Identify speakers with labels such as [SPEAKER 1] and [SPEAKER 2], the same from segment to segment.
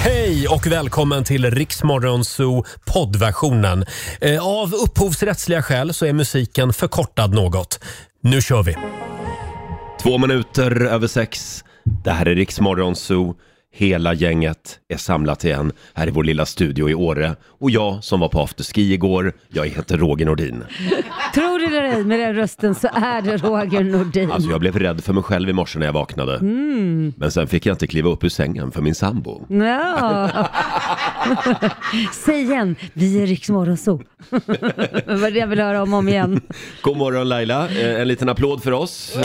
[SPEAKER 1] Hej och välkommen till Riksmorgonzoo poddversionen. Eh, Av upphovsrättsliga skäl så är musiken förkortad något. Nu kör vi! Två minuter över sex. Det här är Riksmorgonzoo. Hela gänget är samlat igen här i vår lilla studio i Åre. Och jag som var på afterski igår, jag heter Roger Nordin.
[SPEAKER 2] Tror du det eller ej, med den rösten så är det Roger Nordin.
[SPEAKER 1] Alltså jag blev rädd för mig själv i morse när jag vaknade.
[SPEAKER 2] Mm.
[SPEAKER 1] Men sen fick jag inte kliva upp ur sängen för min sambo.
[SPEAKER 2] Ja. Säg igen, vi är Rix Morgonzoo. Det var det jag ville höra om och om igen.
[SPEAKER 1] God morgon Laila, Eh, en liten applåd för oss.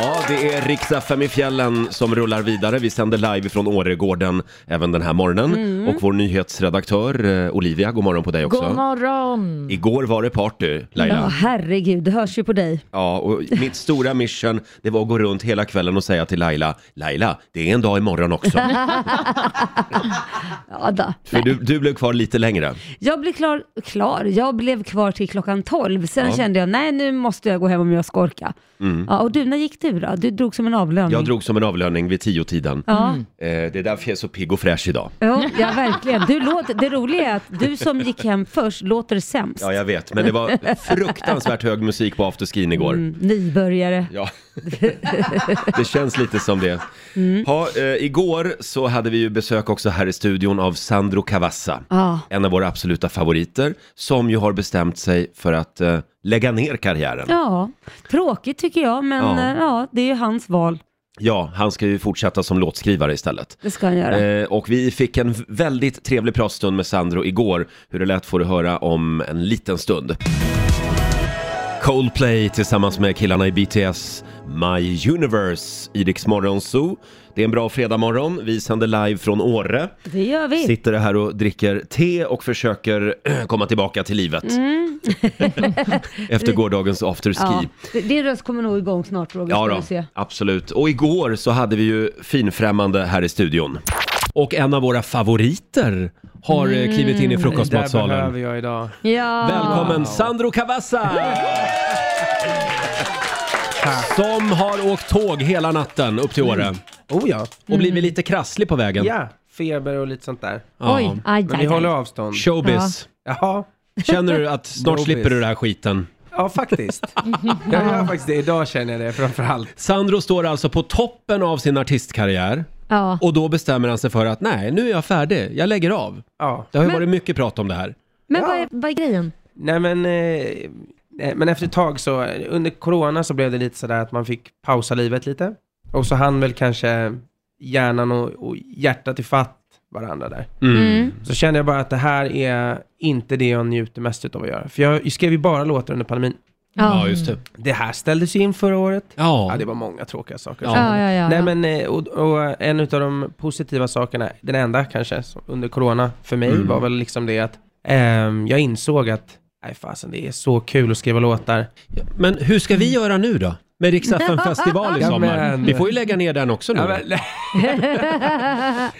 [SPEAKER 1] Ja, det är Rix FM i fjällen som rullar vidare. Vi sänder live från Åregården även den här morgonen.
[SPEAKER 2] Mm.
[SPEAKER 1] Och vår nyhetsredaktör eh, Olivia, god morgon på dig också.
[SPEAKER 3] God morgon!
[SPEAKER 1] Igår var det party, Laila.
[SPEAKER 2] Ja,
[SPEAKER 1] Ja.
[SPEAKER 2] herregud, det hörs ju på dig.
[SPEAKER 1] och mitt stora mission, det var att gå runt hela kvällen och säga till Laila, Laila, det är en dag imorgon också.
[SPEAKER 2] Ja, då.
[SPEAKER 1] För du, du blev kvar lite längre.
[SPEAKER 2] Jag blev klar, klar, jag blev kvar till klockan 12. Sen kände jag, nej nu måste jag gå hem om jag ska orka. Ja, och du, när gick du då? Du drog som en avlöning.
[SPEAKER 1] Mm. Jag drog som en avlöning vid tiotiden.
[SPEAKER 2] Ja.
[SPEAKER 3] Mm.
[SPEAKER 1] Eh, det är därför jag är så pigg och fräsch idag.
[SPEAKER 2] Jo, ja, verkligen. Du låter, det roliga är att du som gick hem först låter sämst.
[SPEAKER 1] Ja, jag vet, men det var fruktansvärt hög musik på afterskin igår.
[SPEAKER 2] Mm, nybörjare.
[SPEAKER 1] Ja, det känns lite som det.
[SPEAKER 2] Mm.
[SPEAKER 1] Ha, eh, igår så hade vi ju besök också här i studion av Sandro Cavazza.
[SPEAKER 2] Ja.
[SPEAKER 1] En av våra absoluta favoriter som ju har bestämt sig för att eh, lägga ner karriären. Ja.
[SPEAKER 2] Ja, tråkigt tycker jag, men
[SPEAKER 1] Ja.
[SPEAKER 2] ja, ja det är ju hans val.
[SPEAKER 1] han ska ju fortsätta som låtskrivare istället.
[SPEAKER 2] Det ska han göra.
[SPEAKER 1] Eh, och vi fick en väldigt trevlig pratstund med Sandro igår. Hur det lät får du höra om en liten stund. Coldplay tillsammans med killarna i BTS, My Universe, i Rix Morgon Zoo. Det är en bra fredagmorgon, vi sänder live från Åre.
[SPEAKER 2] det gör vi.
[SPEAKER 1] Sitter här och dricker te och försöker komma tillbaka till livet. Efter gårdagens afterski.
[SPEAKER 2] Mm. Ja. D- Din röst kommer nog igång snart Roger,
[SPEAKER 1] Ja
[SPEAKER 2] ska
[SPEAKER 1] då,
[SPEAKER 2] du se.
[SPEAKER 1] absolut. Och igår så hade vi ju finfrämmande här i studion. Och en av våra favoriter har eh, klivit in i
[SPEAKER 4] Mm. Där
[SPEAKER 1] frukostmatsalen.
[SPEAKER 4] behöver jag idag.
[SPEAKER 2] Ja.
[SPEAKER 1] Välkommen Sandro Cavazza! Som har åkt tåg hela natten upp till Åre
[SPEAKER 4] Oh ja.
[SPEAKER 1] och blivit lite krasslig på vägen.
[SPEAKER 4] Ja, feber och lite sånt där.
[SPEAKER 1] Ja.
[SPEAKER 2] Oj, aj,
[SPEAKER 4] Men vi
[SPEAKER 2] aj,
[SPEAKER 4] håller
[SPEAKER 2] aj.
[SPEAKER 4] avstånd.
[SPEAKER 1] Showbiz.
[SPEAKER 4] Jaha.
[SPEAKER 1] Känner du att snart
[SPEAKER 4] Showbiz.
[SPEAKER 1] slipper du den här skiten?
[SPEAKER 4] Ja, faktiskt. Jag gör faktiskt det. Idag känner jag det framförallt.
[SPEAKER 1] Sandro står alltså på toppen av sin artistkarriär
[SPEAKER 2] Ja.
[SPEAKER 1] och då bestämmer han sig för att nej, nu är jag färdig, jag lägger av.
[SPEAKER 4] Ja.
[SPEAKER 1] Det har ju varit mycket prat om det här.
[SPEAKER 3] Men vad, är, vad är grejen?
[SPEAKER 4] Nej men, eh, nej, men efter ett tag så, under corona så blev det lite sådär att man fick pausa livet lite. Och så hann väl kanske hjärnan och, och hjärtat i fatt varandra där.
[SPEAKER 2] Mm.
[SPEAKER 4] Så kände jag bara att det här är inte det jag njuter mest utav att göra. För jag skrev ju bara låtar under pandemin.
[SPEAKER 2] Ja.
[SPEAKER 1] just det.
[SPEAKER 4] Det här ställdes ju in förra året.
[SPEAKER 1] Ja,
[SPEAKER 4] Ja, det var många tråkiga saker.
[SPEAKER 1] Ja.
[SPEAKER 2] Ja, ja, ja,
[SPEAKER 4] Nej,
[SPEAKER 2] ja.
[SPEAKER 4] men, eh, och, och en av de positiva sakerna, den enda kanske, som under corona för mig
[SPEAKER 1] Mm.
[SPEAKER 4] var väl liksom det att ehm, jag insåg att nej fasen, det är så kul att skriva låtar.
[SPEAKER 1] men hur ska vi göra nu då? Med Riksdagen festival i
[SPEAKER 4] Ja,
[SPEAKER 1] sommar.
[SPEAKER 4] men-
[SPEAKER 1] Vi får ju lägga ner den också
[SPEAKER 4] Ja,
[SPEAKER 1] nu.
[SPEAKER 4] men,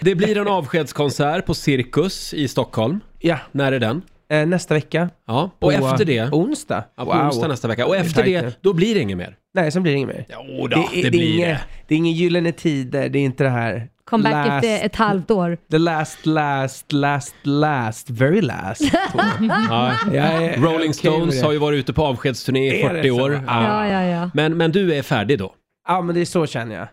[SPEAKER 1] Det blir en avskedskonsert på Cirkus i Stockholm.
[SPEAKER 4] ja.
[SPEAKER 1] När är den?
[SPEAKER 4] Eh, nästa vecka.
[SPEAKER 1] Ja, och
[SPEAKER 4] på
[SPEAKER 1] efter det,
[SPEAKER 4] Onsdag.
[SPEAKER 1] ja, på onsdag nästa vecka. Och efter det,
[SPEAKER 4] Tajt.
[SPEAKER 1] då blir det inget mer.
[SPEAKER 4] Nej, sen blir det inget mer.
[SPEAKER 1] Jo
[SPEAKER 4] är inga, det är inga gyllene tider, det är inte det här
[SPEAKER 2] Come back
[SPEAKER 4] last,
[SPEAKER 2] efter ett halvt år.
[SPEAKER 4] the last, last, last, last, very last.
[SPEAKER 1] Ja.
[SPEAKER 4] Jag är- jag är okej
[SPEAKER 1] Rolling
[SPEAKER 4] med
[SPEAKER 1] Stones
[SPEAKER 4] det.
[SPEAKER 1] har ju varit ute på avskedsturné i
[SPEAKER 4] Är det
[SPEAKER 1] 40
[SPEAKER 4] så?
[SPEAKER 1] år.
[SPEAKER 2] Ja, ja, ja.
[SPEAKER 1] Men, men du är färdig då?
[SPEAKER 4] Ja, men det är så känner jag.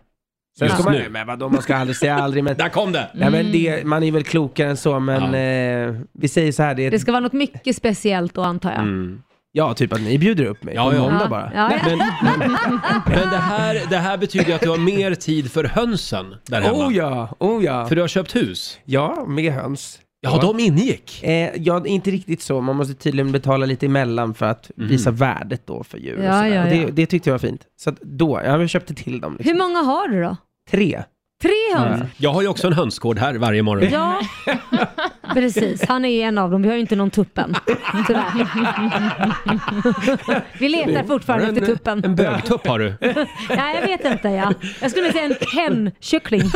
[SPEAKER 4] Sen
[SPEAKER 1] Just
[SPEAKER 4] ska man,
[SPEAKER 1] nu.
[SPEAKER 4] Men vadå, man ska aldrig säga aldrig. Men,
[SPEAKER 1] Där kom det!
[SPEAKER 4] nej, men det, man är väl klokare än så, men
[SPEAKER 1] Ja.
[SPEAKER 4] eh, vi säger så här. Det är,
[SPEAKER 3] Det ska vara något mycket speciellt då antar jag.
[SPEAKER 4] Ja, typ att ni bjuder upp mig
[SPEAKER 1] Mm. Ja,
[SPEAKER 4] på
[SPEAKER 1] ja.
[SPEAKER 4] måndag
[SPEAKER 3] Ja,
[SPEAKER 4] bara.
[SPEAKER 3] ja, ja.
[SPEAKER 1] Men, men, men det, här, det här betyder ju att du har mer tid för hönsen där hemma.
[SPEAKER 4] Oh ja, oh ja.
[SPEAKER 1] För du har köpt hus.
[SPEAKER 4] Ja, med höns.
[SPEAKER 1] Ja, de ingick.
[SPEAKER 4] Eh, ja, inte riktigt så. Man måste tydligen betala lite emellan för att
[SPEAKER 1] Mhm.
[SPEAKER 4] visa värdet då för djur.
[SPEAKER 2] Ja,
[SPEAKER 4] och sådär.
[SPEAKER 2] ja,
[SPEAKER 4] Och
[SPEAKER 2] ja.
[SPEAKER 4] Det, det tyckte jag var fint. Så att då, ja, jag köpte till dem.
[SPEAKER 2] Hur
[SPEAKER 4] Liksom.
[SPEAKER 2] många har du då?
[SPEAKER 4] Tre. Mm.
[SPEAKER 2] Tre höns?
[SPEAKER 1] Jag har ju också en hönsgård här varje morgon.
[SPEAKER 2] Ja, precis. Han är ju en av dem. Vi har ju inte någon tuppen, tyvärr. Vi letar fortfarande
[SPEAKER 1] Har du
[SPEAKER 2] efter
[SPEAKER 1] en, en
[SPEAKER 2] tuppen.
[SPEAKER 1] bögtupp har du.
[SPEAKER 2] Nej, jag vet inte. Ja. Jag skulle säga en hennkyckling.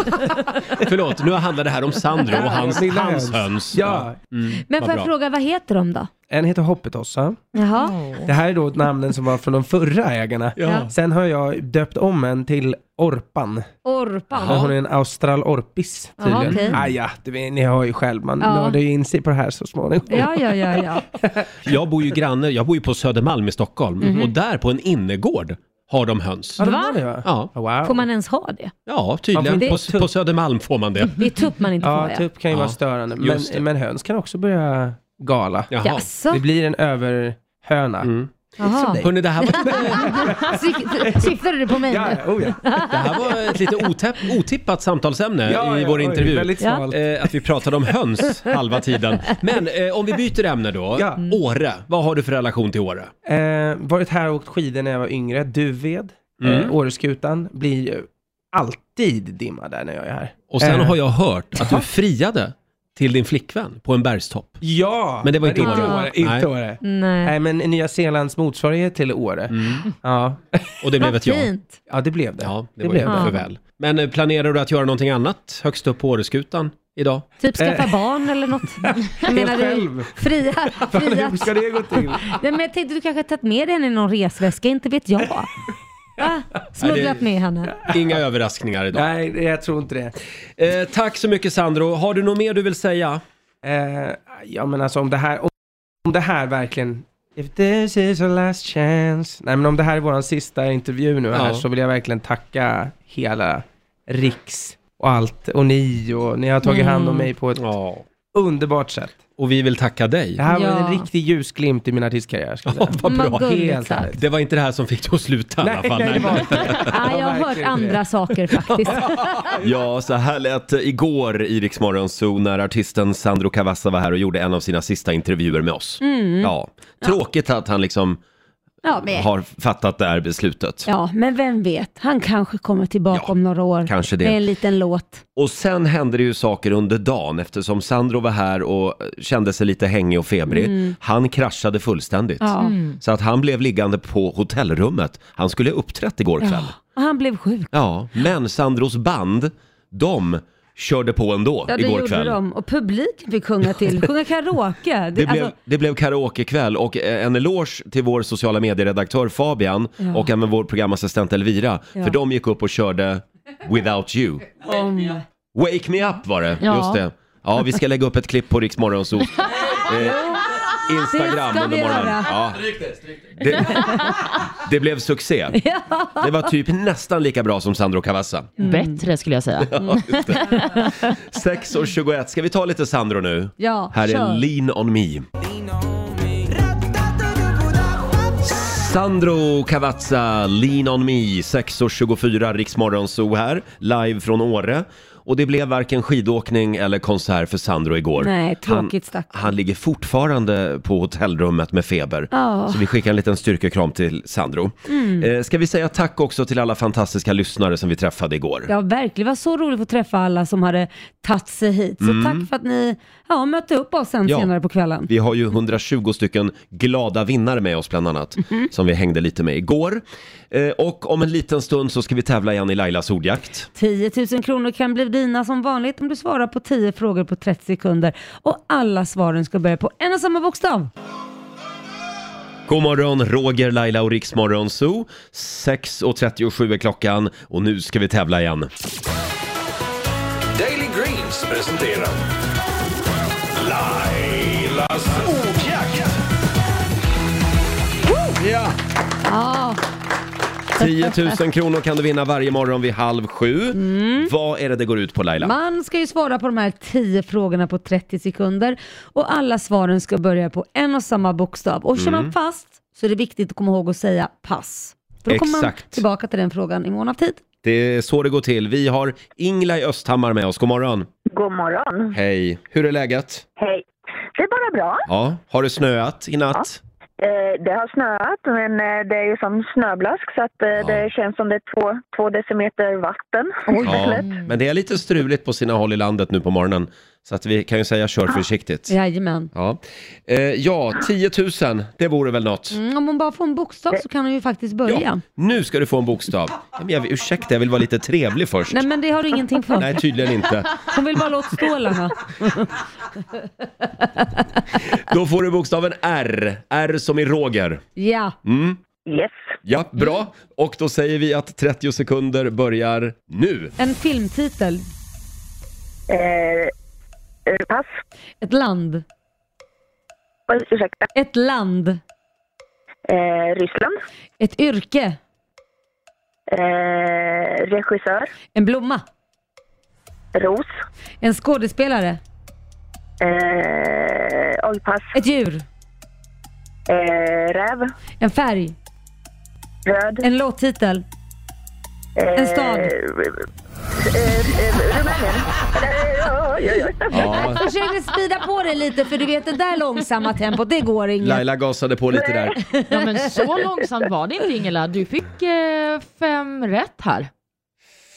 [SPEAKER 1] Förlåt, nu handlar det här om Sandro och hans,
[SPEAKER 4] Lilla
[SPEAKER 1] hans höns. Mm,
[SPEAKER 4] Ja,
[SPEAKER 2] Men
[SPEAKER 1] vad
[SPEAKER 2] får jag
[SPEAKER 1] bra.
[SPEAKER 2] fråga, vad heter de då?
[SPEAKER 4] En heter Hoppetossa.
[SPEAKER 2] Jaha.
[SPEAKER 4] Det här är då namnen som var från de förra ägarna.
[SPEAKER 2] Ja.
[SPEAKER 4] Sen har jag döpt om en till Orpan.
[SPEAKER 2] Orpan.
[SPEAKER 4] Men hon är en australorpis tydligen.
[SPEAKER 2] Jaha, okej.
[SPEAKER 4] Ah, ja, det vet, ni har ju själv, man
[SPEAKER 2] Ja.
[SPEAKER 4] nördar ju in sig på det här så småningom.
[SPEAKER 2] Ja, ja, ja, ja.
[SPEAKER 5] Jag bor ju granne, jag bor ju på Södermalm i Stockholm och där på en innergård har de höns.
[SPEAKER 4] Mhm. Ja, det
[SPEAKER 2] Va?
[SPEAKER 4] var det, va?
[SPEAKER 5] Ja,
[SPEAKER 4] Ah, Wow.
[SPEAKER 3] Får man ens ha det?
[SPEAKER 5] ja tydligen.
[SPEAKER 4] Man får
[SPEAKER 5] På,
[SPEAKER 4] inte-
[SPEAKER 5] på Södermalm får man det.
[SPEAKER 3] Det är tupp man inte får
[SPEAKER 4] ja,
[SPEAKER 3] ha, ja.
[SPEAKER 4] tupp kan ju
[SPEAKER 5] Ja.
[SPEAKER 4] vara störande.
[SPEAKER 5] Just det.
[SPEAKER 4] Men, men höns kan också börja gala.
[SPEAKER 5] Jaha.
[SPEAKER 3] Jaså?
[SPEAKER 4] Det blir en överhöna.
[SPEAKER 5] Mm.
[SPEAKER 3] Jaha.
[SPEAKER 4] dig.
[SPEAKER 5] Hörrni, det här var,
[SPEAKER 3] Syk- Syftade du på mig
[SPEAKER 4] Ja,
[SPEAKER 3] nu?
[SPEAKER 4] ja, oh ja.
[SPEAKER 5] det här var ett lite otäpp, otippat samtalsämne
[SPEAKER 4] ja,
[SPEAKER 5] i
[SPEAKER 4] ja,
[SPEAKER 5] vår
[SPEAKER 4] oj,
[SPEAKER 5] intervju.
[SPEAKER 4] Väldigt
[SPEAKER 3] Ja.
[SPEAKER 4] smalt.
[SPEAKER 5] Eh, att vi pratade om höns halva tiden. Men eh, om vi byter ämne då.
[SPEAKER 4] Ja.
[SPEAKER 2] Mm.
[SPEAKER 5] Åre, vad har du för relation till Åre?
[SPEAKER 4] Eh, varit här och åkt skidor när jag var yngre. Duved,
[SPEAKER 5] Mm.
[SPEAKER 4] eh, Åreskutan, blir ju alltid dimma där när jag är här.
[SPEAKER 5] Och sen
[SPEAKER 4] Eh.
[SPEAKER 5] har jag hört att du friade till din flickvän på en bergstopp.
[SPEAKER 4] Ja!
[SPEAKER 5] Men det var inte
[SPEAKER 4] inte
[SPEAKER 3] Åre.
[SPEAKER 4] Åre. Inte
[SPEAKER 5] Nej.
[SPEAKER 4] Åre.
[SPEAKER 3] Nej.
[SPEAKER 4] Nej, men Nya Zeelands motsvarighet till Åre. Ja.
[SPEAKER 5] Mm. Och det blev
[SPEAKER 3] Vad
[SPEAKER 5] ett ja.
[SPEAKER 3] fint.
[SPEAKER 4] ja, det blev det.
[SPEAKER 5] Ja, det,
[SPEAKER 4] Det
[SPEAKER 5] var ju
[SPEAKER 4] blev det.
[SPEAKER 5] för väl. Men eh, planerar du att göra någonting annat högst upp på Åreskutan idag? Eh,
[SPEAKER 2] Typ skaffa barn eller något. Jag menar, du
[SPEAKER 4] Eh. själv.
[SPEAKER 2] fria, fria.
[SPEAKER 4] Hur ska det gå till?
[SPEAKER 2] Nej, men jag tänkte du kanske har tagit med henne i någon resväska, inte vet jag. Va? Smugglat med henne.
[SPEAKER 5] Inga överraskningar idag.
[SPEAKER 4] Nej, det- jag tror inte det.
[SPEAKER 5] Eh, tack så mycket Sandro. Har du något mer du vill säga?
[SPEAKER 4] Eh, ja, men alltså om det här, om det här verkligen... If this is our last chance. Nej, men om det här är vår sista intervju nu här
[SPEAKER 5] Ja.
[SPEAKER 4] så vill jag verkligen tacka hela Riks och allt och ni och ni har tagit hand om mig på ett
[SPEAKER 5] Mm. Ja.
[SPEAKER 4] underbart sätt.
[SPEAKER 5] Och vi vill tacka dig.
[SPEAKER 4] Det här var
[SPEAKER 2] Ja.
[SPEAKER 4] en riktig ljusglimt i min artistkarriär. Ska jag säga.
[SPEAKER 5] Vad
[SPEAKER 2] Vad
[SPEAKER 5] bra.
[SPEAKER 2] gulligt
[SPEAKER 4] Helt
[SPEAKER 2] sagt.
[SPEAKER 4] ärligt.
[SPEAKER 5] Det var inte det här som fick dig att sluta i alla fall.
[SPEAKER 4] nej, det var inte det.
[SPEAKER 2] Ja, jag har hört
[SPEAKER 4] verkligen inte
[SPEAKER 2] andra saker faktiskt.
[SPEAKER 1] Ja, så här lät det igår i Rix Morgon Zoo när artisten Sandro Cavazza var här och gjorde en av sina sista intervjuer med oss. Ja, tråkigt att han liksom
[SPEAKER 2] Mm. Ja, men,
[SPEAKER 1] har fattat det här beslutet.
[SPEAKER 2] ja, men vem vet, han kanske kommer tillbaka
[SPEAKER 1] Ja,
[SPEAKER 2] om några år
[SPEAKER 1] kanske det.
[SPEAKER 2] med en liten låt.
[SPEAKER 1] Och sen hände det ju saker under dagen eftersom Sandro var här och kände sig lite hängig och febrig. Han kraschade fullständigt.
[SPEAKER 2] Mm. Ja.
[SPEAKER 1] Så att han blev liggande på hotellrummet. Han skulle ha uppträtt igår kväll.
[SPEAKER 2] Och han blev sjuk.
[SPEAKER 1] Ja, men Sandros band, de körde på ändå
[SPEAKER 2] Ja, det
[SPEAKER 1] igår
[SPEAKER 2] gjorde
[SPEAKER 1] kväll.
[SPEAKER 2] de. Och publiken fick sjunga till. Sjunga karaoke.
[SPEAKER 1] Det blev,
[SPEAKER 2] alltså,
[SPEAKER 1] det blev karaokekväll och eh, en eloge till vår sociala medieredaktör Fabian
[SPEAKER 2] Ja.
[SPEAKER 1] och även vår programassistent Elvira.
[SPEAKER 2] Ja.
[SPEAKER 1] För de gick upp och körde Without You. Eh,
[SPEAKER 2] om...
[SPEAKER 1] Wake Me Up var det,
[SPEAKER 3] Ja.
[SPEAKER 1] just det. Ja, vi ska lägga upp ett klipp på Rix Morgonzoo. Eh,
[SPEAKER 2] Det
[SPEAKER 1] Instagram
[SPEAKER 2] ska
[SPEAKER 1] under
[SPEAKER 2] vi
[SPEAKER 1] morgonen.
[SPEAKER 2] göra.
[SPEAKER 1] Ja. Det, det blev succé. Det var typ nästan lika bra som Sandro Cavazza.
[SPEAKER 6] Bättre skulle jag säga.
[SPEAKER 1] 6.21, ska vi ta lite Sandro nu?
[SPEAKER 2] Ja,
[SPEAKER 1] Här
[SPEAKER 2] kör.
[SPEAKER 1] är Lean On Me. Sandro Cavazza, Lean On Me, 6.24, Riksmorgonzoo här, live från Åre. Och det blev varken skidåkning eller konsert för Sandro igår.
[SPEAKER 2] Nej, tråkigt
[SPEAKER 1] han,
[SPEAKER 2] stack.
[SPEAKER 1] han ligger fortfarande på hotellrummet med feber.
[SPEAKER 2] Ja. Mm.
[SPEAKER 1] Så vi skickar en liten styrkekram till Sandro. Eh, ska vi säga tack också till alla fantastiska lyssnare som vi träffade igår?
[SPEAKER 2] Ja, verkligen. Det var så roligt att träffa alla som hade tagit sig hit. Så tack för att ni ja, mötte upp oss sen
[SPEAKER 1] Mm. Ja.
[SPEAKER 2] senare på kvällen.
[SPEAKER 1] Vi har ju 120 stycken glada vinnare med oss bland annat, som vi hängde lite med igår. Eh, och om en liten stund så ska vi tävla igen i Lailas ordjakt.
[SPEAKER 2] 10 000 kronor kan bli dina som vanligt om du svarar på 10 frågor på 30 sekunder. Och alla svaren ska börja på en och samma bokstav.
[SPEAKER 1] God morgon, Roger, Laila och Riksmorgon Zoo. 6.37 är klockan och nu ska vi tävla igen.
[SPEAKER 7] Daily Greens presenterar Lailas ordjakt.
[SPEAKER 1] Ja! 10 000 kronor kan du vinna varje morgon vid halv sju. Vad är det det går ut på Laila?
[SPEAKER 2] Man ska ju svara på de här 10 frågorna på 30 sekunder och alla svaren ska börja på en och samma bokstav. Och kör
[SPEAKER 1] Mm.
[SPEAKER 2] man fast så är det viktigt att komma ihåg att säga pass. För då kommer man
[SPEAKER 1] Exakt.
[SPEAKER 2] tillbaka till den frågan i mån av tid.
[SPEAKER 1] Det är så det går till. Vi har Ingla i Östhammar med oss. God morgon!
[SPEAKER 8] God morgon.
[SPEAKER 1] Hej! Hur är läget?
[SPEAKER 8] Hej. Det är bara bra.
[SPEAKER 1] Ja, har det snöat i natt?
[SPEAKER 8] Eh, Det har snöat, men eh, det är ju som snöblask så att eh, det känns som det är två, två decimeter vatten.
[SPEAKER 1] Ja, men det är lite struligt på sina håll i landet nu på morgonen. Så att vi kan ju säga
[SPEAKER 2] Ah.
[SPEAKER 1] kör försiktigt.
[SPEAKER 2] Jajamän.
[SPEAKER 1] Ja, eh, ja 10 000, det vore väl något.
[SPEAKER 2] Mm, om hon bara får en bokstav så kan hon ju faktiskt börja.
[SPEAKER 1] Ja, nu ska du få en bokstav. Ja, Men jag, ursäkta, jag vill vara lite trevlig först.
[SPEAKER 2] Nej men det har du ingenting för.
[SPEAKER 1] Nej, tydligen inte.
[SPEAKER 2] Hon vill bara låta stålarna.
[SPEAKER 1] Då får du bokstaven R. R som i Roger.
[SPEAKER 2] Ja,
[SPEAKER 1] Mm.
[SPEAKER 8] Yes.
[SPEAKER 1] Ja, bra. Och då säger vi att 30 sekunder börjar nu.
[SPEAKER 2] en filmtitel.
[SPEAKER 8] Eh, eh, pass.
[SPEAKER 2] Ett land.
[SPEAKER 8] Oj, ursäkta.
[SPEAKER 2] Ett land.
[SPEAKER 8] Eh, Ryssland.
[SPEAKER 2] Ett yrke.
[SPEAKER 8] Eh, regissör.
[SPEAKER 2] En blomma.
[SPEAKER 8] Ros.
[SPEAKER 2] En skådespelare.
[SPEAKER 8] Eh, oj, pass.
[SPEAKER 2] Ett djur.
[SPEAKER 8] Eh, räv.
[SPEAKER 2] En färg.
[SPEAKER 8] Röd.
[SPEAKER 2] En låttitel. En stad.
[SPEAKER 8] Eh, eh, Rumänien. Eh, oj, oj, oj.
[SPEAKER 1] Ja,
[SPEAKER 2] Jag försöker speeda på dig lite för du vet det där långsamma tempot, det går inget.
[SPEAKER 1] Laila gasade på lite där.
[SPEAKER 6] Ja, men så långsamt var det inte Ingela. Du fick eh, fem rätt här.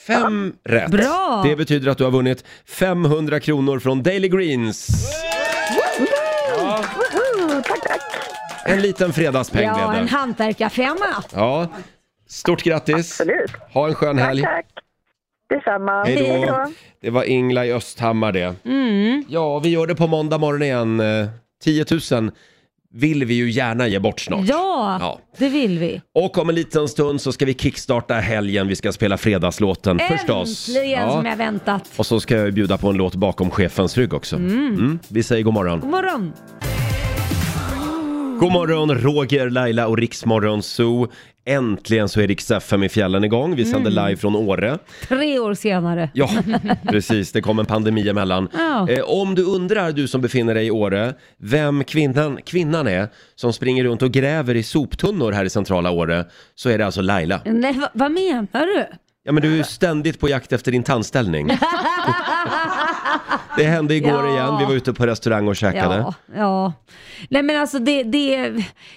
[SPEAKER 1] Fem rätt.
[SPEAKER 2] Bra!
[SPEAKER 1] Det betyder att du har vunnit 500 kronor från Daily Greens.
[SPEAKER 8] Woho, Tack, tack.
[SPEAKER 1] En liten fredagspeng
[SPEAKER 2] Ja,
[SPEAKER 1] blev
[SPEAKER 2] en
[SPEAKER 1] det.
[SPEAKER 2] hantverkarfemma.
[SPEAKER 1] Ja, stort grattis.
[SPEAKER 8] Absolut.
[SPEAKER 1] Ha en skön helg.
[SPEAKER 8] Tack. Detsamma.
[SPEAKER 1] Hej då.
[SPEAKER 8] Hej då.
[SPEAKER 1] Det var Ingla i Östhammar det.
[SPEAKER 9] Mm.
[SPEAKER 1] Ja, vi gör det på måndag morgon igen. Eh, 10 000 vill vi ju gärna ge bort snart.
[SPEAKER 2] Ja,
[SPEAKER 1] Ja.
[SPEAKER 2] det vill vi.
[SPEAKER 1] Och om en liten stund så ska vi kickstarta helgen. Vi ska spela fredagslåten förstås.
[SPEAKER 2] Äntligen
[SPEAKER 1] Ja.
[SPEAKER 2] som jag väntat.
[SPEAKER 1] Och så ska jag bjuda på en låt bakom chefens rygg också. Mm. Vi säger god morgon.
[SPEAKER 2] God morgon.
[SPEAKER 1] God morgon, Roger, Laila och Riksmorgon Zoo. Äntligen så är Rix FM i fjällen igång. Vi sänder
[SPEAKER 2] Mm.
[SPEAKER 1] live från Åre.
[SPEAKER 2] Tre år senare.
[SPEAKER 1] Ja, precis. Det kom en pandemi emellan.
[SPEAKER 2] Ja.
[SPEAKER 1] Eh, om du undrar, du som befinner dig i Åre, vem kvinnan, kvinnan är som springer runt och gräver i soptunnor här i centrala Åre, så är det alltså Laila.
[SPEAKER 2] Nej, vad, vad menar du?
[SPEAKER 1] Ja, men du är ju ständigt på jakt efter din tandställning. det hände igår
[SPEAKER 2] Ja.
[SPEAKER 1] igen. Vi var ute på restaurang och käkade.
[SPEAKER 2] Ja, ja. Nej men alltså det, det,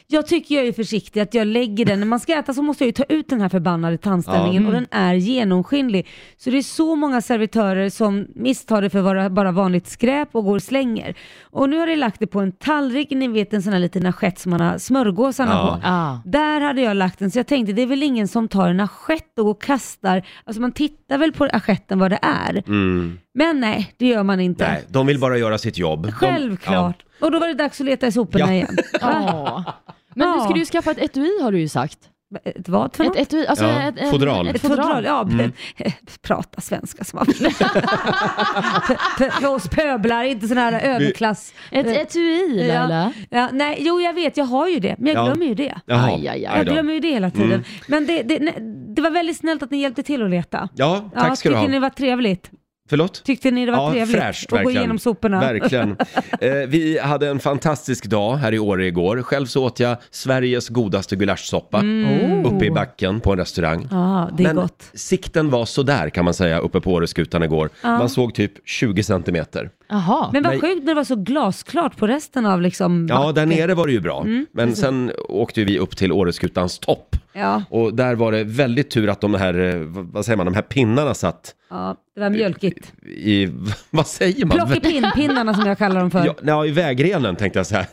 [SPEAKER 2] jag tycker jag är försiktig att jag lägger den, när man ska äta så måste jag ju ta ut den här förbannade tandställningen och den är genomskinlig. Så det är så många servitörer som misstar det för att vara bara vanligt skräp och går och slänger. Och nu har jag lagt det på en tallrik, ni vet en sån här liten assiett som man har smörgåsarna
[SPEAKER 1] Ja.
[SPEAKER 2] på.
[SPEAKER 6] Ah.
[SPEAKER 2] Där hade jag lagt den, så jag tänkte det är väl ingen som tar en assiett och går och kastar, alltså man tittar väl på assietten vad det är.
[SPEAKER 1] Mm.
[SPEAKER 2] Men nej, det gör man inte.
[SPEAKER 1] Nej, de vill bara göra sitt jobb. De-
[SPEAKER 2] Självklart. Och då var det dags att leta i soporna
[SPEAKER 1] Ja.
[SPEAKER 2] igen.
[SPEAKER 6] Ja. Men
[SPEAKER 2] Ja.
[SPEAKER 6] du skulle ju skaffa ett etui har du ju sagt.
[SPEAKER 2] Ett vad för
[SPEAKER 6] Ett
[SPEAKER 2] något?
[SPEAKER 6] etui, alltså
[SPEAKER 1] Ja,
[SPEAKER 6] ett, en-
[SPEAKER 1] fodral. Mm.
[SPEAKER 6] Ett
[SPEAKER 2] Ett fodral,
[SPEAKER 6] fodral.
[SPEAKER 2] ja. p- Prata svenska som man För- för- För oss pöblar, inte sån här överklass.
[SPEAKER 6] Ett
[SPEAKER 2] Eh,
[SPEAKER 6] etui Laila.
[SPEAKER 2] Ja, nej, jo jag vet, jag har ju det, men jag
[SPEAKER 1] Ja.
[SPEAKER 2] glömmer ju det.
[SPEAKER 1] Jaha.
[SPEAKER 6] Aj, aj, aj.
[SPEAKER 1] Nej
[SPEAKER 2] Jag
[SPEAKER 1] då. Mm.
[SPEAKER 2] glömmer ju det hela tiden. Men det, det, nej, det var väldigt snällt att ni hjälpte till att leta.
[SPEAKER 1] Ja, tack ska du
[SPEAKER 2] tyckte
[SPEAKER 1] ha.
[SPEAKER 2] ni det var trevligt?
[SPEAKER 1] Förlåt?
[SPEAKER 2] Tyckte ni det var trevligt?
[SPEAKER 1] fräscht
[SPEAKER 2] att gå
[SPEAKER 1] verkligen.
[SPEAKER 2] igenom soporna?
[SPEAKER 1] Verkligen. Eh, vi hade en fantastisk dag här i Åre igår. Själv så åt jag Sveriges godaste gulaschsoppa uppe i backen på en restaurang.
[SPEAKER 2] Mm. Oh. Ja, det är
[SPEAKER 1] Men
[SPEAKER 2] gott.
[SPEAKER 1] sikten var sådär kan man säga uppe på Åreskutan igår. Man såg typ 20 centimeter.
[SPEAKER 6] Jaha.
[SPEAKER 2] Men vad
[SPEAKER 1] Nej.
[SPEAKER 2] sjukt när det var så glasklart på resten av liksom
[SPEAKER 1] Ja,
[SPEAKER 2] backen. Mm,
[SPEAKER 1] där nere var det ju bra. Men sen åkte ju vi upp till Åreskutans topp.
[SPEAKER 2] Ja,
[SPEAKER 1] Och där var det väldigt tur att de här, eh, vad vad säger man, de här pinnarna satt
[SPEAKER 2] ja, det var mjölkigt.
[SPEAKER 1] i, vad säger man?
[SPEAKER 2] Plockepinn-pinnarna som jag kallar dem för. Mm.
[SPEAKER 1] Ja, ja, i vägrenen tänkte jag så här.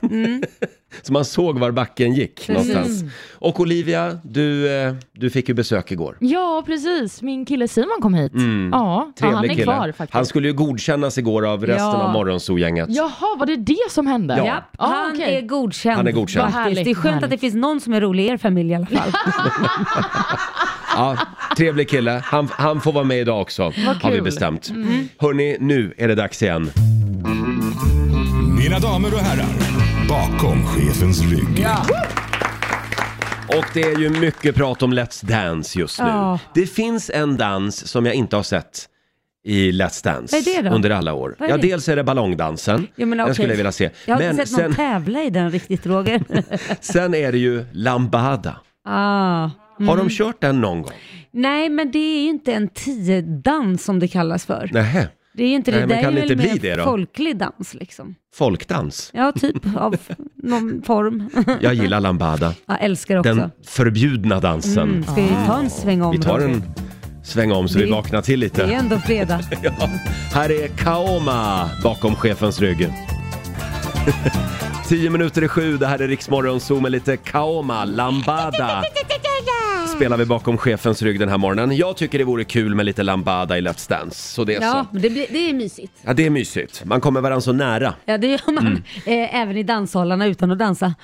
[SPEAKER 1] så man såg var backen gick någonstans. Och Olivia, du, eh, du fick ju besök igår. Mm.
[SPEAKER 6] Ja, precis. Min kille Simon kom hit. Ja, ja,
[SPEAKER 1] Trevlig
[SPEAKER 6] han är
[SPEAKER 1] kille.
[SPEAKER 6] kvar faktiskt.
[SPEAKER 1] Han skulle ju godkännas igår av resten
[SPEAKER 2] Ja.
[SPEAKER 1] av morgonzoo-gänget.
[SPEAKER 6] Jaha, var det det som hände?
[SPEAKER 1] Ja.
[SPEAKER 2] Japp,
[SPEAKER 6] Ah,
[SPEAKER 2] han
[SPEAKER 6] okej.
[SPEAKER 2] är godkänd.
[SPEAKER 1] Han är godkänd.
[SPEAKER 6] Vad
[SPEAKER 2] Faktiskt.
[SPEAKER 6] härligt,
[SPEAKER 2] Det är skönt att det
[SPEAKER 6] härligt.
[SPEAKER 2] finns någon som är rolig i er familj i alla fall.
[SPEAKER 1] Ja, trevlig kille. Han, han får vara med idag också, har vi
[SPEAKER 6] kul.
[SPEAKER 1] bestämt.
[SPEAKER 2] Mm.
[SPEAKER 1] Hörni, nu är det dags igen.
[SPEAKER 7] Mina damer och herrar, bakom chefens rygg.
[SPEAKER 1] Och det är ju mycket prat om Let's Dance just nu.
[SPEAKER 2] Ja.
[SPEAKER 1] Det finns en dans som jag inte har sett i Let's Dance
[SPEAKER 2] Vad är det då?
[SPEAKER 1] under alla år.
[SPEAKER 2] Vad är
[SPEAKER 1] Ja,
[SPEAKER 2] det?
[SPEAKER 1] dels är det ballongdansen.
[SPEAKER 2] Jo, men
[SPEAKER 1] Den
[SPEAKER 2] okej.
[SPEAKER 1] skulle jag vilja se.
[SPEAKER 2] Jag har
[SPEAKER 1] Men
[SPEAKER 2] inte sett någon
[SPEAKER 1] sen-
[SPEAKER 2] tävla i den riktigt Roger.
[SPEAKER 1] Sen är det ju Lambada.
[SPEAKER 2] ah.
[SPEAKER 1] Har de kört den någon gång?
[SPEAKER 2] Nej men det är ju inte en tiodans som det kallas för.
[SPEAKER 1] Nähä,
[SPEAKER 2] Det är ju inte
[SPEAKER 1] Nej,
[SPEAKER 2] det,
[SPEAKER 1] men
[SPEAKER 2] det
[SPEAKER 1] kan
[SPEAKER 2] är
[SPEAKER 1] det
[SPEAKER 2] väl
[SPEAKER 1] inte
[SPEAKER 2] mer
[SPEAKER 1] bli det då?
[SPEAKER 2] folklig dans liksom.
[SPEAKER 1] folkdans.
[SPEAKER 2] Ja typ av någon form.
[SPEAKER 1] Jag gillar Lambada,
[SPEAKER 2] Jag älskar också.
[SPEAKER 1] den förbjudna dansen.
[SPEAKER 2] Ska vi ta en sväng om
[SPEAKER 1] Vi tar
[SPEAKER 2] Roger?
[SPEAKER 1] en svänga om så vi
[SPEAKER 2] Det-
[SPEAKER 1] vaknar till
[SPEAKER 2] Det
[SPEAKER 1] lite.
[SPEAKER 2] är ändå fredag.
[SPEAKER 1] Ja. Här är Kaoma bakom chefens rygg. Tio minuter i sju, det här är Riksmorgon Zoo med lite Kaoma, Lambada. Spelar vi bakom chefens rygg den här morgonen. Jag tycker det vore kul med lite Lambada i Let's Dance, så det är
[SPEAKER 3] Ja,
[SPEAKER 1] så.
[SPEAKER 3] men det, blir, det är mysigt.
[SPEAKER 1] Ja, det är mysigt. Man kommer varandra så nära.
[SPEAKER 2] Ja, det gör man.
[SPEAKER 1] Mm.
[SPEAKER 2] Eh, även i danshallarna utan att dansa.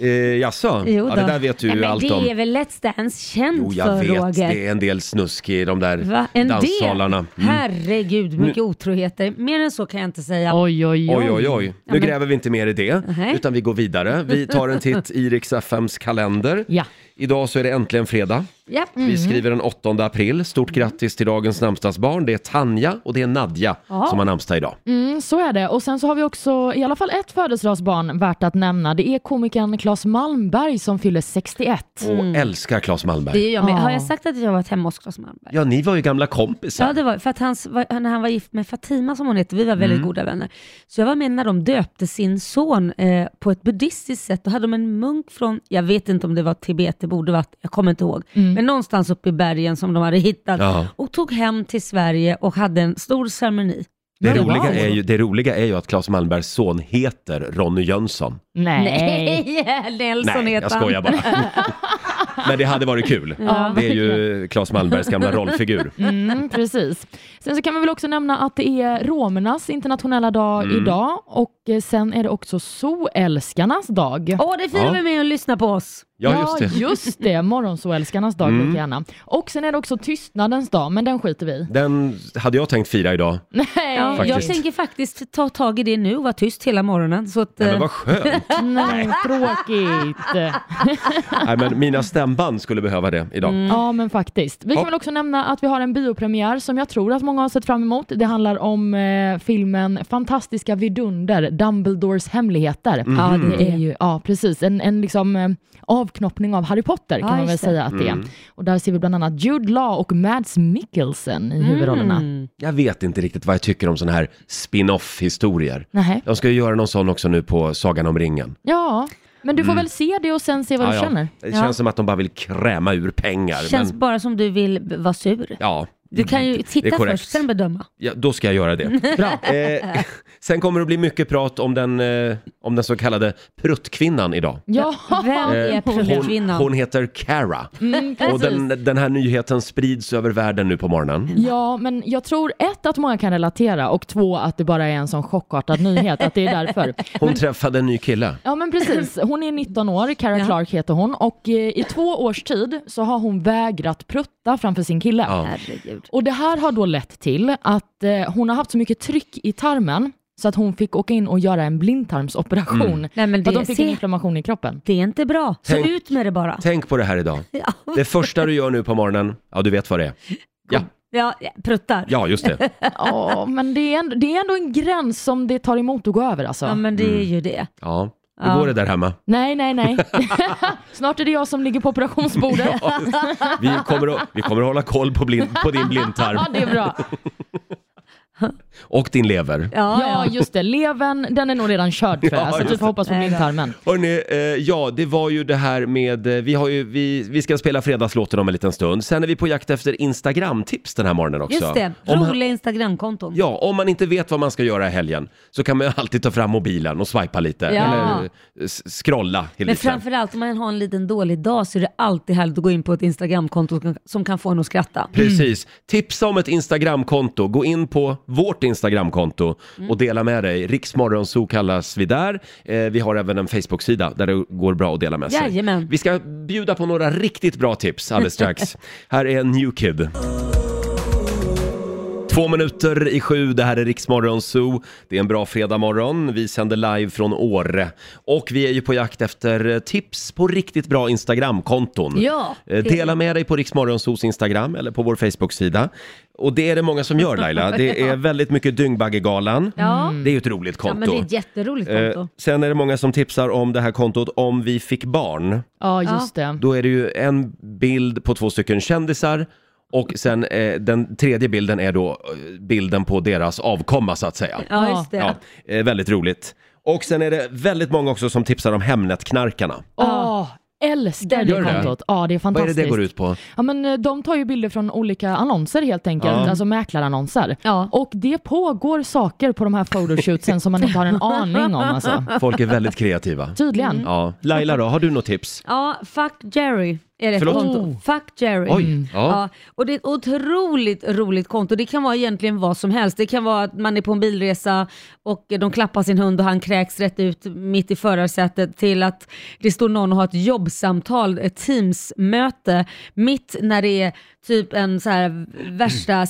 [SPEAKER 1] Eh, jaså?
[SPEAKER 2] Jo
[SPEAKER 1] Ja, det
[SPEAKER 2] då.
[SPEAKER 1] där vet du
[SPEAKER 2] ja,
[SPEAKER 1] ju
[SPEAKER 2] men
[SPEAKER 1] allt
[SPEAKER 2] det
[SPEAKER 1] om.
[SPEAKER 2] är väl Let's Dance känt
[SPEAKER 1] Jo, jag
[SPEAKER 2] för
[SPEAKER 1] vet.
[SPEAKER 2] Roger?
[SPEAKER 1] Det är en del snusk i de där
[SPEAKER 2] Va? En
[SPEAKER 1] danssalarna. Mm.
[SPEAKER 2] del? Herregud, mycket otroheter. Mer än så kan jag inte säga.
[SPEAKER 6] Oj, oj,
[SPEAKER 1] Oj, oj, oj. Nu
[SPEAKER 2] men-
[SPEAKER 1] gräver vi inte mer i det,
[SPEAKER 2] Nej.
[SPEAKER 1] utan vi går vidare. Vi tar en titt i Rix FMs kalender.
[SPEAKER 6] Ja.
[SPEAKER 1] Idag så är det äntligen fredag.
[SPEAKER 2] Ja.
[SPEAKER 1] Vi skriver den 8 april. Stort
[SPEAKER 2] Mm.
[SPEAKER 1] grattis till dagens namnsdagsbarn. Det är Tanja och det är Nadja som har namnsdag idag.
[SPEAKER 6] Mm, så är det. Och sen så har vi också i alla fall ett födelsedagsbarn värt att nämna. Det är komikern Claes Malmberg som fyller 61.
[SPEAKER 1] Och älskar Claes
[SPEAKER 2] Mm. Det
[SPEAKER 1] Malmberg.
[SPEAKER 2] gör jag med.
[SPEAKER 6] Ja.
[SPEAKER 2] Har jag sagt att jag har varit hemma hos Claes Malmberg?
[SPEAKER 1] Ja, ni var ju gamla kompisar.
[SPEAKER 2] Ja, det var för att hans, var- när han var gift med Fatima som hon heter, vi var väldigt
[SPEAKER 1] Mm.
[SPEAKER 2] goda vänner. Så jag var med när de döpte sin son eh, på ett buddhistiskt sätt. Då hade de en munk från, jag vet inte om det var Tibet, det borde varit, jag kommer inte ihåg. Men någonstans uppe i bergen som de hade hittat.
[SPEAKER 1] Mm. Ja.
[SPEAKER 2] Och tog hem till Sverige och hade en stor ceremoni.
[SPEAKER 1] Det,
[SPEAKER 6] Wow.
[SPEAKER 1] roliga är ju, det roliga är ju att Claes Malmbergs son heter Ronny Jönsson.
[SPEAKER 6] Nej.
[SPEAKER 2] Nej, Nelson
[SPEAKER 1] Nej,
[SPEAKER 2] heter
[SPEAKER 1] jag skojar bara. Men det hade varit kul.
[SPEAKER 2] Ja.
[SPEAKER 1] Det är ju Claes Malmbergs gamla rollfigur.
[SPEAKER 6] Mm, precis. Sen så kan vi väl också nämna att det är romernas internationella dag
[SPEAKER 1] Mm.
[SPEAKER 6] idag och eh, sen är det också zoälskarnas dag.
[SPEAKER 2] Åh, det firar
[SPEAKER 1] Ja.
[SPEAKER 2] vi med att lyssna på oss.
[SPEAKER 1] Ja, just det.
[SPEAKER 6] just det. Morgonzoälskarnas dag
[SPEAKER 1] Mm.
[SPEAKER 6] mm. gärna. Och sen är det också tystnadens dag, men den skiter vi i.
[SPEAKER 1] Den hade jag tänkt fira idag.
[SPEAKER 6] Nej.
[SPEAKER 2] Ja, jag
[SPEAKER 1] Faktiskt.
[SPEAKER 2] tänker faktiskt ta tag i det nu och vara tyst hela morgonen. Så att,
[SPEAKER 1] Nej, men
[SPEAKER 2] eh,
[SPEAKER 1] vad skönt.
[SPEAKER 6] Nej, tråkigt.
[SPEAKER 1] Nej, men mina stämband skulle behöva det idag.
[SPEAKER 6] Mm. Ja, men faktiskt. Vi
[SPEAKER 1] Ja.
[SPEAKER 6] kan väl också nämna att vi har en biopremiär som jag tror att många har sett fram emot. Det handlar om eh, filmen Fantastiska vidunder, Dumbledores hemligheter.
[SPEAKER 1] Mhm.
[SPEAKER 2] Ja, det
[SPEAKER 6] Det är
[SPEAKER 2] ju.
[SPEAKER 6] ju, ja precis, en, en liksom eh, avknoppning av Harry Potter kan
[SPEAKER 2] Ja,
[SPEAKER 6] man väl
[SPEAKER 2] just det.
[SPEAKER 6] säga att det är.
[SPEAKER 1] Mm.
[SPEAKER 6] Och där ser vi bland annat Jude Law och Mads Mikkelsen i huvudrollerna.
[SPEAKER 2] Mm.
[SPEAKER 1] Jag vet inte riktigt vad jag tycker om såna här spin-off-historier.
[SPEAKER 6] Nähä.
[SPEAKER 1] De ska ju göra någon sån också nu på Sagan om ringen.
[SPEAKER 6] Ja, men du får väl se det och sen se vad
[SPEAKER 1] Mm. Ja,
[SPEAKER 6] du
[SPEAKER 1] ja.
[SPEAKER 6] känner.
[SPEAKER 1] Det
[SPEAKER 2] Ja.
[SPEAKER 1] känns som att de bara vill kräma ur pengar.
[SPEAKER 2] Känns
[SPEAKER 1] Men,
[SPEAKER 2] bara som du vill b- vara sur.
[SPEAKER 1] ja,
[SPEAKER 2] Du kan ju
[SPEAKER 1] Det är
[SPEAKER 2] titta
[SPEAKER 1] korrekt.
[SPEAKER 2] först, sen bedöma.
[SPEAKER 1] ja, då ska jag göra det. Eh, sen kommer det bli mycket prat om den, eh, om den så kallade pruttkvinnan idag.
[SPEAKER 6] Ja,
[SPEAKER 2] Vem är
[SPEAKER 1] Eh, Hon,
[SPEAKER 2] prutkvinnan?
[SPEAKER 1] hon heter Cara.
[SPEAKER 6] mm,
[SPEAKER 1] Och
[SPEAKER 6] precis.
[SPEAKER 1] den, den här nyheten sprids över världen nu på morgonen.
[SPEAKER 6] Ja, men jag tror ett att många kan relatera och två att det bara är en sån chockartad nyhet, att det är därför.
[SPEAKER 1] Hon träffade en ny kille.
[SPEAKER 6] Ja men precis, hon är 19 år, Cara
[SPEAKER 2] Ja.
[SPEAKER 6] Clark heter hon och eh, i två års tid så har hon vägrat prutta framför sin kille.
[SPEAKER 1] Ja.
[SPEAKER 2] Herregud.
[SPEAKER 6] Och det här har då lett till att eh, hon har haft så mycket tryck i tarmen så att hon fick åka in och göra en blindtarmsoperation.
[SPEAKER 2] Nej men
[SPEAKER 6] För att hon
[SPEAKER 2] det,
[SPEAKER 6] fick en
[SPEAKER 2] se,
[SPEAKER 6] inflammation i kroppen.
[SPEAKER 2] det är inte bra. Så
[SPEAKER 1] Mm. Tänk-
[SPEAKER 2] ut med det bara.
[SPEAKER 1] Tänk på det här idag.
[SPEAKER 2] Ja,
[SPEAKER 1] Det första du gör nu på morgonen, ja du vet vad det är. Ja,
[SPEAKER 2] ja pruttar. Ja.
[SPEAKER 1] ja just det.
[SPEAKER 6] Ja, men det är, ändå, det är ändå en gräns som det tar emot att gå över alltså.
[SPEAKER 2] men det
[SPEAKER 1] Mm.
[SPEAKER 2] är ju det.
[SPEAKER 1] Ja. Hur
[SPEAKER 2] Ja.
[SPEAKER 1] går det där hemma?
[SPEAKER 6] Nej, nej, nej. Snart är det jag som ligger på operationsbordet.
[SPEAKER 1] Vi kommer att, vi kommer att hålla koll på, blind, på din blindtarm
[SPEAKER 6] Ja, det är bra.
[SPEAKER 1] och din lever.
[SPEAKER 2] Ja,
[SPEAKER 6] Ja,
[SPEAKER 2] ja.
[SPEAKER 6] just det. Levern, den är nog redan körd tror
[SPEAKER 1] Ja,
[SPEAKER 6] jag. Så
[SPEAKER 1] just
[SPEAKER 6] du
[SPEAKER 1] det.
[SPEAKER 6] får hoppas på
[SPEAKER 2] Nej då.
[SPEAKER 6] blindtarmen.
[SPEAKER 1] Hörrni, eh, ja det var ju det här med, eh, vi, har ju, vi, vi ska spela fredagslåten om en liten stund. Sen är vi på jakt efter Instagram-tips den här morgonen också.
[SPEAKER 2] Just det.
[SPEAKER 1] Om man,
[SPEAKER 2] Roliga Instagramkonton.
[SPEAKER 1] ja, om man inte vet vad man ska göra i helgen så kan man ju alltid ta fram mobilen och swipa lite.
[SPEAKER 2] Ja.
[SPEAKER 1] Eller eh, s- scrolla till
[SPEAKER 2] Men
[SPEAKER 1] lite.
[SPEAKER 2] framförallt om man har en liten dålig dag så är det alltid härligt att gå in på ett Instagramkonto som- som kan få en att skratta.
[SPEAKER 1] Precis. Tipsa om ett Instagramkonto. Gå in på vårt Instagramkonto
[SPEAKER 2] Mm.
[SPEAKER 1] och dela med dig. Riksmorgonzoo kallas vi där. Eh, vi har även en Facebook-sida där det går bra att dela med sig.
[SPEAKER 2] Jajamän.
[SPEAKER 1] Vi ska bjuda på några riktigt bra tips alldeles strax. här är New Kid. Två minuter i sju, det här är Riksmorgon Zoo. Det är en bra fredagmorgon. Vi sänder live från Åre. Och vi är ju på jakt efter eh, tips på riktigt bra Instagramkonton.
[SPEAKER 2] Ja,
[SPEAKER 1] Eh,
[SPEAKER 2] det-
[SPEAKER 1] Dela med dig på Riksmorgonsos Instagram eller på vår Facebook-sida. Och det är det många som gör Laila. Det är väldigt mycket Dyngbaggegalan.
[SPEAKER 2] Ja.
[SPEAKER 1] Det är ju ett roligt
[SPEAKER 2] ja, men det
[SPEAKER 1] konto.
[SPEAKER 2] är ett jätteroligt konto.
[SPEAKER 1] Eh, sen är det många som tipsar om det här kontot Om vi fick barn.
[SPEAKER 6] Ja, just det.
[SPEAKER 1] Då är det ju en bild på två stycken kändisar och sen eh, den tredje bilden är då eh, bilden på deras avkomma så att säga.
[SPEAKER 2] ja, just det.
[SPEAKER 1] Ja, eh, väldigt roligt. Och sen är det väldigt många också som tipsar om Hemnet-knarkarna.
[SPEAKER 6] Åh, älskar
[SPEAKER 1] Gör
[SPEAKER 6] det
[SPEAKER 1] det?
[SPEAKER 6] kontot. Ja, det är
[SPEAKER 1] Vad är
[SPEAKER 6] fantastiskt.
[SPEAKER 1] det det går ut på?
[SPEAKER 6] Ja, men eh, de tar ju bilder från olika annonser helt enkelt,
[SPEAKER 1] Ja.
[SPEAKER 6] alltså mäklarannonser.
[SPEAKER 2] Ja.
[SPEAKER 6] Och det pågår saker på de här photoshootsen som man inte har en aning om alltså.
[SPEAKER 1] Folk är väldigt kreativa.
[SPEAKER 6] Tydligen.
[SPEAKER 1] Ja. Laila då, har du något tips?
[SPEAKER 2] Ja, fuck Jerry är det
[SPEAKER 1] Förlåt? Oh.
[SPEAKER 2] konto. Fuck Jerry. Mm.
[SPEAKER 1] Oj, ja.
[SPEAKER 2] Ja, och det är ett otroligt roligt konto. Det kan vara egentligen vad som helst. Det kan vara att man är på en bilresa och de klappar sin hund och han kräks rätt ut mitt i förarsätet till att det står någon och har ett jobbsamtal, ett Teams-möte, mitt när det är typ en så här värsta
[SPEAKER 1] Mm.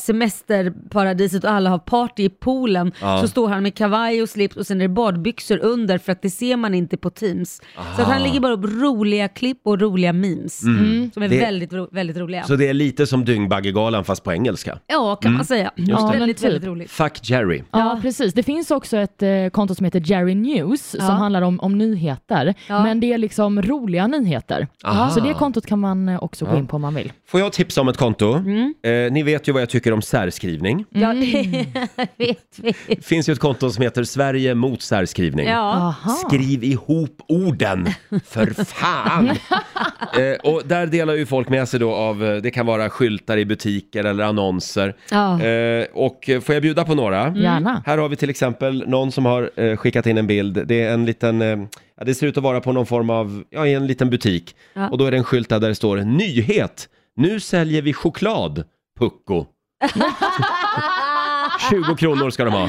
[SPEAKER 2] semesterparadiset och alla har party i poolen.
[SPEAKER 1] Ja.
[SPEAKER 2] Så står han med kavaj och slips och sen är det badbyxor under för att det ser man inte på Teams. Så att han lägger bara upp roliga klipp och roliga memes
[SPEAKER 6] Mm.
[SPEAKER 2] som är
[SPEAKER 1] Mm. Det-
[SPEAKER 2] väldigt, ro- väldigt roliga.
[SPEAKER 1] Så det är lite som Dyngbaggegalan fast på engelska. Mm.
[SPEAKER 2] Ja, kan man säga.
[SPEAKER 6] det.
[SPEAKER 2] Ja,
[SPEAKER 6] men
[SPEAKER 2] väldigt,
[SPEAKER 6] typ.
[SPEAKER 2] väldigt roligt.
[SPEAKER 1] Fuck Jerry.
[SPEAKER 6] Ja, precis. Det finns också ett eh, konto som heter Jerry News
[SPEAKER 2] Ja.
[SPEAKER 6] som handlar om, om nyheter.
[SPEAKER 2] Ja.
[SPEAKER 6] Men det är liksom roliga nyheter.
[SPEAKER 1] Aha.
[SPEAKER 6] Så det kontot kan man eh, också gå in på om man vill.
[SPEAKER 1] Får jag tipsa om ett konto? Eh, ni vet ju vad jag tycker om särskrivning.
[SPEAKER 2] Ja,
[SPEAKER 6] Mm.
[SPEAKER 2] det vet vi.
[SPEAKER 1] Det finns ju ett konto som heter Sverige mot särskrivning.
[SPEAKER 2] Ja.
[SPEAKER 6] Aha.
[SPEAKER 1] Skriv ihop orden, för fan! eh, och där delar ju folk med sig då av, eh, det kan vara skyltar i butiker eller annonser.
[SPEAKER 2] Ja. Mm.
[SPEAKER 1] Eh, och eh, får jag bjuda på några?
[SPEAKER 6] Gärna.
[SPEAKER 1] Här har vi till exempel någon som har eh, skickat in en bild. Det är en liten, eh, ja, det ser ut att vara på någon form av, ja i en liten butik.
[SPEAKER 2] Ja.
[SPEAKER 1] Och då är det en skylt där det står “Nyhet! Nu säljer vi choklad, Pucko!” 20 kronor ska de ha.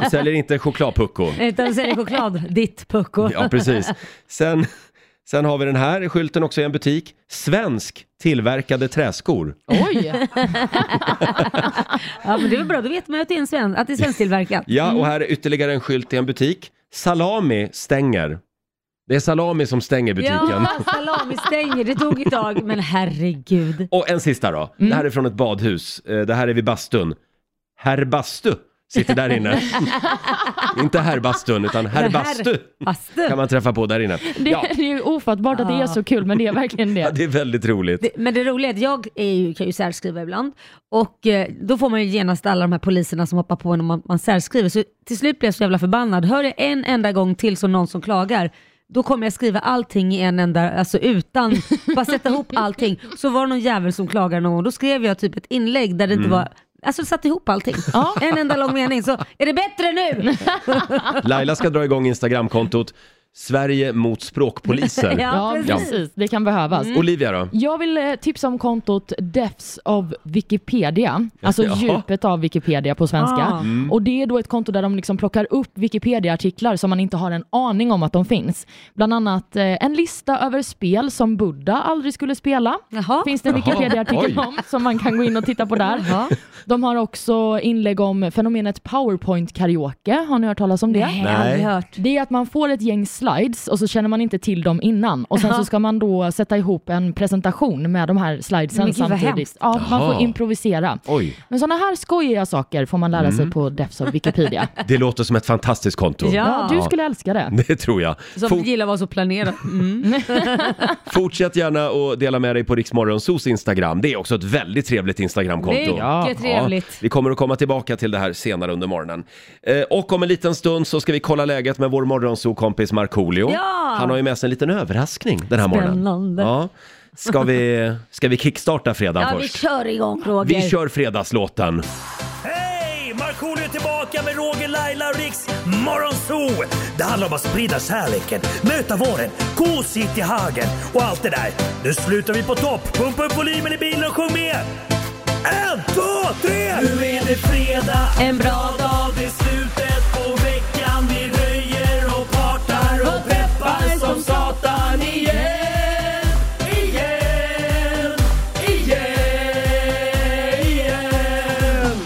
[SPEAKER 1] Vi säljer inte chokladpucko.
[SPEAKER 2] Utan så är det choklad, ditt pucko.
[SPEAKER 1] Ja, precis. Sen, sen har vi den här skylten också i en butik. Svensk tillverkade träskor.
[SPEAKER 6] Oj!
[SPEAKER 2] Ja, men det är väl bra, då vet man ju att det är, en sven- att det är svensktillverkat.
[SPEAKER 1] Ja, och här är ytterligare en skylt i en butik. Salami stänger. Det är salami som stänger butiken.
[SPEAKER 2] Mm. Ja, salami stänger, det tog ett tag, men herregud.
[SPEAKER 1] Och en sista då. Det här är från ett badhus. Eh, Det här är vid bastun. Herr Bastu sitter där inne. Inte herr bastun, utan herr
[SPEAKER 2] Herr
[SPEAKER 1] Bastu
[SPEAKER 2] Bastu.
[SPEAKER 1] kan man träffa på där inne.
[SPEAKER 6] Det,
[SPEAKER 1] Ja,
[SPEAKER 6] det är ju ofattbart att det är så kul, men det är verkligen
[SPEAKER 1] ja,
[SPEAKER 6] det.
[SPEAKER 1] det är väldigt roligt.
[SPEAKER 2] Det, men det roliga är att jag är ju, kan ju särskriva ibland och eh, då får man ju genast alla de här poliserna som hoppar på en om man, man särskriver. Så till slut blir jag så jävla förbannad. Hör jag en enda gång till som någon som klagar, då kommer jag skriva allting i en enda, alltså utan, bara sätta ihop allting. Så var det någon jävel som klagade någon gång, då skrev jag typ ett inlägg där det
[SPEAKER 1] Mm.
[SPEAKER 2] inte var Alltså satte ihop allting. En enda lång mening. Så är det bättre nu?
[SPEAKER 1] Laila ska dra igång Instagramkontot Sverige mot språkpoliser.
[SPEAKER 6] Ja, precis. Det kan behövas.
[SPEAKER 1] Mm. Olivia då?
[SPEAKER 6] Jag vill eh, tipsa om kontot Depths of Wikipedia, alltså
[SPEAKER 1] Jaha.
[SPEAKER 6] djupet av Wikipedia på svenska.
[SPEAKER 2] Ah.
[SPEAKER 6] Och det är då ett konto där de liksom plockar upp Wikipedia-artiklar som man inte har en aning om att de finns. Bland annat eh, en lista över spel som Buddha aldrig skulle spela.
[SPEAKER 2] Jaha.
[SPEAKER 6] Finns det en
[SPEAKER 1] Jaha.
[SPEAKER 6] Wikipedia-artikel
[SPEAKER 1] Oj.
[SPEAKER 6] om som man kan gå in och titta på där. De har också inlägg om fenomenet powerpoint-karaoke. Har ni hört talas om det?
[SPEAKER 2] Nej, aldrig hört.
[SPEAKER 6] Det är att man får ett gäng slides och så känner man inte till dem innan och sen så ska man då sätta ihop en presentation med de här slidesen
[SPEAKER 2] Men gud, vad hemskt.
[SPEAKER 6] samtidigt. Ja, man
[SPEAKER 1] Jaha.
[SPEAKER 6] får improvisera.
[SPEAKER 1] Oj,
[SPEAKER 6] Men sådana här skojiga saker får man lära sig på Defs of Wikipedia.
[SPEAKER 1] det låter som ett fantastiskt konto.
[SPEAKER 6] Ja,
[SPEAKER 2] Ja,
[SPEAKER 6] du skulle älska det.
[SPEAKER 1] Det tror jag.
[SPEAKER 2] som
[SPEAKER 1] Fort-
[SPEAKER 2] gillar att vara så planerad. Mm.
[SPEAKER 1] fortsätt gärna och dela med dig på Riksmorgonsos Instagram. Det är också ett väldigt trevligt Instagramkonto.
[SPEAKER 2] Mycket trevligt.
[SPEAKER 1] vi kommer att komma tillbaka till det här senare under morgonen. Eh, och om en liten stund så ska vi kolla läget med vår morgonsokompis Markoolio.
[SPEAKER 2] Ja!
[SPEAKER 1] Han har ju med sig en liten överraskning den här morgonen.
[SPEAKER 2] Spännande.
[SPEAKER 1] Ja. Ska vi, ska vi kickstarta fredagen
[SPEAKER 2] Ja, vi
[SPEAKER 1] först?
[SPEAKER 2] kör igång Roger.
[SPEAKER 1] Vi kör fredagslåten.
[SPEAKER 10] Hej! Markoolio är tillbaka med Roger, Laila och Riks Morgonzoo! Det handlar om att sprida kärleken, möta våren, gosigt i hagen och allt det där. Nu slutar vi på topp! Pumpa upp volymen i bilen och sjung med! En, två, tre! Nu är det fredag,
[SPEAKER 2] En bra
[SPEAKER 10] dag. Det är slutet på veckan. Vi röjer och partar och peppar som satan igen. Igen, igen, igen.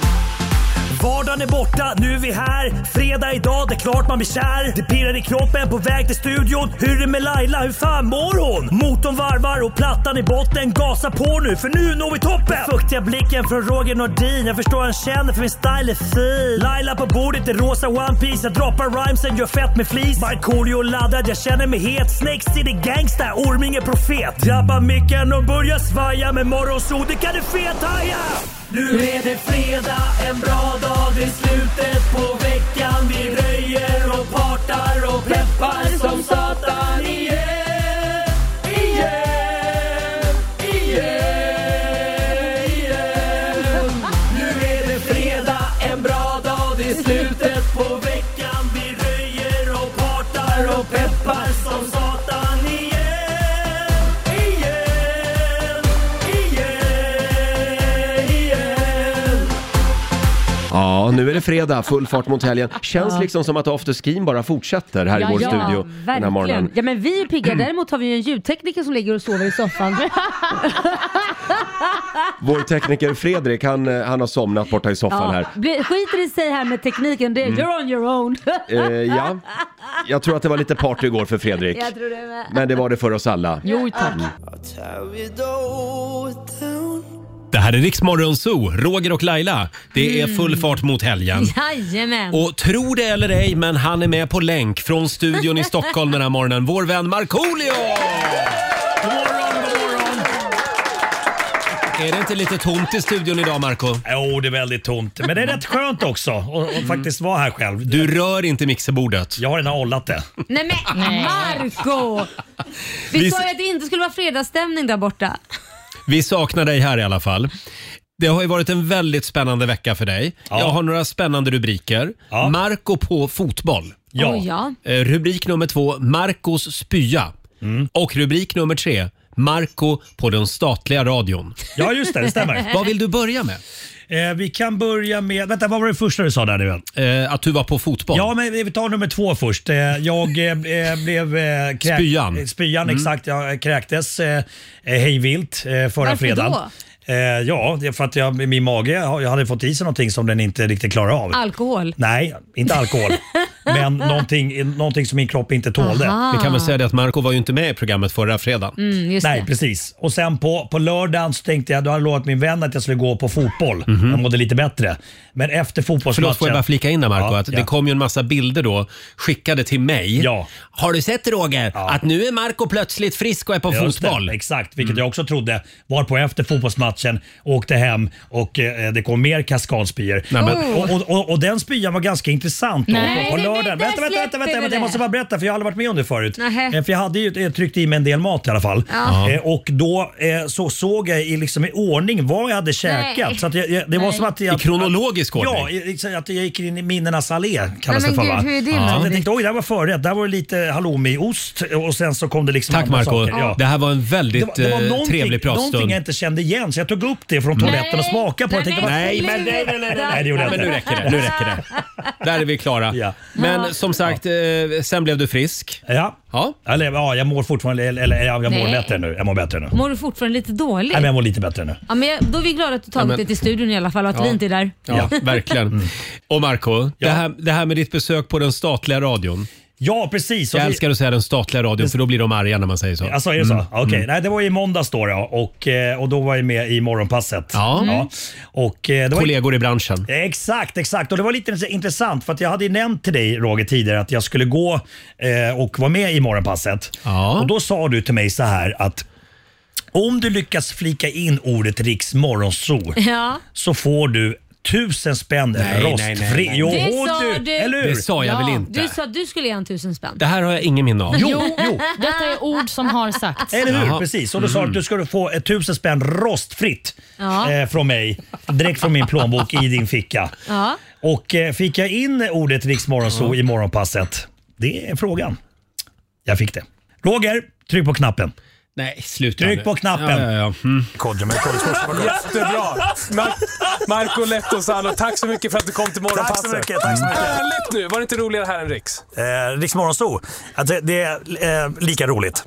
[SPEAKER 10] Vardagen är borta, nu är vi här. Fredag idag, det är klart man blir kär. Det pirrar i kroppen på väg till studion. Hur är det med Laila, hur fan mår hon? Motorn varvar och plattan i botten. Gasa på nu, för nu når vi toppen! Den fuktiga blicken från Roger Nordin. Jag förstår han känner för min style är fin. Laila på bordet i rosa One Piece Jag droppar rhymesen, gör fett med flis. Markoolio laddad, jag känner mig het. Snakes city gangsta, Orminge profet. Drabbar micken och börjar svaja. Med morgonsol, det kan du fethaja! Nu är det fredag, en bra dag, det är slutet på veckan Vi röjer och partar och peppar som satan igen
[SPEAKER 11] Ja, nu är det fredag, full fart mot helgen. Känns liksom som att afterskin bara fortsätter här i vår studio den här morgonen.
[SPEAKER 2] Ja, men vi är pigga. Däremot har vi ju en ljudtekniker som ligger och sover i soffan.
[SPEAKER 11] Vår tekniker Fredrik, han, eh, han har somnat borta i soffan här.
[SPEAKER 2] bli- Skiter i sig här med tekniken. Det, You're on your own.
[SPEAKER 11] Eh, ja, jag tror att det var lite party igår för Fredrik.
[SPEAKER 2] Jag tror det är med.
[SPEAKER 11] Men det var det för oss alla. Mm.
[SPEAKER 6] Jo tack.
[SPEAKER 1] Det här är Riksmorgon Zoo, Roger och Laila. Det är
[SPEAKER 2] Mm.
[SPEAKER 1] full fart mot helgen.
[SPEAKER 2] Jajamän.
[SPEAKER 1] Och tro det eller ej, men han är med på länk från studion i Stockholm den här morgonen. Vår vän Markoolio! God morgon, god morgon! Är det inte lite tomt i studion idag, Marco? Mm.
[SPEAKER 10] Jo, det är väldigt tomt. Men det är rätt skönt också att att faktiskt vara här själv.
[SPEAKER 1] Du rör inte mixerbordet.
[SPEAKER 10] Jag har redan ollat det.
[SPEAKER 2] Nej men Marco Vi,
[SPEAKER 1] Vi-
[SPEAKER 2] sa ju att det inte skulle vara fredagsstämning där borta.
[SPEAKER 1] Vi saknar dig här i alla fall. Det har ju varit en väldigt spännande vecka för dig.
[SPEAKER 10] Ja.
[SPEAKER 1] Jag har några spännande rubriker.
[SPEAKER 10] Ja.
[SPEAKER 1] Marco på fotboll.
[SPEAKER 10] Ja.
[SPEAKER 2] Oj, Oh, ja.
[SPEAKER 1] Eh, Rubrik nummer två, Marcos spya.
[SPEAKER 10] Mm.
[SPEAKER 1] Och rubrik nummer tre, Marco på den statliga radion.
[SPEAKER 10] ja, just det. Det stämmer.
[SPEAKER 1] Vad vill du börja med?
[SPEAKER 10] Eh, vi kan börja med... Vänta, vad var det första du sa där nu igen?
[SPEAKER 1] Eh, att du var på fotboll?
[SPEAKER 10] Ja, men vi tar nummer två först. Eh, Jag eh, eh, blev... Eh, kräk...
[SPEAKER 1] Spyan. Mm.
[SPEAKER 10] eh, Spyan, exakt. Jag kräktes eh, eh, hejvilt eh, förra
[SPEAKER 2] Varför
[SPEAKER 10] fredagen.
[SPEAKER 2] då?
[SPEAKER 10] Eh, ja, det är för att jag, min mage jag hade fått i sig någonting som den inte riktigt klarar av.
[SPEAKER 2] Alkohol.
[SPEAKER 10] Nej, inte alkohol. men någonting, någonting som min kropp inte tålde.
[SPEAKER 1] Vi kan väl säga det att Marco var ju inte med i programmet förra fredagen.
[SPEAKER 2] Mm, just
[SPEAKER 10] Nej,
[SPEAKER 2] det.
[SPEAKER 10] precis. Och sen på, på lördagen så tänkte jag, då hade jag lovat min vän att jag skulle gå på fotboll. Jag mådde lite bättre. Men efter fotbollsmatchen...
[SPEAKER 1] Mhm. Förlåt, får jag bara flika in där Marco?
[SPEAKER 10] Ja,
[SPEAKER 1] att Det
[SPEAKER 10] ja.
[SPEAKER 1] kom ju en massa bilder då skickade till mig.
[SPEAKER 10] Ja.
[SPEAKER 1] Har du sett Roger?
[SPEAKER 10] Ja.
[SPEAKER 1] Att nu är Marco plötsligt frisk och är på
[SPEAKER 10] Just
[SPEAKER 1] fotboll. Mm.
[SPEAKER 10] Det, exakt, vilket jag också trodde. Var på efter fotbollsmatchen, åkte hem och eh, det kom mer kaskadspyor.
[SPEAKER 1] Nej, men-
[SPEAKER 10] Och, och, och, och den spyan var ganska intressant då,
[SPEAKER 6] Nej,
[SPEAKER 10] på, på
[SPEAKER 2] men
[SPEAKER 10] lördagen.
[SPEAKER 2] där
[SPEAKER 10] Vänta, vänta, vänta,
[SPEAKER 2] släpper
[SPEAKER 10] vänta,
[SPEAKER 2] du
[SPEAKER 10] vänta, jag
[SPEAKER 2] det.
[SPEAKER 10] måste bara berätta för jag har aldrig varit med om det förut.
[SPEAKER 2] Nähä.
[SPEAKER 10] Eh, För jag hade ju eh, tryckt i mig en del mat i alla fall.
[SPEAKER 2] Ja.
[SPEAKER 10] Eh, Och då eh, så såg jag i, liksom, i ordning vad jag hade käkat. Så att jag, jag, det var som att jag,
[SPEAKER 1] I kronologisk ordning?
[SPEAKER 10] Ja, i- liksom att jag gick in i minnenas allé kallas
[SPEAKER 2] Nej,
[SPEAKER 10] det för
[SPEAKER 2] men
[SPEAKER 10] va?
[SPEAKER 2] gud, hur är det
[SPEAKER 10] Så att jag
[SPEAKER 2] möjligt?
[SPEAKER 10] tänkte oj, där var förrätt. Där var det lite halloumiost och sen så kom det liksom
[SPEAKER 1] Tack
[SPEAKER 10] andra
[SPEAKER 1] Marco.
[SPEAKER 10] saker. Ja.
[SPEAKER 1] Det här var en väldigt eh,
[SPEAKER 10] någonting-
[SPEAKER 1] trevlig
[SPEAKER 10] Någonting
[SPEAKER 1] pratstund.
[SPEAKER 10] jag inte kände igen så jag tog upp det från toaletten och smakade på det.
[SPEAKER 2] Nej,
[SPEAKER 10] Tänkte, nej.
[SPEAKER 1] Nej, men-
[SPEAKER 2] nej, nej,
[SPEAKER 10] nej, det gjorde jag
[SPEAKER 1] Men nu
[SPEAKER 10] inte.
[SPEAKER 1] räcker det. Nu räcker det. Där är vi klara.
[SPEAKER 10] Ja.
[SPEAKER 1] Men som sagt, eh, sen blev du frisk.
[SPEAKER 10] Ja.
[SPEAKER 1] Ja.
[SPEAKER 10] Eller ja, jag mår fortfarande, eller, eller jag, jag mår
[SPEAKER 2] Nej.
[SPEAKER 10] bättre nu. Jag mår bättre nu. Nej,
[SPEAKER 2] Mår du fortfarande lite dåligt?
[SPEAKER 10] men jag mår lite bättre nu.
[SPEAKER 2] ja, men jag, då är vi glada att du tagit
[SPEAKER 1] Ja, men-
[SPEAKER 2] det till studion i alla fall och att vi inte är där.
[SPEAKER 1] Ja, verkligen.
[SPEAKER 10] Mm.
[SPEAKER 1] Och Marco, det, här, det här med ditt besök på den statliga radion.
[SPEAKER 10] Ja, precis. Och
[SPEAKER 1] Jag
[SPEAKER 10] vi-
[SPEAKER 1] älskar att säga den statliga radion för då blir de arga när man säger så. Mm.
[SPEAKER 10] Alltså är det så? Okej, nej det var i måndags då, då och, eh, och då var jag med i morgonpasset.
[SPEAKER 1] Ja. Mm.
[SPEAKER 10] Och, eh, det var
[SPEAKER 1] Kollegor i branschen.
[SPEAKER 10] Exakt, exakt. Och det var lite ins- intressant för att jag hade ju nämnt till dig Roger tidigare att jag skulle gå eh, och vara med i morgonpasset.
[SPEAKER 1] Ja.
[SPEAKER 10] Och då sa du till mig så här att om du lyckas flika in ordet Riks morgonzoo
[SPEAKER 2] Ja.
[SPEAKER 10] så får du tusen spänn
[SPEAKER 1] Nej, nej, nej,
[SPEAKER 10] rostfri.
[SPEAKER 1] nej.
[SPEAKER 10] Jo,
[SPEAKER 2] Det sa du.
[SPEAKER 10] Eller hur?
[SPEAKER 1] Det sa jag
[SPEAKER 6] Ja.
[SPEAKER 1] väl
[SPEAKER 2] Du
[SPEAKER 1] inte?
[SPEAKER 2] sa att du skulle ge en tusen spänn.
[SPEAKER 1] Det här har jag ingen minne av.
[SPEAKER 10] Jo, jo.
[SPEAKER 6] Detta är ord som har sagts.
[SPEAKER 10] Eller hur?
[SPEAKER 1] Jaha. Mm.
[SPEAKER 10] Precis. Och då sa du att du skulle få ett tusen spänn rostfritt
[SPEAKER 2] Ja.
[SPEAKER 10] eh, från mig. Direkt från min plånbok i din ficka.
[SPEAKER 2] Ja.
[SPEAKER 10] Och eh, fick jag in ordet riksmorgonso i morgonpasset? Det är frågan. Jag fick det. Roger, tryck på knappen.
[SPEAKER 1] Nej, sluta
[SPEAKER 10] Tryck
[SPEAKER 1] nu.
[SPEAKER 10] på knappen.
[SPEAKER 1] Ja, ja, ja. Mm.
[SPEAKER 5] Jättebra! Mar Marco Lehtosalo, tack så mycket för att du kom till
[SPEAKER 10] så
[SPEAKER 5] Morgonpasset.
[SPEAKER 10] mycket, tack så mycket.
[SPEAKER 5] Ärligt nu, var det inte roligare här än Riks?
[SPEAKER 10] Eh, riksmorgonso, det, är eh, lika roligt.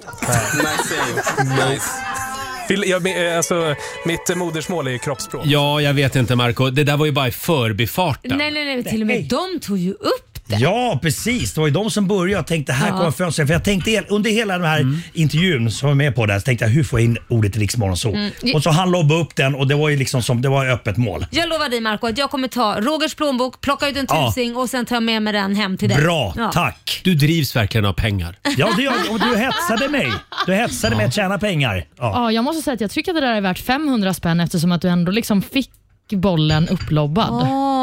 [SPEAKER 5] Vill- Jag, men, eh, alltså, mitt eh, modersmål är ju kroppsspråk.
[SPEAKER 1] ja, jag vet inte Marco. Det där var ju bara i förbifarten.
[SPEAKER 2] Nej, nej, nej. Till och med de tog ju upp det.
[SPEAKER 10] Ja, precis. Det var ju de som började. Jag tänkte här
[SPEAKER 2] Ja.
[SPEAKER 10] kommer fönstret. För jag tänkte hel- under hela den här intervjun som jag var med på där, så tänkte jag hur får jag in ordet riksmorgonso? Och så han lobbade upp den och det var ju liksom som, det var öppet mål.
[SPEAKER 2] Jag lovar dig Marco att jag kommer ta Rogers plånbok, plocka ut en
[SPEAKER 10] Ja.
[SPEAKER 2] tusing och sen tar jag med mig den hem till dig.
[SPEAKER 10] Bra,
[SPEAKER 2] Ja.
[SPEAKER 10] tack.
[SPEAKER 1] Du drivs verkligen av pengar.
[SPEAKER 10] Ja, det, gör- och du hetsade mig. Du hetsade mig att tjäna pengar. Ja.
[SPEAKER 6] Ja, jag måste säga att jag tycker att det där är värt 500 spänn eftersom att du ändå liksom fick bollen upplobbad. Mm.
[SPEAKER 2] Åh.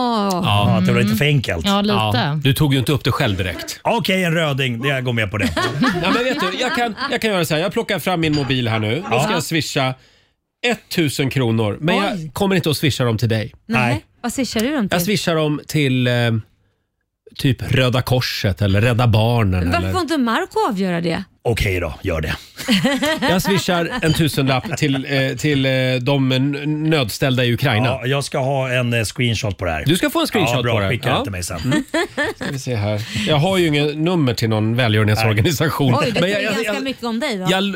[SPEAKER 10] Ja, att det var lite för enkelt.
[SPEAKER 6] Ja, lite.
[SPEAKER 1] Ja, du tog ju inte upp det själv direkt.
[SPEAKER 10] Okej, en röding. Det- Jag går med på det.
[SPEAKER 1] Ja, men vet du, jag, kan, jag kan göra så här. Jag plockar fram min mobil här nu. Då ska jag swisha 1000 kronor. Men jag kommer inte att swisha dem till dig.
[SPEAKER 10] Nej.
[SPEAKER 2] Vad swishar du dem
[SPEAKER 1] Jag
[SPEAKER 2] till?
[SPEAKER 1] swishar dem till eh, typ Röda Korset eller Rädda Barnen.
[SPEAKER 2] Varför
[SPEAKER 1] Eller...
[SPEAKER 2] får inte Marco avgöra det?
[SPEAKER 10] Okej då, gör det.
[SPEAKER 1] Jag swishar en tusenlapp till, eh, till eh, de n- nödställda i Ukraina.
[SPEAKER 10] Ja, jag ska ha en eh, screenshot på det här.
[SPEAKER 1] Du ska få en screenshot
[SPEAKER 10] ja, bra,
[SPEAKER 1] på det.
[SPEAKER 10] Skicka
[SPEAKER 1] Ja.
[SPEAKER 10] den till mig sen.
[SPEAKER 1] Mm. Ska vi se här. Jag har ju inget nummer till någon välgörenhetsorganisation.
[SPEAKER 2] Oj, det
[SPEAKER 1] Men
[SPEAKER 2] säger
[SPEAKER 1] jag, jag,
[SPEAKER 2] ganska
[SPEAKER 1] jag,
[SPEAKER 2] mycket om dig då.
[SPEAKER 1] jag,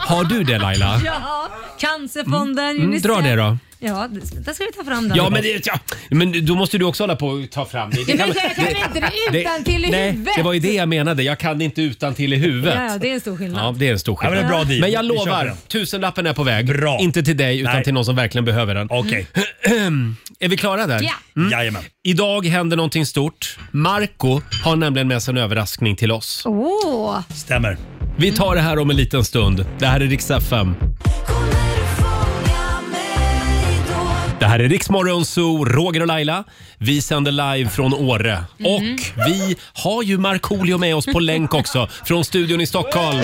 [SPEAKER 1] har du det Laila?
[SPEAKER 2] ja, Cancerfonden,
[SPEAKER 1] Mm. Mm,
[SPEAKER 2] Unicef.
[SPEAKER 1] dra det då.
[SPEAKER 2] Ja, det- där ska vi ta fram den.
[SPEAKER 1] Ja men, det, ja, men då måste du också hålla på och ta fram det.
[SPEAKER 2] Ja, men jag kan inte det utantill i
[SPEAKER 1] nej,
[SPEAKER 2] huvudet.
[SPEAKER 1] Det var ju det jag menade. Jag kan inte utan till i huvudet.
[SPEAKER 2] Ja, ja, det är en stor skillnad.
[SPEAKER 1] Ja, det är en stor
[SPEAKER 10] Ja, men
[SPEAKER 1] skillnad.
[SPEAKER 10] det är bra deal.
[SPEAKER 1] Men jag
[SPEAKER 10] Vi köper
[SPEAKER 1] lovar,
[SPEAKER 10] den.
[SPEAKER 1] tusenlappen är på väg. Bra. Inte till dig utan
[SPEAKER 10] Nej.
[SPEAKER 1] till någon som verkligen behöver den.
[SPEAKER 10] Okej.
[SPEAKER 1] är vi klara där? Mm.
[SPEAKER 10] Ja. Jajamän.
[SPEAKER 1] Idag händer någonting stort. Marco har nämligen med sig en överraskning till oss.
[SPEAKER 2] Åh!
[SPEAKER 10] Stämmer.
[SPEAKER 1] Vi tar det här om en liten stund. Det här är riksdag 5. Det här är Riksmorgon Zoo, Roger och Laila. Vi sänder live från Åre.
[SPEAKER 2] Mm.
[SPEAKER 1] Och vi har ju Markoolio med oss på länk också, från studion i Stockholm.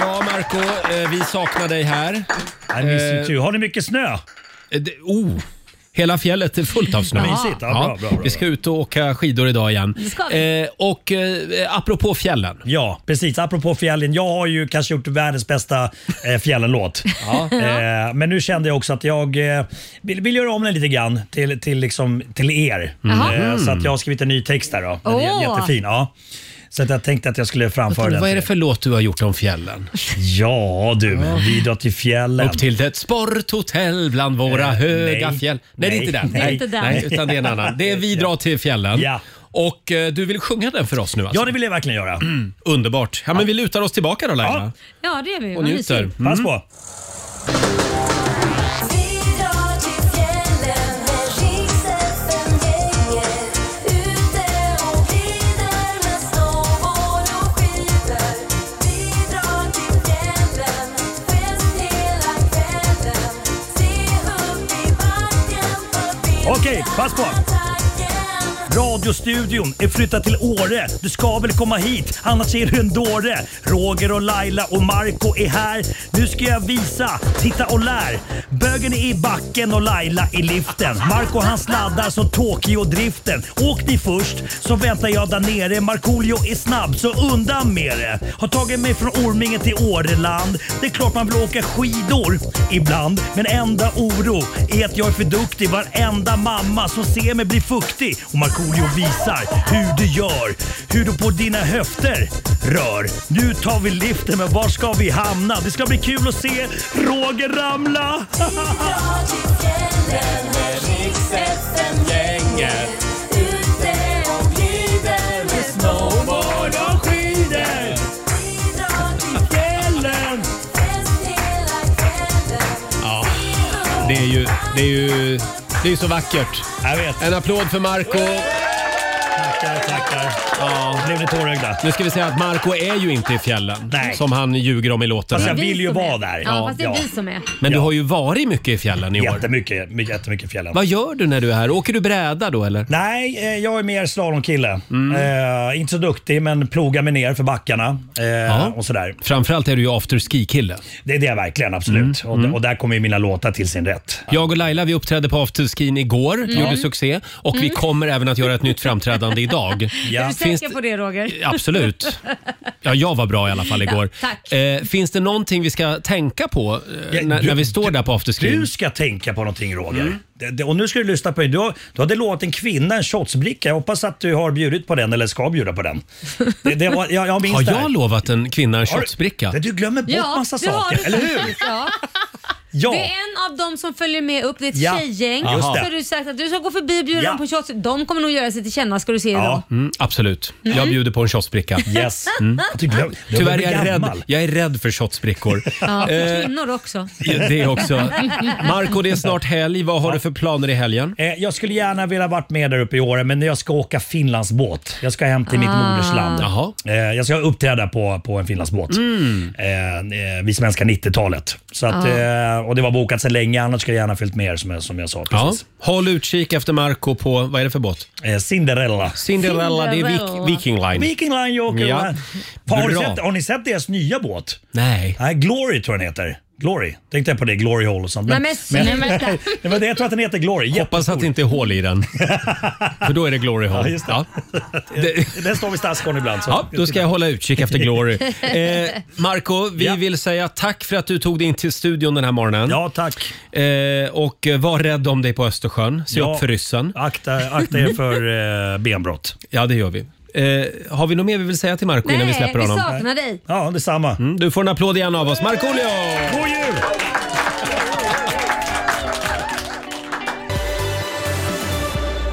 [SPEAKER 1] Ja, Marco, eh, vi saknar dig här.
[SPEAKER 10] Nej, missing too. Har ni mycket snö?
[SPEAKER 1] Eh, Oh, hela fjället är fullt av snö.
[SPEAKER 10] Ja. Mysigt. Ja, bra, bra, bra.
[SPEAKER 1] Vi ska ut och åka skidor idag igen.
[SPEAKER 10] Det ska
[SPEAKER 1] Eh, och eh, apropå fjällen.
[SPEAKER 10] Ja, precis. Apropå fjällen. Jag har ju kanske gjort världens bästa eh, fjällenlåt.
[SPEAKER 1] Ja.
[SPEAKER 10] Eh, men nu kände jag också att jag eh, vill, vill göra om den lite grann till, till, liksom, till er.
[SPEAKER 1] Jaha.
[SPEAKER 10] Eh, så att jag har skrivit en ny text där. Då. Den är
[SPEAKER 1] Åh.
[SPEAKER 10] jättefin. Ja. Så att jag tänkte att jag skulle framföra den.
[SPEAKER 1] Eh, Vad är det
[SPEAKER 10] till
[SPEAKER 1] för låt du har gjort om fjällen?
[SPEAKER 10] er. Ja du, vi drar till fjällen.
[SPEAKER 1] Upp till ett sporthotell bland våra höga
[SPEAKER 10] Eh, nej.
[SPEAKER 1] fjäll. Nej, det är
[SPEAKER 10] Nej.
[SPEAKER 1] inte den.
[SPEAKER 10] Det är inte den.
[SPEAKER 1] Nej, utan det är en annan. Det är Vi drar till fjällen.
[SPEAKER 10] Ja.
[SPEAKER 1] Och eh, du vill sjunga den för oss nu alltså? Mm.
[SPEAKER 10] Ja, det vill jag verkligen göra.
[SPEAKER 1] Underbart. Ja, men vi lutar oss tillbaka då Laila.
[SPEAKER 2] Ja, det är vi.
[SPEAKER 1] Och
[SPEAKER 2] Vad
[SPEAKER 1] njuter. Mm.
[SPEAKER 2] mysigt.
[SPEAKER 10] Pass på. Okej, pass på. Radiostudion är flyttad till Åre. Du ska väl komma hit, annars är du en dåre. Roger och Laila och Marco är här. Nu ska jag visa, titta och lär. Bögen är i backen och Laila i liften. Marco han sladdar som Tokyo-driften. Åk ni först, så väntar jag där nere. Markoolio är snabb, så undan med det. Har tagit mig från Orminge till Åreland. Det är klart man vill åka skidor ibland. Men enda oro är att jag är för duktig. Varenda mamma som ser mig blir fuktig. Och Markoolio visar hur du gör. Hur du på dina höfter rör. Nu tar vi liften, men var ska vi hamna? Det ska bli kul att se Roger ramla.
[SPEAKER 1] Ja. Det är ju, det är ju det är ju så vackert.
[SPEAKER 10] Jag vet.
[SPEAKER 1] En applåd för Marco.
[SPEAKER 10] Tackar, tackar.
[SPEAKER 1] Ja.
[SPEAKER 10] Blev ni tårögda?
[SPEAKER 1] Nu ska vi säga att Marco är ju inte i fjällen.
[SPEAKER 10] Nej.
[SPEAKER 1] Som han ljuger om i låten.
[SPEAKER 10] Fast
[SPEAKER 1] här.
[SPEAKER 10] jag vill ju vara
[SPEAKER 2] Ja,
[SPEAKER 10] där.
[SPEAKER 2] fast det är vi som är.
[SPEAKER 1] Men du har ju varit mycket i fjällen i år.
[SPEAKER 10] Jättemycket, mycket- jättemycket fjällen.
[SPEAKER 1] Vad gör du när du är här? Åker du bräda då eller? Mm.
[SPEAKER 10] Nej, eh, jag är mer slalomkille. Eh, inte så duktig, men plogar mig ner för backarna. Eh, och sådär.
[SPEAKER 1] Framförallt är du ju afterski-kille.
[SPEAKER 10] Det är det jag verkligen, absolut.
[SPEAKER 1] Mm.
[SPEAKER 10] Och, och där kommer ju mina låtar till sin rätt.
[SPEAKER 1] Jag och Laila vi uppträdde på afterskin igår,
[SPEAKER 2] Mm.
[SPEAKER 1] gjorde succé och vi
[SPEAKER 2] Mm.
[SPEAKER 1] kommer även att göra ett nytt framträdande idag.
[SPEAKER 2] Är du
[SPEAKER 1] Finns
[SPEAKER 2] säker på det Roger?
[SPEAKER 1] Absolut. Ja, jag var bra i alla fall
[SPEAKER 2] Ja,
[SPEAKER 1] igår.
[SPEAKER 2] tack.
[SPEAKER 1] Eh, finns det någonting vi ska tänka på eh, när,
[SPEAKER 10] du-
[SPEAKER 1] när vi står där på Mm. afterskin?
[SPEAKER 10] Du ska tänka på någonting Roger. Det, det, och nu ska du lyssna på mig. Du, har- du hade lovat en kvinna en shotsbricka. Jag hoppas att du har bjudit på den eller ska bjuda på den. Det, det var, jag, jag minns
[SPEAKER 1] Har
[SPEAKER 10] det här.
[SPEAKER 1] jag lovat en kvinna en
[SPEAKER 10] Har du- typ
[SPEAKER 1] shotsbricka?
[SPEAKER 10] Du glömmer bort massa
[SPEAKER 2] det har
[SPEAKER 10] saker,
[SPEAKER 2] du
[SPEAKER 10] eller hur?
[SPEAKER 2] faktiskt, Ja.
[SPEAKER 10] Ja.
[SPEAKER 2] Det är en av dem som följer med upp, det är ett
[SPEAKER 1] Ja,
[SPEAKER 2] tjejgäng.
[SPEAKER 1] just
[SPEAKER 2] Så
[SPEAKER 1] det.
[SPEAKER 2] har du sagt att du ska gå förbi och bjuda
[SPEAKER 1] Ja.
[SPEAKER 2] dem på shots. De kommer nog göra sig till känna ska du se idag.
[SPEAKER 1] Mm, absolut. Jag bjuder på en shotsbricka.
[SPEAKER 10] Yes.
[SPEAKER 1] Mm.
[SPEAKER 10] Du glöm- du
[SPEAKER 1] Tyvärr är
[SPEAKER 10] blir
[SPEAKER 1] jag
[SPEAKER 10] gammal.
[SPEAKER 1] rädd, jag är rädd för shotsbrickor.
[SPEAKER 2] Ja, för
[SPEAKER 1] Eh,
[SPEAKER 2] kvinnor också.
[SPEAKER 1] det också. Marco, det är snart helg. Vad har du för planer i helgen?
[SPEAKER 10] Eh, Jag skulle gärna vilja varit med där uppe i Åre, men jag ska åka Finlandsbåt. Jag ska hem till mitt modersland. Eh, Jag ska uppträda på, på en Finlandsbåt.
[SPEAKER 1] Mm.
[SPEAKER 10] Eh, eh, Vi svenska 90-talet. Så att,
[SPEAKER 1] Ah.
[SPEAKER 10] eh, och det var bokat sedan länge, annars skulle jag gärna fyllt med er som jag, som jag sa.
[SPEAKER 1] Ja.
[SPEAKER 10] Precis.
[SPEAKER 1] Håll utkik efter Marco på, vad är det för båt?
[SPEAKER 10] Eh, Cinderella.
[SPEAKER 1] Cinderella, det är
[SPEAKER 10] Cinderella.
[SPEAKER 1] Vik- Viking Line.
[SPEAKER 10] Viking Line Joker.
[SPEAKER 1] Ja.
[SPEAKER 10] va? Fan, Har, ni
[SPEAKER 1] Bra.
[SPEAKER 10] sett, har ni sett deras nya båt?
[SPEAKER 1] Nej.
[SPEAKER 10] Nej. Glory tror jag den heter. Glory, tänkte jag på det, Glory Hole och sånt.
[SPEAKER 12] Nej, men sluta.
[SPEAKER 10] det var det, jag tror att den heter Glory.
[SPEAKER 5] Hoppas att det inte är hål i den. För då är det glory hole.
[SPEAKER 10] Ja, just det. Den står vid stadsgården ibland. Så.
[SPEAKER 5] Ja, då ska jag hålla utkik efter Glory. Eh, Marco, vi vill säga tack för att du tog dig in till studion den här morgonen.
[SPEAKER 10] Ja, tack.
[SPEAKER 5] Eh, och eh, var rädd om dig på Östersjön. Se
[SPEAKER 10] Ja.
[SPEAKER 5] upp för ryssen.
[SPEAKER 10] Akta, akta er för eh, benbrott.
[SPEAKER 5] Ja, det gör vi. Eh, har vi något mer vi vill säga till Marco innan vi släpper honom?
[SPEAKER 12] dig.
[SPEAKER 10] Ja, detsamma.
[SPEAKER 5] Mm, du får en applåd igen av oss. Markoolio!
[SPEAKER 10] God jul!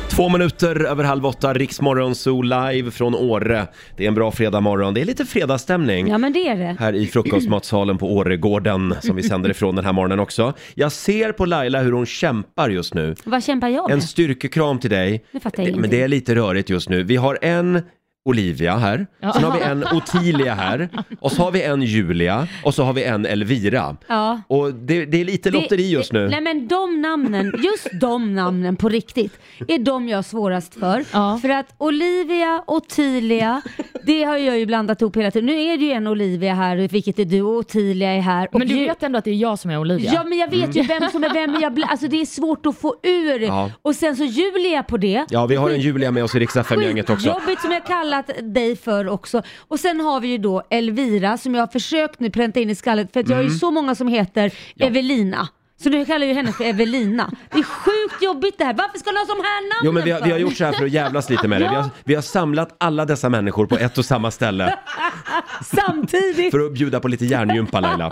[SPEAKER 1] Två minuter över halv åtta, Riksmorgon Zoo live från Åre. Det är en bra fredagmorgon. Det är lite fredagsstämning.
[SPEAKER 2] Ja men det är det.
[SPEAKER 1] Här i frukostmatsalen på Åregården som vi sänder ifrån den här morgonen också. Jag ser på Laila hur hon kämpar just nu.
[SPEAKER 2] Vad kämpar jag med?
[SPEAKER 1] En styrkekram till dig.
[SPEAKER 2] Nu fattar jag
[SPEAKER 1] Det, men
[SPEAKER 2] ingenting.
[SPEAKER 1] det är lite rörigt just nu. Vi har en Olivia här,
[SPEAKER 2] Ja.
[SPEAKER 1] sen har vi en Ottilia här, och så har vi en Julia, och så har vi en Elvira.
[SPEAKER 2] Ja.
[SPEAKER 1] Och det, det är lite lotteri just nu.
[SPEAKER 2] Nej men de namnen, just de namnen på riktigt, är de jag har svårast för. För att Olivia och Tilia, det har jag ju blandat ihop hela tiden. Nu är det ju en Olivia här, vilket är du, och Ottilia är här. Och
[SPEAKER 6] Men du
[SPEAKER 2] ju-
[SPEAKER 6] vet ändå att det är jag som är Olivia? Mm.
[SPEAKER 2] Ja men jag vet ju vem som är vem, men jag bla- alltså det är svårt att få ur.
[SPEAKER 1] Ja.
[SPEAKER 2] Och sen så Julia på det.
[SPEAKER 1] Ja, vi har en Julia med oss i riksdagen gänget också.
[SPEAKER 2] Jobbigt som jag kallat dig för också. Och sen har vi ju då Elvira som jag har försökt nu pränta in i skallet för att jag har ju
[SPEAKER 12] Mm.
[SPEAKER 2] så många som heter Evelina. Så nu kallar jag ju henne för Evelina. Det är sjukt jobbigt det här. Varför ska ni ha sån här namn?
[SPEAKER 1] Jo, men vi har, vi har gjort så här för att jävlas lite med det. Vi har, vi har samlat alla dessa människor på ett och samma ställe
[SPEAKER 2] Samtidigt.
[SPEAKER 1] för att bjuda på lite hjärngympa, Laila.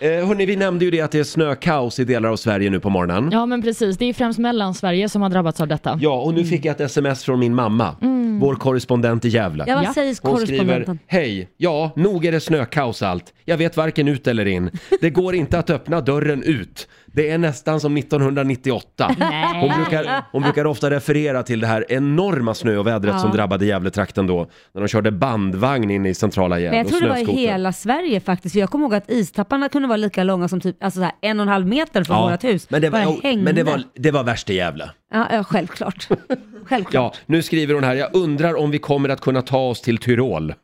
[SPEAKER 1] Eh, hörni, vi nämnde ju det att det är snökaos i delar av Sverige nu på morgonen.
[SPEAKER 6] Ja men precis, det är främst Mellansverige som har drabbats av detta.
[SPEAKER 1] Ja, och nu fick jag ett sms från min mamma,
[SPEAKER 6] Mm.
[SPEAKER 1] vår korrespondent i Gävle.
[SPEAKER 6] Ja, vad Ja. säger
[SPEAKER 1] Hon skriver,
[SPEAKER 6] korrespondenten?
[SPEAKER 1] hej, ja, nog är det snökaos allt. Jag vet varken ut eller in. Det går inte att öppna dörren ut. Det är nästan som 1998.
[SPEAKER 13] Nej.
[SPEAKER 1] Hon brukar, hon brukar ofta referera till det här enorma snöovädret
[SPEAKER 2] Ja.
[SPEAKER 1] som drabbade Gävletrakten då, när de körde bandvagn in i centrala
[SPEAKER 2] Men
[SPEAKER 1] Gävle
[SPEAKER 2] jag
[SPEAKER 1] och
[SPEAKER 2] tror det var i
[SPEAKER 1] snöskoter.
[SPEAKER 2] hela Sverige faktiskt. För jag kommer ihåg att istapparna kunde vara lika långa som typ alltså så här en och en halv meter från vårt hus.
[SPEAKER 1] men det var,
[SPEAKER 2] Bara
[SPEAKER 1] jo, men det
[SPEAKER 2] hängde.
[SPEAKER 1] var, det var värst i Gävle.
[SPEAKER 2] Ja, ja, självklart. självklart.
[SPEAKER 1] Ja, nu skriver hon här, jag undrar om vi kommer att kunna ta oss till Tyrol.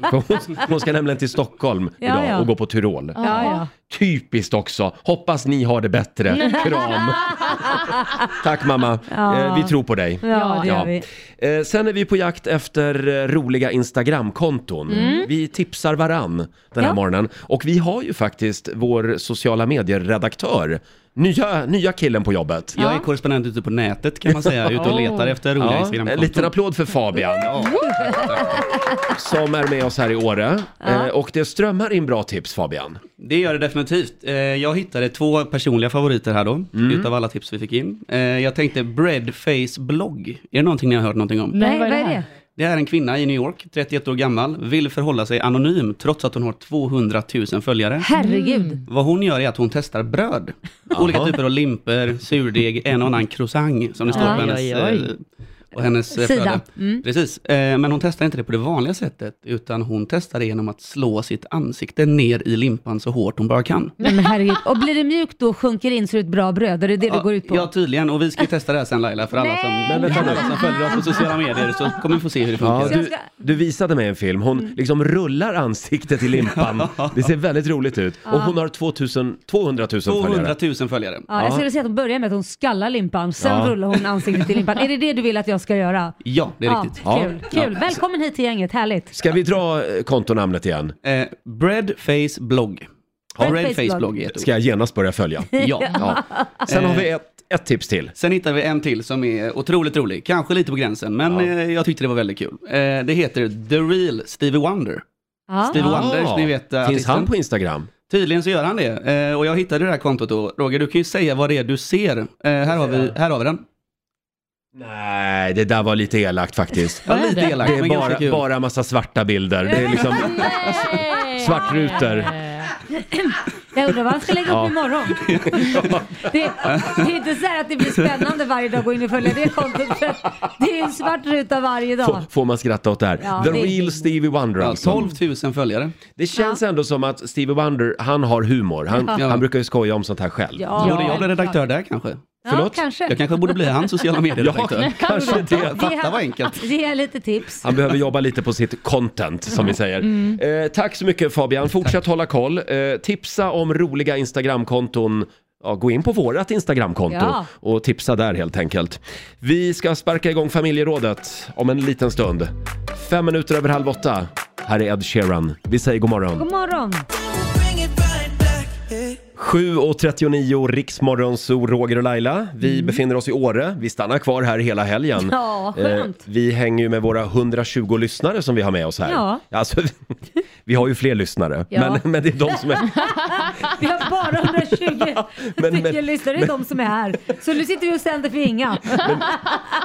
[SPEAKER 1] För hon, hon ska nämligen till Stockholm
[SPEAKER 2] Ja,
[SPEAKER 1] idag
[SPEAKER 2] ja.
[SPEAKER 1] och gå på Tyrol.
[SPEAKER 2] Ja, ja.
[SPEAKER 1] Typiskt också. Hoppas ni har det bättre. Kram. Tack mamma.
[SPEAKER 13] Ja.
[SPEAKER 1] Eh, vi tror på dig.
[SPEAKER 13] Ja, det gör vi.
[SPEAKER 1] Eh, sen är vi på jakt efter eh, roliga Instagramkonton.
[SPEAKER 13] Mm.
[SPEAKER 1] Vi tipsar varann den här
[SPEAKER 13] Ja.
[SPEAKER 1] morgonen. Och vi har ju faktiskt vår sociala medier-redaktör. Nya, nya killen på jobbet.
[SPEAKER 14] Jag är korrespondent ute på nätet kan man säga, ute och letar efter roliga Instagramkonton.
[SPEAKER 1] En liten applåd för Fabian som är med oss här i Åre. Eh, och det strömmar in bra tips Fabian.
[SPEAKER 14] Det gör det definitivt. Eh, Jag hittade två personliga favoriter här då, utav alla tips vi fick in. Eh, Jag tänkte Breadface blogg. Är det någonting ni har hört någonting om?
[SPEAKER 2] Nej, vad är det?
[SPEAKER 14] Det är en kvinna i New York, 31 år gammal, vill förhålla sig anonym trots att hon har 200 000 följare.
[SPEAKER 2] Herregud.
[SPEAKER 14] Vad hon gör är att hon testar bröd. Olika typer av limper, surdeg, en och annan croissant som det står
[SPEAKER 13] Oj,
[SPEAKER 14] på hennes,
[SPEAKER 13] oj, oj.
[SPEAKER 14] eh, och hennes eh,
[SPEAKER 13] Sida.
[SPEAKER 14] flöde.
[SPEAKER 13] Mm.
[SPEAKER 14] Precis, Eh, men hon testar inte det på det vanliga sättet, utan hon testar det genom att slå sitt ansikte ner i limpan så hårt hon bara kan.
[SPEAKER 2] Men herregud. Och blir det mjukt då och sjunker in så är det ett bra bröd. Är det det det går ut på?
[SPEAKER 14] Ja, tydligen. Och vi ska ju testa det här sen Laila, för alla som, alla som följer oss på sociala medier, så kommer vi få se hur det funkar.
[SPEAKER 1] Ja, du, du visade mig en film, hon
[SPEAKER 14] Mm.
[SPEAKER 1] liksom rullar ansiktet i limpan. Det ser väldigt roligt ut.
[SPEAKER 2] Ja.
[SPEAKER 1] Och hon har 2000, 200 000 följare.
[SPEAKER 14] 200 000 följare.
[SPEAKER 2] Ja, jag skulle säga att hon börjar med att hon skallar limpan, sen
[SPEAKER 1] Ja.
[SPEAKER 2] rullar hon ansiktet i limpan. Är det det du vill att jag ska göra?
[SPEAKER 14] Ja, det är riktigt.
[SPEAKER 2] Ja, kul, kul. Välkommen hit till gänget, härligt.
[SPEAKER 1] Ska vi dra eh, kontonamnet igen?
[SPEAKER 14] Eh, Breadface blogg. Ja.
[SPEAKER 2] Breadface
[SPEAKER 14] Breadface blogg
[SPEAKER 2] blogg
[SPEAKER 14] är ett ord.
[SPEAKER 1] Ska jag genast börja följa?
[SPEAKER 14] Ja.
[SPEAKER 1] Sen har vi
[SPEAKER 14] Eh,
[SPEAKER 1] ett, ett tips till.
[SPEAKER 14] Sen hittar vi en till som är otroligt rolig, kanske lite på gränsen, men eh, jag tyckte det var väldigt kul. Eh, Det heter The Real Stevie Wonder.
[SPEAKER 2] Ja.
[SPEAKER 14] Stevie Wonder, ni vet eh,
[SPEAKER 1] Ah. Finns
[SPEAKER 14] artisten.
[SPEAKER 1] han på Instagram?
[SPEAKER 14] Tydligen så gör han det. Eh, Och jag hittade det här kontot då. Roger, du kan ju säga vad det är du ser. Eh, Här har vi, här har vi den.
[SPEAKER 1] Nej, det där var lite elakt faktiskt.
[SPEAKER 14] Ja, lite elakt,
[SPEAKER 1] det är
[SPEAKER 14] men ganska
[SPEAKER 1] bara,
[SPEAKER 14] kul.
[SPEAKER 1] bara massa svarta bilder. Det är liksom svartrutor.
[SPEAKER 2] Jag undrar vad han ska lägga upp
[SPEAKER 1] Ja.
[SPEAKER 2] imorgon. Det, det är inte så här att det blir spännande varje dag att gå in och följa det kontot. för Det är en svart ruta varje dag.
[SPEAKER 1] Får, får man skratta åt det här?
[SPEAKER 2] Ja,
[SPEAKER 1] The
[SPEAKER 2] det är-
[SPEAKER 1] real Stevie Wonder alltså.
[SPEAKER 14] 12 000 följare.
[SPEAKER 1] Det känns ändå som att Stevie Wonder, han har humor. Han,
[SPEAKER 14] Ja.
[SPEAKER 1] han brukar ju skoja om sånt här själv.
[SPEAKER 14] Ja. Borde jag bli redaktör där kanske?
[SPEAKER 2] Ja,
[SPEAKER 14] Förlåt?
[SPEAKER 2] kanske.
[SPEAKER 14] Jag kanske borde bli hans sociala
[SPEAKER 1] Ja,
[SPEAKER 14] medier
[SPEAKER 1] kanske det.
[SPEAKER 14] Fatta vad enkelt.
[SPEAKER 2] Ge lite tips.
[SPEAKER 1] Han behöver jobba lite på sitt content, som vi säger.
[SPEAKER 2] Mm.
[SPEAKER 1] Eh, tack så mycket Fabian, fortsätt hålla koll. Eh, tipsa om roliga Instagramkonton. Ja, gå in på vårat Instagramkonto
[SPEAKER 5] Ja.
[SPEAKER 1] och tipsa där helt enkelt. Vi ska sparka igång familjerådet om en liten stund. Fem minuter över halv åtta. Här är Ed Sheeran. Vi säger god morgon.
[SPEAKER 2] God morgon.
[SPEAKER 1] 7.39, Riksmorgon, så Roger och Laila. Vi befinner oss i Åre. Vi stannar kvar här hela helgen.
[SPEAKER 2] Mm.
[SPEAKER 1] Eh,
[SPEAKER 2] Ja, skönt.
[SPEAKER 1] vi hänger ju med våra 120 lyssnare som vi har med oss här.
[SPEAKER 2] Ja.
[SPEAKER 1] Alltså, vi har ju fler lyssnare,
[SPEAKER 2] Ja.
[SPEAKER 1] men, men det är de som är...
[SPEAKER 2] Vi har bara 120
[SPEAKER 1] Men- men-
[SPEAKER 2] stycken lyssnare, det är de som är här. Så nu sitter vi och sänder för inga.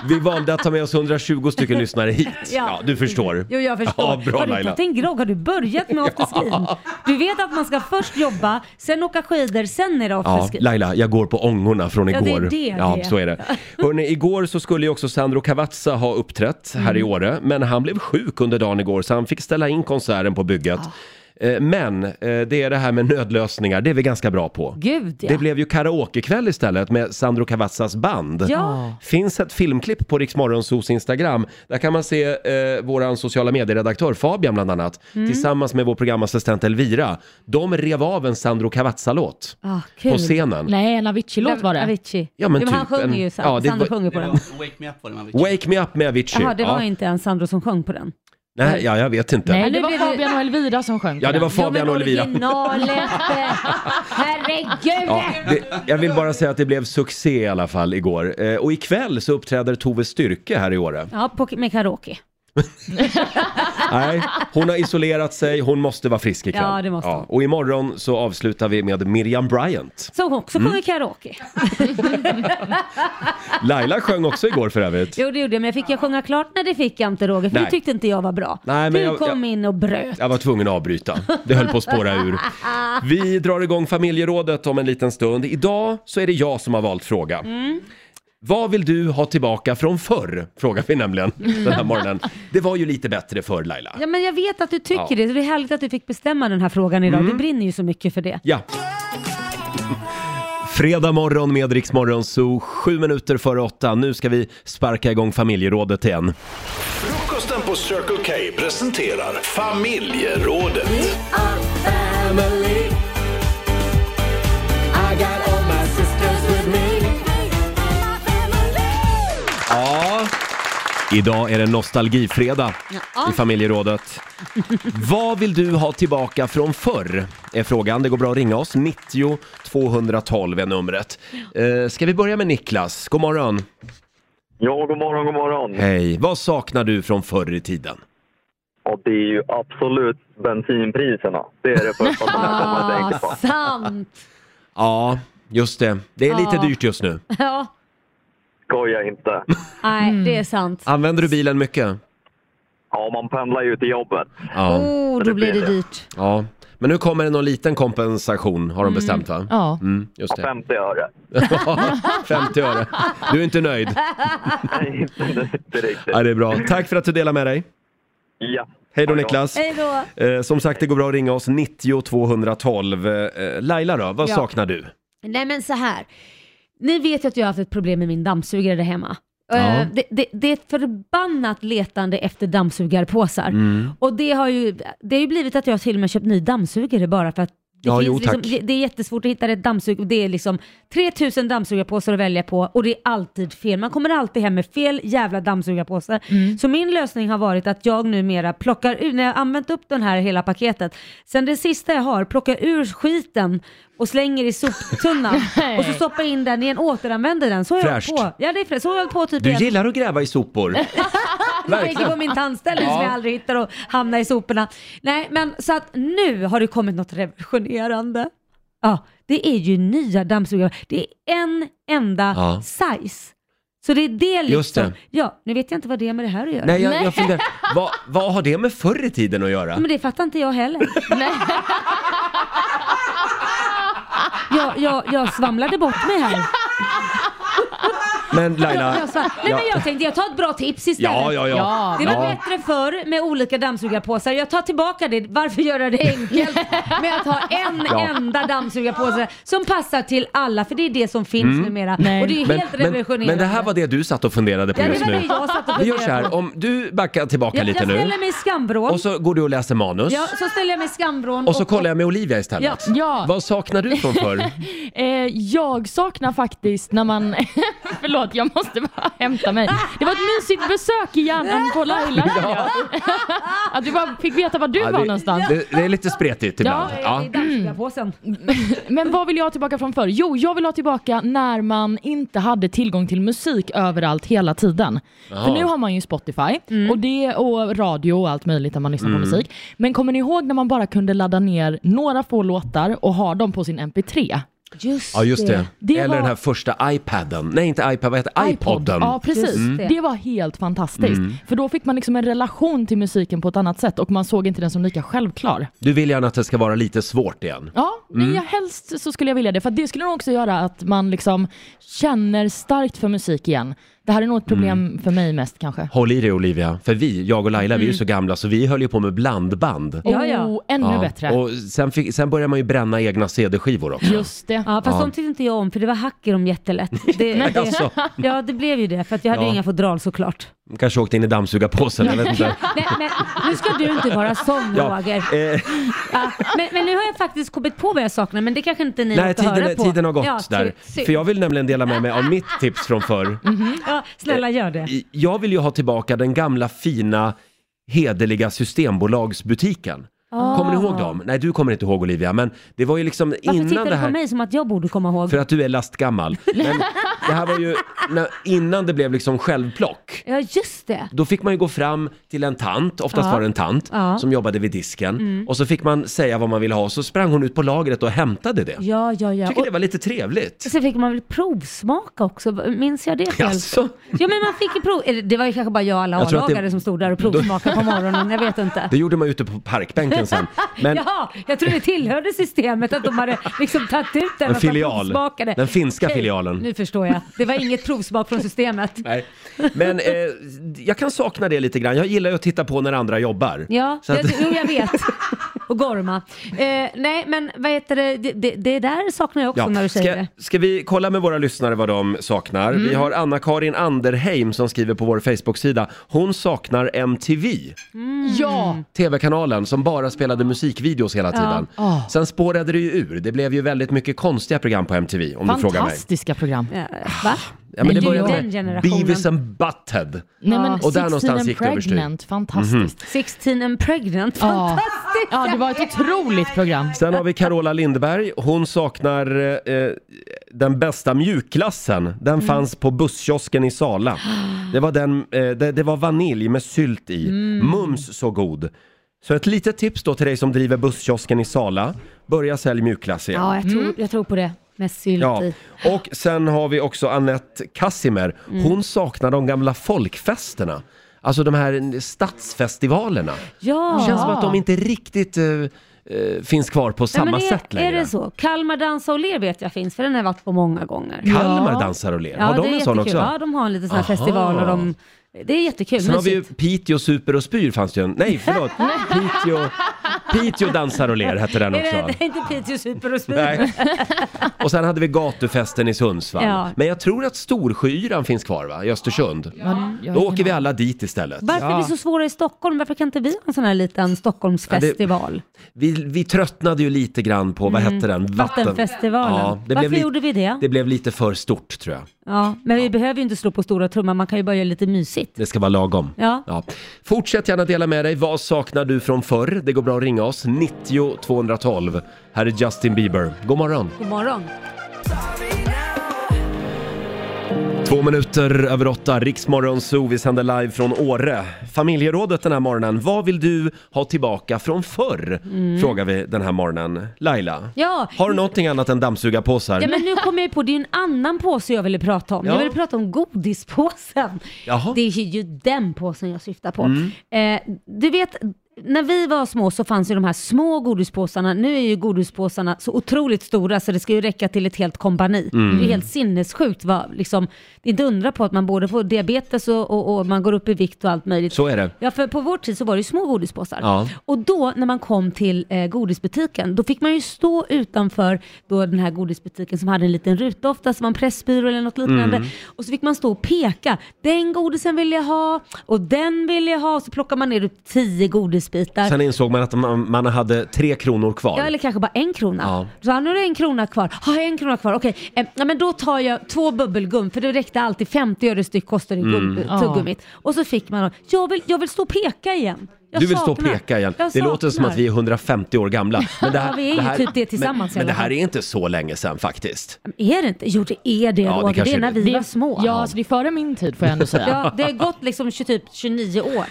[SPEAKER 1] Vi valde att ta med oss 120 stycken lyssnare hit. Ja,
[SPEAKER 2] Ja.
[SPEAKER 1] du förstår.
[SPEAKER 2] Jo, jag förstår.
[SPEAKER 1] Ja, bra
[SPEAKER 2] har du
[SPEAKER 1] Laila.
[SPEAKER 2] tagit en grogg? Har du börjat med afterskin? Du vet att man ska först jobba, sen åka skidor, sen är det
[SPEAKER 1] Ja,
[SPEAKER 2] afterskin.
[SPEAKER 1] Laila, jag går på ångorna från
[SPEAKER 2] Ja,
[SPEAKER 1] igår.
[SPEAKER 2] det är det
[SPEAKER 1] ja,
[SPEAKER 2] det är.
[SPEAKER 1] så är det. Hörrni, igår så skulle ju också Sandro Cavazza ha uppträtt här i
[SPEAKER 5] Mm.
[SPEAKER 1] Åre, men han blev sjuk under dagen igår så han fick ställa in konserten på bygget. Eh, Men eh, det är det här med nödlösningar, det är vi ganska bra på.
[SPEAKER 2] Gud ja.
[SPEAKER 1] Det blev ju karaokekväll istället med Sandro Cavazzas band.
[SPEAKER 2] Ja.
[SPEAKER 1] Finns ett filmklipp på Rix Morgonzos Instagram. Där kan man se eh, våran sociala medieredaktör Fabian bland annat
[SPEAKER 2] Mm.
[SPEAKER 1] tillsammans med vår programassistent Elvira. De rev av en Sandro Cavazza-låt.
[SPEAKER 2] Ah, kul.
[SPEAKER 1] På scenen.
[SPEAKER 6] Nej, en Avicii-låt var det.
[SPEAKER 2] Avicii.
[SPEAKER 1] Ja, men
[SPEAKER 2] han
[SPEAKER 1] typ en-
[SPEAKER 2] sjunger ju, Sand-
[SPEAKER 1] ja, det
[SPEAKER 2] Sandro
[SPEAKER 1] var-
[SPEAKER 2] sjunger på den.
[SPEAKER 14] Wake me up var det man
[SPEAKER 1] Wake me up med Avicii.
[SPEAKER 2] Jaha, det var
[SPEAKER 1] ja.
[SPEAKER 2] inte ens Sandro som sjöng på den.
[SPEAKER 1] Nej, ja, jag vet inte.
[SPEAKER 6] Nej, det var
[SPEAKER 2] blev det-
[SPEAKER 6] Fabian och Elvira som sjöng.
[SPEAKER 1] Ja, det var Fabian och Elvira.
[SPEAKER 2] Originalet! Herregud!
[SPEAKER 1] Ja, det, jag vill bara säga att det blev succé i alla fall igår. Eh, och ikväll så uppträder Tove Styrke här i Åre.
[SPEAKER 2] Ja, på, med karaoke.
[SPEAKER 1] Nej, hon har isolerat sig, hon måste vara frisk ikväll.
[SPEAKER 2] Ja, det måste hon.
[SPEAKER 1] Och imorgon så avslutar vi med Miriam Bryant.
[SPEAKER 2] Som också
[SPEAKER 1] Mm.
[SPEAKER 2] sjunger karaoke.
[SPEAKER 1] Laila sjöng också igår för övrigt.
[SPEAKER 2] Jo, det gjorde jag, men jag fick jag sjunga klart? när det fick jag inte Roger, för
[SPEAKER 1] Nej.
[SPEAKER 2] det tyckte inte jag var bra.
[SPEAKER 1] Nej, men
[SPEAKER 2] du
[SPEAKER 1] jag-
[SPEAKER 2] kom
[SPEAKER 1] jag-
[SPEAKER 2] in och bröt.
[SPEAKER 1] Jag var tvungen att avbryta. Det höll på att spåra ur. Vi drar igång familjerådet om en liten stund. Idag så är det jag som har valt fråga.
[SPEAKER 2] Mm.
[SPEAKER 1] Vad vill du ha tillbaka från förr? Frågar vi nämligen den här morgonen. Det var ju lite bättre förr Laila.
[SPEAKER 2] Mm. Ja, men jag vet att du tycker
[SPEAKER 1] Ja.
[SPEAKER 2] det, så det är härligt att du fick bestämma den här frågan idag.
[SPEAKER 1] Mm.
[SPEAKER 2] Du brinner ju så mycket för det.
[SPEAKER 1] Ja. Fredag morgon med Rix Morgon Zoo, sju minuter före åtta. Nu ska vi sparka igång familjerådet igen.
[SPEAKER 7] Frukosten på Circle K presenterar familjerådet.
[SPEAKER 1] Ja. Idag är det nostalgifredag
[SPEAKER 2] Ja.
[SPEAKER 1] i familjerådet. Vad vill du ha tillbaka från förr? Är frågan. Det går bra att ringa oss. 90 212 är numret. Eh, ska vi börja med Niklas? God morgon.
[SPEAKER 13] Ja, god morgon, god morgon.
[SPEAKER 1] Hej. Vad saknar du från förr i tiden?
[SPEAKER 13] Ja, det är ju absolut bensinpriserna. Det är det första som jag kommer att tänka på.
[SPEAKER 2] Ah, sant!
[SPEAKER 1] Ja, just det. Det är
[SPEAKER 2] Ja.
[SPEAKER 1] lite dyrt just nu.
[SPEAKER 2] Ja,
[SPEAKER 13] Skoja inte.
[SPEAKER 2] nej,
[SPEAKER 6] Mm.
[SPEAKER 2] det är sant.
[SPEAKER 1] Använder du bilen mycket?
[SPEAKER 13] Ja, man pendlar ju till jobbet.
[SPEAKER 1] Ja.
[SPEAKER 2] Oh, då blir det dyrt.
[SPEAKER 1] Ja. Men nu kommer det någon liten kompensation har de
[SPEAKER 2] Mm.
[SPEAKER 1] bestämt va?
[SPEAKER 2] Ja.
[SPEAKER 1] Mm, just det.
[SPEAKER 13] 50 öre.
[SPEAKER 1] 50 öre. Du är inte nöjd?
[SPEAKER 13] Nej, inte direkt.
[SPEAKER 1] Ja, det är bra. Tack för att du delar med dig.
[SPEAKER 13] Ja.
[SPEAKER 1] Hej då Niklas.
[SPEAKER 2] Hej då!
[SPEAKER 1] Eh, som sagt, det går bra att ringa oss 90 212. Eh, Laila då, vad
[SPEAKER 2] Ja. Typ
[SPEAKER 1] saknar du?
[SPEAKER 2] Nej men så här. Ni vet ju att jag har haft ett problem med min dammsugare där hemma.
[SPEAKER 1] Ja.
[SPEAKER 2] Eh, Det, det, det är ett förbannat letande efter dammsugarpåsar.
[SPEAKER 1] Mm.
[SPEAKER 2] Och det har, ju, det har ju blivit att jag till och med köpt ny dammsugare bara för att det,
[SPEAKER 1] Ja,
[SPEAKER 2] finns
[SPEAKER 1] jo,
[SPEAKER 2] liksom,
[SPEAKER 1] tack.
[SPEAKER 2] det är jättesvårt att hitta rätt dammsugare. Det är liksom 3000 dammsugarpåsar att välja på och det är alltid fel. Man kommer alltid hem med fel jävla dammsugarpåse.
[SPEAKER 1] Mm.
[SPEAKER 2] Så min lösning har varit att jag numera plockar ur, när jag har använt upp den här hela paketet, sen det sista jag har, plockar ur skiten och slänger i soptunnan och så stoppar jag in den igen, återanvänder den. Så har jag hållit
[SPEAKER 1] Fräscht.
[SPEAKER 2] på. Ja, det är fräscht. Så har jag hållit på typ
[SPEAKER 1] Du
[SPEAKER 2] i en-
[SPEAKER 1] gillar att gräva i sopor.
[SPEAKER 2] jag
[SPEAKER 1] Verkligen.
[SPEAKER 2] tänker på min tandställning som
[SPEAKER 1] Ja.
[SPEAKER 2] jag aldrig hittar och hamnar i soporna. Nej, men så att nu har det kommit något revolutionerande. Ja, det är ju nya dammsugare. Det är en enda
[SPEAKER 1] Ja.
[SPEAKER 2] size. Så det är det liksom.
[SPEAKER 1] Just det.
[SPEAKER 2] Ja, nu vet jag inte vad det är med det här att göra.
[SPEAKER 1] Nej, jag, jag funderar. Vad, vad har det med förr i tiden att göra?
[SPEAKER 2] Men det fattar inte jag heller. Nej. Jag, jag, jag svamlade bort mig här.
[SPEAKER 1] Men Laila...
[SPEAKER 2] Jag sa, nej men jag tänkte jag tar ett bra tips istället.
[SPEAKER 1] Ja, ja, ja. Ja.
[SPEAKER 2] Det var
[SPEAKER 1] Ja.
[SPEAKER 2] bättre förr med olika dammsugarpåsar. Jag tar tillbaka det. Varför göra det enkelt med att ha en
[SPEAKER 1] Ja.
[SPEAKER 2] enda dammsugarpåse som passar till alla? För det är det som finns
[SPEAKER 1] Mm.
[SPEAKER 2] numera. Och det är ju
[SPEAKER 1] men,
[SPEAKER 2] helt
[SPEAKER 1] men,
[SPEAKER 2] revolutionerande.
[SPEAKER 1] men det här var det du satt och funderade på
[SPEAKER 2] Ja, det
[SPEAKER 1] just
[SPEAKER 2] var
[SPEAKER 1] nu.
[SPEAKER 2] det jag satt och
[SPEAKER 1] Vi gör så
[SPEAKER 2] funderade
[SPEAKER 1] här,
[SPEAKER 2] på.
[SPEAKER 1] om du backar tillbaka
[SPEAKER 2] jag,
[SPEAKER 1] lite
[SPEAKER 2] jag
[SPEAKER 1] nu.
[SPEAKER 2] ställer mig i skambrån.
[SPEAKER 1] Och så går du och läser manus.
[SPEAKER 2] Ja, så ställer jag mig i skambrån.
[SPEAKER 1] Och så kollar jag med Olivia istället.
[SPEAKER 6] Ja. Ja.
[SPEAKER 1] Vad saknar du från förr?
[SPEAKER 6] eh, jag saknar faktiskt när man... Förlåt, jag måste bara hämta mig. Det var ett mysigt besök i hjärnan på Laila. känner jag. Att du bara fick veta var du
[SPEAKER 1] Ja,
[SPEAKER 6] var
[SPEAKER 1] det,
[SPEAKER 6] någonstans.
[SPEAKER 1] det, det är lite spretigt ibland. Ja.
[SPEAKER 2] dammsugarpåsen.
[SPEAKER 6] Mm. Men vad vill jag ha tillbaka från förr? Jo, jag vill ha tillbaka när man inte hade tillgång till musik överallt hela tiden.
[SPEAKER 9] Jaha.
[SPEAKER 6] För nu har man ju Spotify och, det, och radio och allt möjligt där man lyssnar
[SPEAKER 9] Mm.
[SPEAKER 6] på musik. Men kommer ni ihåg när man bara kunde ladda ner några få låtar och ha dem på sin MP3?
[SPEAKER 2] Just
[SPEAKER 1] Ja, just det. Eller
[SPEAKER 6] var-
[SPEAKER 1] den här första iPaden. Nej, inte iPad, vad heter det? iPodden.
[SPEAKER 6] Ja, precis.
[SPEAKER 1] Mm.
[SPEAKER 6] Det. var helt fantastiskt.
[SPEAKER 1] Mm.
[SPEAKER 6] För då fick man liksom en relation till musiken på ett annat sätt och man såg inte den som lika självklar.
[SPEAKER 1] Du vill gärna att det ska vara lite svårt igen.
[SPEAKER 6] Ja,
[SPEAKER 1] Mm.
[SPEAKER 6] men jag helst så skulle jag vilja det. För att det skulle nog också göra att man liksom känner starkt för musik igen. Det här är nog ett problem
[SPEAKER 1] Mm.
[SPEAKER 6] för mig mest kanske.
[SPEAKER 1] Håll i dig Olivia, för vi, jag och Laila, vi är ju
[SPEAKER 6] Mm.
[SPEAKER 1] så gamla så vi höll ju på med blandband.
[SPEAKER 6] Ja, ja. Oh, ännu
[SPEAKER 1] Ja,
[SPEAKER 6] bättre.
[SPEAKER 1] Och sen, fick, sen började man ju bränna egna CD-skivor också.
[SPEAKER 6] Just det.
[SPEAKER 2] Ja, fast
[SPEAKER 1] Ja.
[SPEAKER 2] de tyckte inte jag om för det var hack i dem jättelätt. Det,
[SPEAKER 1] Nej.
[SPEAKER 2] det,
[SPEAKER 1] Alltså.
[SPEAKER 2] Ja, det blev ju det för att jag hade
[SPEAKER 1] Ja.
[SPEAKER 2] ju inga fodral såklart.
[SPEAKER 1] Kanske åkte in i dammsugarpåsen, jag vet inte.
[SPEAKER 2] Nej, men nu ska du inte vara sån
[SPEAKER 1] Ja,
[SPEAKER 2] Roger.
[SPEAKER 1] eh,
[SPEAKER 2] Ja, men, men nu har jag faktiskt kommit på vad jag saknar men det kanske inte ni
[SPEAKER 1] nej,
[SPEAKER 2] orkar höra
[SPEAKER 1] tiden,
[SPEAKER 2] på.
[SPEAKER 1] tiden har gått
[SPEAKER 2] Ja,
[SPEAKER 1] där.
[SPEAKER 2] synd.
[SPEAKER 1] För jag vill nämligen dela med mig av mitt tips från förr.
[SPEAKER 2] Mhm. ja, snälla gör det.
[SPEAKER 1] Jag vill ju ha tillbaka den gamla fina hederliga Systembolagsbutiken.
[SPEAKER 2] Ah.
[SPEAKER 1] Kommer ni ihåg dem? Nej, du kommer inte ihåg Olivia, men det var ju liksom
[SPEAKER 2] Varför
[SPEAKER 1] innan
[SPEAKER 2] tittar
[SPEAKER 1] det
[SPEAKER 2] du på
[SPEAKER 1] här...
[SPEAKER 2] mig som att jag borde komma ihåg?
[SPEAKER 1] För att du är lastgammal. Men det här var ju när, innan det blev liksom självplock.
[SPEAKER 2] Ja, just det.
[SPEAKER 1] Då fick man ju gå fram till en tant, oftast
[SPEAKER 2] Ja.
[SPEAKER 1] var det en tant,
[SPEAKER 2] Ja.
[SPEAKER 1] som jobbade vid disken.
[SPEAKER 2] Mm.
[SPEAKER 1] Och så fick man säga vad man ville ha och så sprang hon ut på lagret och hämtade det.
[SPEAKER 2] Ja, ja, ja.
[SPEAKER 1] tycker det var lite trevligt.
[SPEAKER 2] Och sen fick man väl provsmaka också, minns jag det fel?
[SPEAKER 1] Jaså?
[SPEAKER 2] Ja men man fick ju prov, eller det var ju kanske bara jag och alla
[SPEAKER 1] Jag tror att det-
[SPEAKER 2] A-lagare som stod där och provsmakade på morgonen, jag vet inte.
[SPEAKER 1] Det gjorde man ute på parkbänken sen. Men
[SPEAKER 2] Jaha, jag tror det tillhörde systemet att de hade liksom tagit ut den
[SPEAKER 1] En
[SPEAKER 2] och så
[SPEAKER 1] filial.
[SPEAKER 2] provsmakade.
[SPEAKER 1] Den finska
[SPEAKER 2] Okej,
[SPEAKER 1] filialen.
[SPEAKER 2] Nu förstår jag. Det var inget provsmak från systemet.
[SPEAKER 1] Nej. Men eh, jag kan sakna det lite grann. Jag gillar ju att titta på när andra jobbar.
[SPEAKER 2] Ja,
[SPEAKER 1] Så att-
[SPEAKER 2] jag, jo, jag vet. Och gorma. Eh, nej, men vad heter det? Det, det, det där saknar jag också när du säger
[SPEAKER 1] ska,
[SPEAKER 2] det.
[SPEAKER 1] ska vi kolla med våra lyssnare vad de saknar?
[SPEAKER 2] Mm.
[SPEAKER 1] Vi har Anna-Karin Anderheim som skriver på vår Facebook-sida. Hon saknar MTV.
[SPEAKER 6] Ja!
[SPEAKER 1] TV-kanalen som bara spelade musikvideos hela
[SPEAKER 6] Ja.
[SPEAKER 1] tiden.
[SPEAKER 6] Ah.
[SPEAKER 1] Sen spårade det ju ur. Det blev ju väldigt mycket konstiga program på MTV om du frågar mig.
[SPEAKER 6] Fantastiska program.
[SPEAKER 2] Ja, va?
[SPEAKER 1] Ja, men det började
[SPEAKER 2] den
[SPEAKER 1] med
[SPEAKER 2] generationen.
[SPEAKER 1] Beavis and Butthead.
[SPEAKER 6] Nej, men
[SPEAKER 1] och där
[SPEAKER 6] 16
[SPEAKER 1] någonstans
[SPEAKER 6] and
[SPEAKER 1] gick det överstyr. Mhm.
[SPEAKER 6] pregnant, fantastiskt.
[SPEAKER 2] 16 and pregnant, fantastiskt!
[SPEAKER 6] Ja, det var ett otroligt program.
[SPEAKER 1] Sen har vi Carola Lindberg. Hon saknar eh, den bästa mjukglassen. Den
[SPEAKER 2] Mm.
[SPEAKER 1] fanns på busskiosken i Sala. Det var, den, eh, det, det var vanilj med sylt i.
[SPEAKER 15] Mm.
[SPEAKER 1] Mums så god. Så ett litet tips då till dig som driver busskiosken i Sala. Börja sälja mjukglass igen. Mm.
[SPEAKER 2] Ja, jag
[SPEAKER 6] Mm.
[SPEAKER 2] tror, jag tror på det. Med sylt
[SPEAKER 1] Ja,
[SPEAKER 2] i.
[SPEAKER 1] och sen har vi också Annette Kassimer. Hon
[SPEAKER 2] Mm.
[SPEAKER 1] saknar de gamla folkfesterna. Alltså de här stadsfestivalerna.
[SPEAKER 2] Ja.
[SPEAKER 1] Det känns som att de inte riktigt eh, eh, finns kvar på samma
[SPEAKER 2] Nej, men är,
[SPEAKER 1] sätt längre.
[SPEAKER 2] Är det så? Kalmar dansa och ler vet jag finns, för den har jag varit på många gånger.
[SPEAKER 1] Kalmar dansar och ler,
[SPEAKER 2] Ja,
[SPEAKER 1] har de
[SPEAKER 2] det är
[SPEAKER 1] en sån
[SPEAKER 2] jättekul.
[SPEAKER 1] också?
[SPEAKER 2] Ja, de har en liten sån här
[SPEAKER 1] Aha.
[SPEAKER 2] festival och de... Det är jättekul.
[SPEAKER 1] Sen har vi ju
[SPEAKER 2] mysigt.
[SPEAKER 1] Piteå super och spyr fanns det ju en. Nej, förlåt. Piteå, Piteå dansar och ler hette den
[SPEAKER 2] Är det,
[SPEAKER 1] också.
[SPEAKER 2] det är inte Piteå super och spyr.
[SPEAKER 1] Nej. Och sen hade vi gatufesten i Sundsvall.
[SPEAKER 2] Ja.
[SPEAKER 1] Men jag tror att Storsjöyran finns kvar va? I Östersund. Då åker vi alla dit istället.
[SPEAKER 2] Varför är det så svåra i Stockholm? Varför kan inte vi ha en sån här liten Stockholmsfestival?
[SPEAKER 1] Vi, vi tröttnade ju lite grann på, vad
[SPEAKER 2] Mm.
[SPEAKER 1] hette den? Vatten-
[SPEAKER 2] Vattenfestivalen.
[SPEAKER 1] Ja, det
[SPEAKER 2] Varför
[SPEAKER 1] blev li-
[SPEAKER 2] gjorde vi det?
[SPEAKER 1] Det blev lite för stort tror jag.
[SPEAKER 2] Ja, men vi behöver ju inte slå på stora trumman, man kan ju bara göra lite mysigt.
[SPEAKER 1] Det ska vara lagom.
[SPEAKER 2] Ja.
[SPEAKER 1] Fortsätt gärna dela med dig. Vad saknar du från förr? Det går bra att ringa oss. 90 212. Här är Justin Bieber. God morgon.
[SPEAKER 2] God morgon.
[SPEAKER 1] Två minuter över åtta, Riksmorgon Zoo. Vi sänder live från Åre. Familjerådet den här morgonen. Vad vill du ha tillbaka från förr?
[SPEAKER 2] Mm.
[SPEAKER 1] Frågar vi den här morgonen. Laila,
[SPEAKER 2] Ja.
[SPEAKER 1] har du någonting annat än dammsugarpåsar?
[SPEAKER 2] Ja men nu kommer jag ju på, det är ju en annan påse jag ville prata om.
[SPEAKER 1] Ja.
[SPEAKER 2] Jag ville prata om godispåsen.
[SPEAKER 1] Jaha.
[SPEAKER 2] Det är ju den påsen jag syftar på.
[SPEAKER 1] Mm.
[SPEAKER 2] Eh, du vet, när vi var små så fanns ju de här små godispåsarna. Nu är ju godispåsarna så otroligt stora så det ska ju räcka till ett helt kompani.
[SPEAKER 12] Mm.
[SPEAKER 2] Det är helt sinnessjukt. Vad, liksom, det är inte undra på att man både får diabetes och, och, och man går upp i vikt och allt möjligt.
[SPEAKER 1] Så är det.
[SPEAKER 2] Ja, för på vår tid så var det ju små godispåsar.
[SPEAKER 1] Ja.
[SPEAKER 2] Och då när man kom till eh, godisbutiken, då fick man ju stå utanför då, den här godisbutiken som hade en liten ruta ofta, som var en pressbyrå eller något liknande.
[SPEAKER 12] Mm.
[SPEAKER 2] Och så fick man stå och peka. Den godisen vill jag ha och den vill jag ha. Och så plockar man ner upp tio godisbitar.
[SPEAKER 1] Sen insåg man att man, man hade tre kronor kvar.
[SPEAKER 2] Ja, eller kanske bara en krona.
[SPEAKER 1] Ja.
[SPEAKER 2] Så han, nu är det en krona kvar. Har jag en krona kvar? Okej, eh, ja, men då tar jag två bubbelgum för det räckte alltid 50 öre styck kostade
[SPEAKER 1] Mm.
[SPEAKER 2] mm.
[SPEAKER 1] Ja.
[SPEAKER 2] tuggummit. Och så fick man dem. jag vill, jag vill stå och peka igen. Jag
[SPEAKER 1] du vill stå och
[SPEAKER 2] saknar.
[SPEAKER 1] peka igen.
[SPEAKER 2] Jag
[SPEAKER 1] Det låter som
[SPEAKER 2] saknar.
[SPEAKER 1] att vi är 150 år gamla. Men det
[SPEAKER 2] Ja, vi är ju typ det tillsammans i
[SPEAKER 1] Men, men
[SPEAKER 2] alla
[SPEAKER 1] det här
[SPEAKER 2] fall.
[SPEAKER 1] är inte så länge sedan faktiskt.
[SPEAKER 2] Är det inte? Jo det är det
[SPEAKER 1] Ja, det
[SPEAKER 2] Roger, det,
[SPEAKER 1] kanske
[SPEAKER 2] är när
[SPEAKER 1] är det.
[SPEAKER 2] vi var små. Ja, så
[SPEAKER 6] alltså, det är före min tid får jag ändå säga.
[SPEAKER 2] ja, det har gått liksom 20, typ 29 år.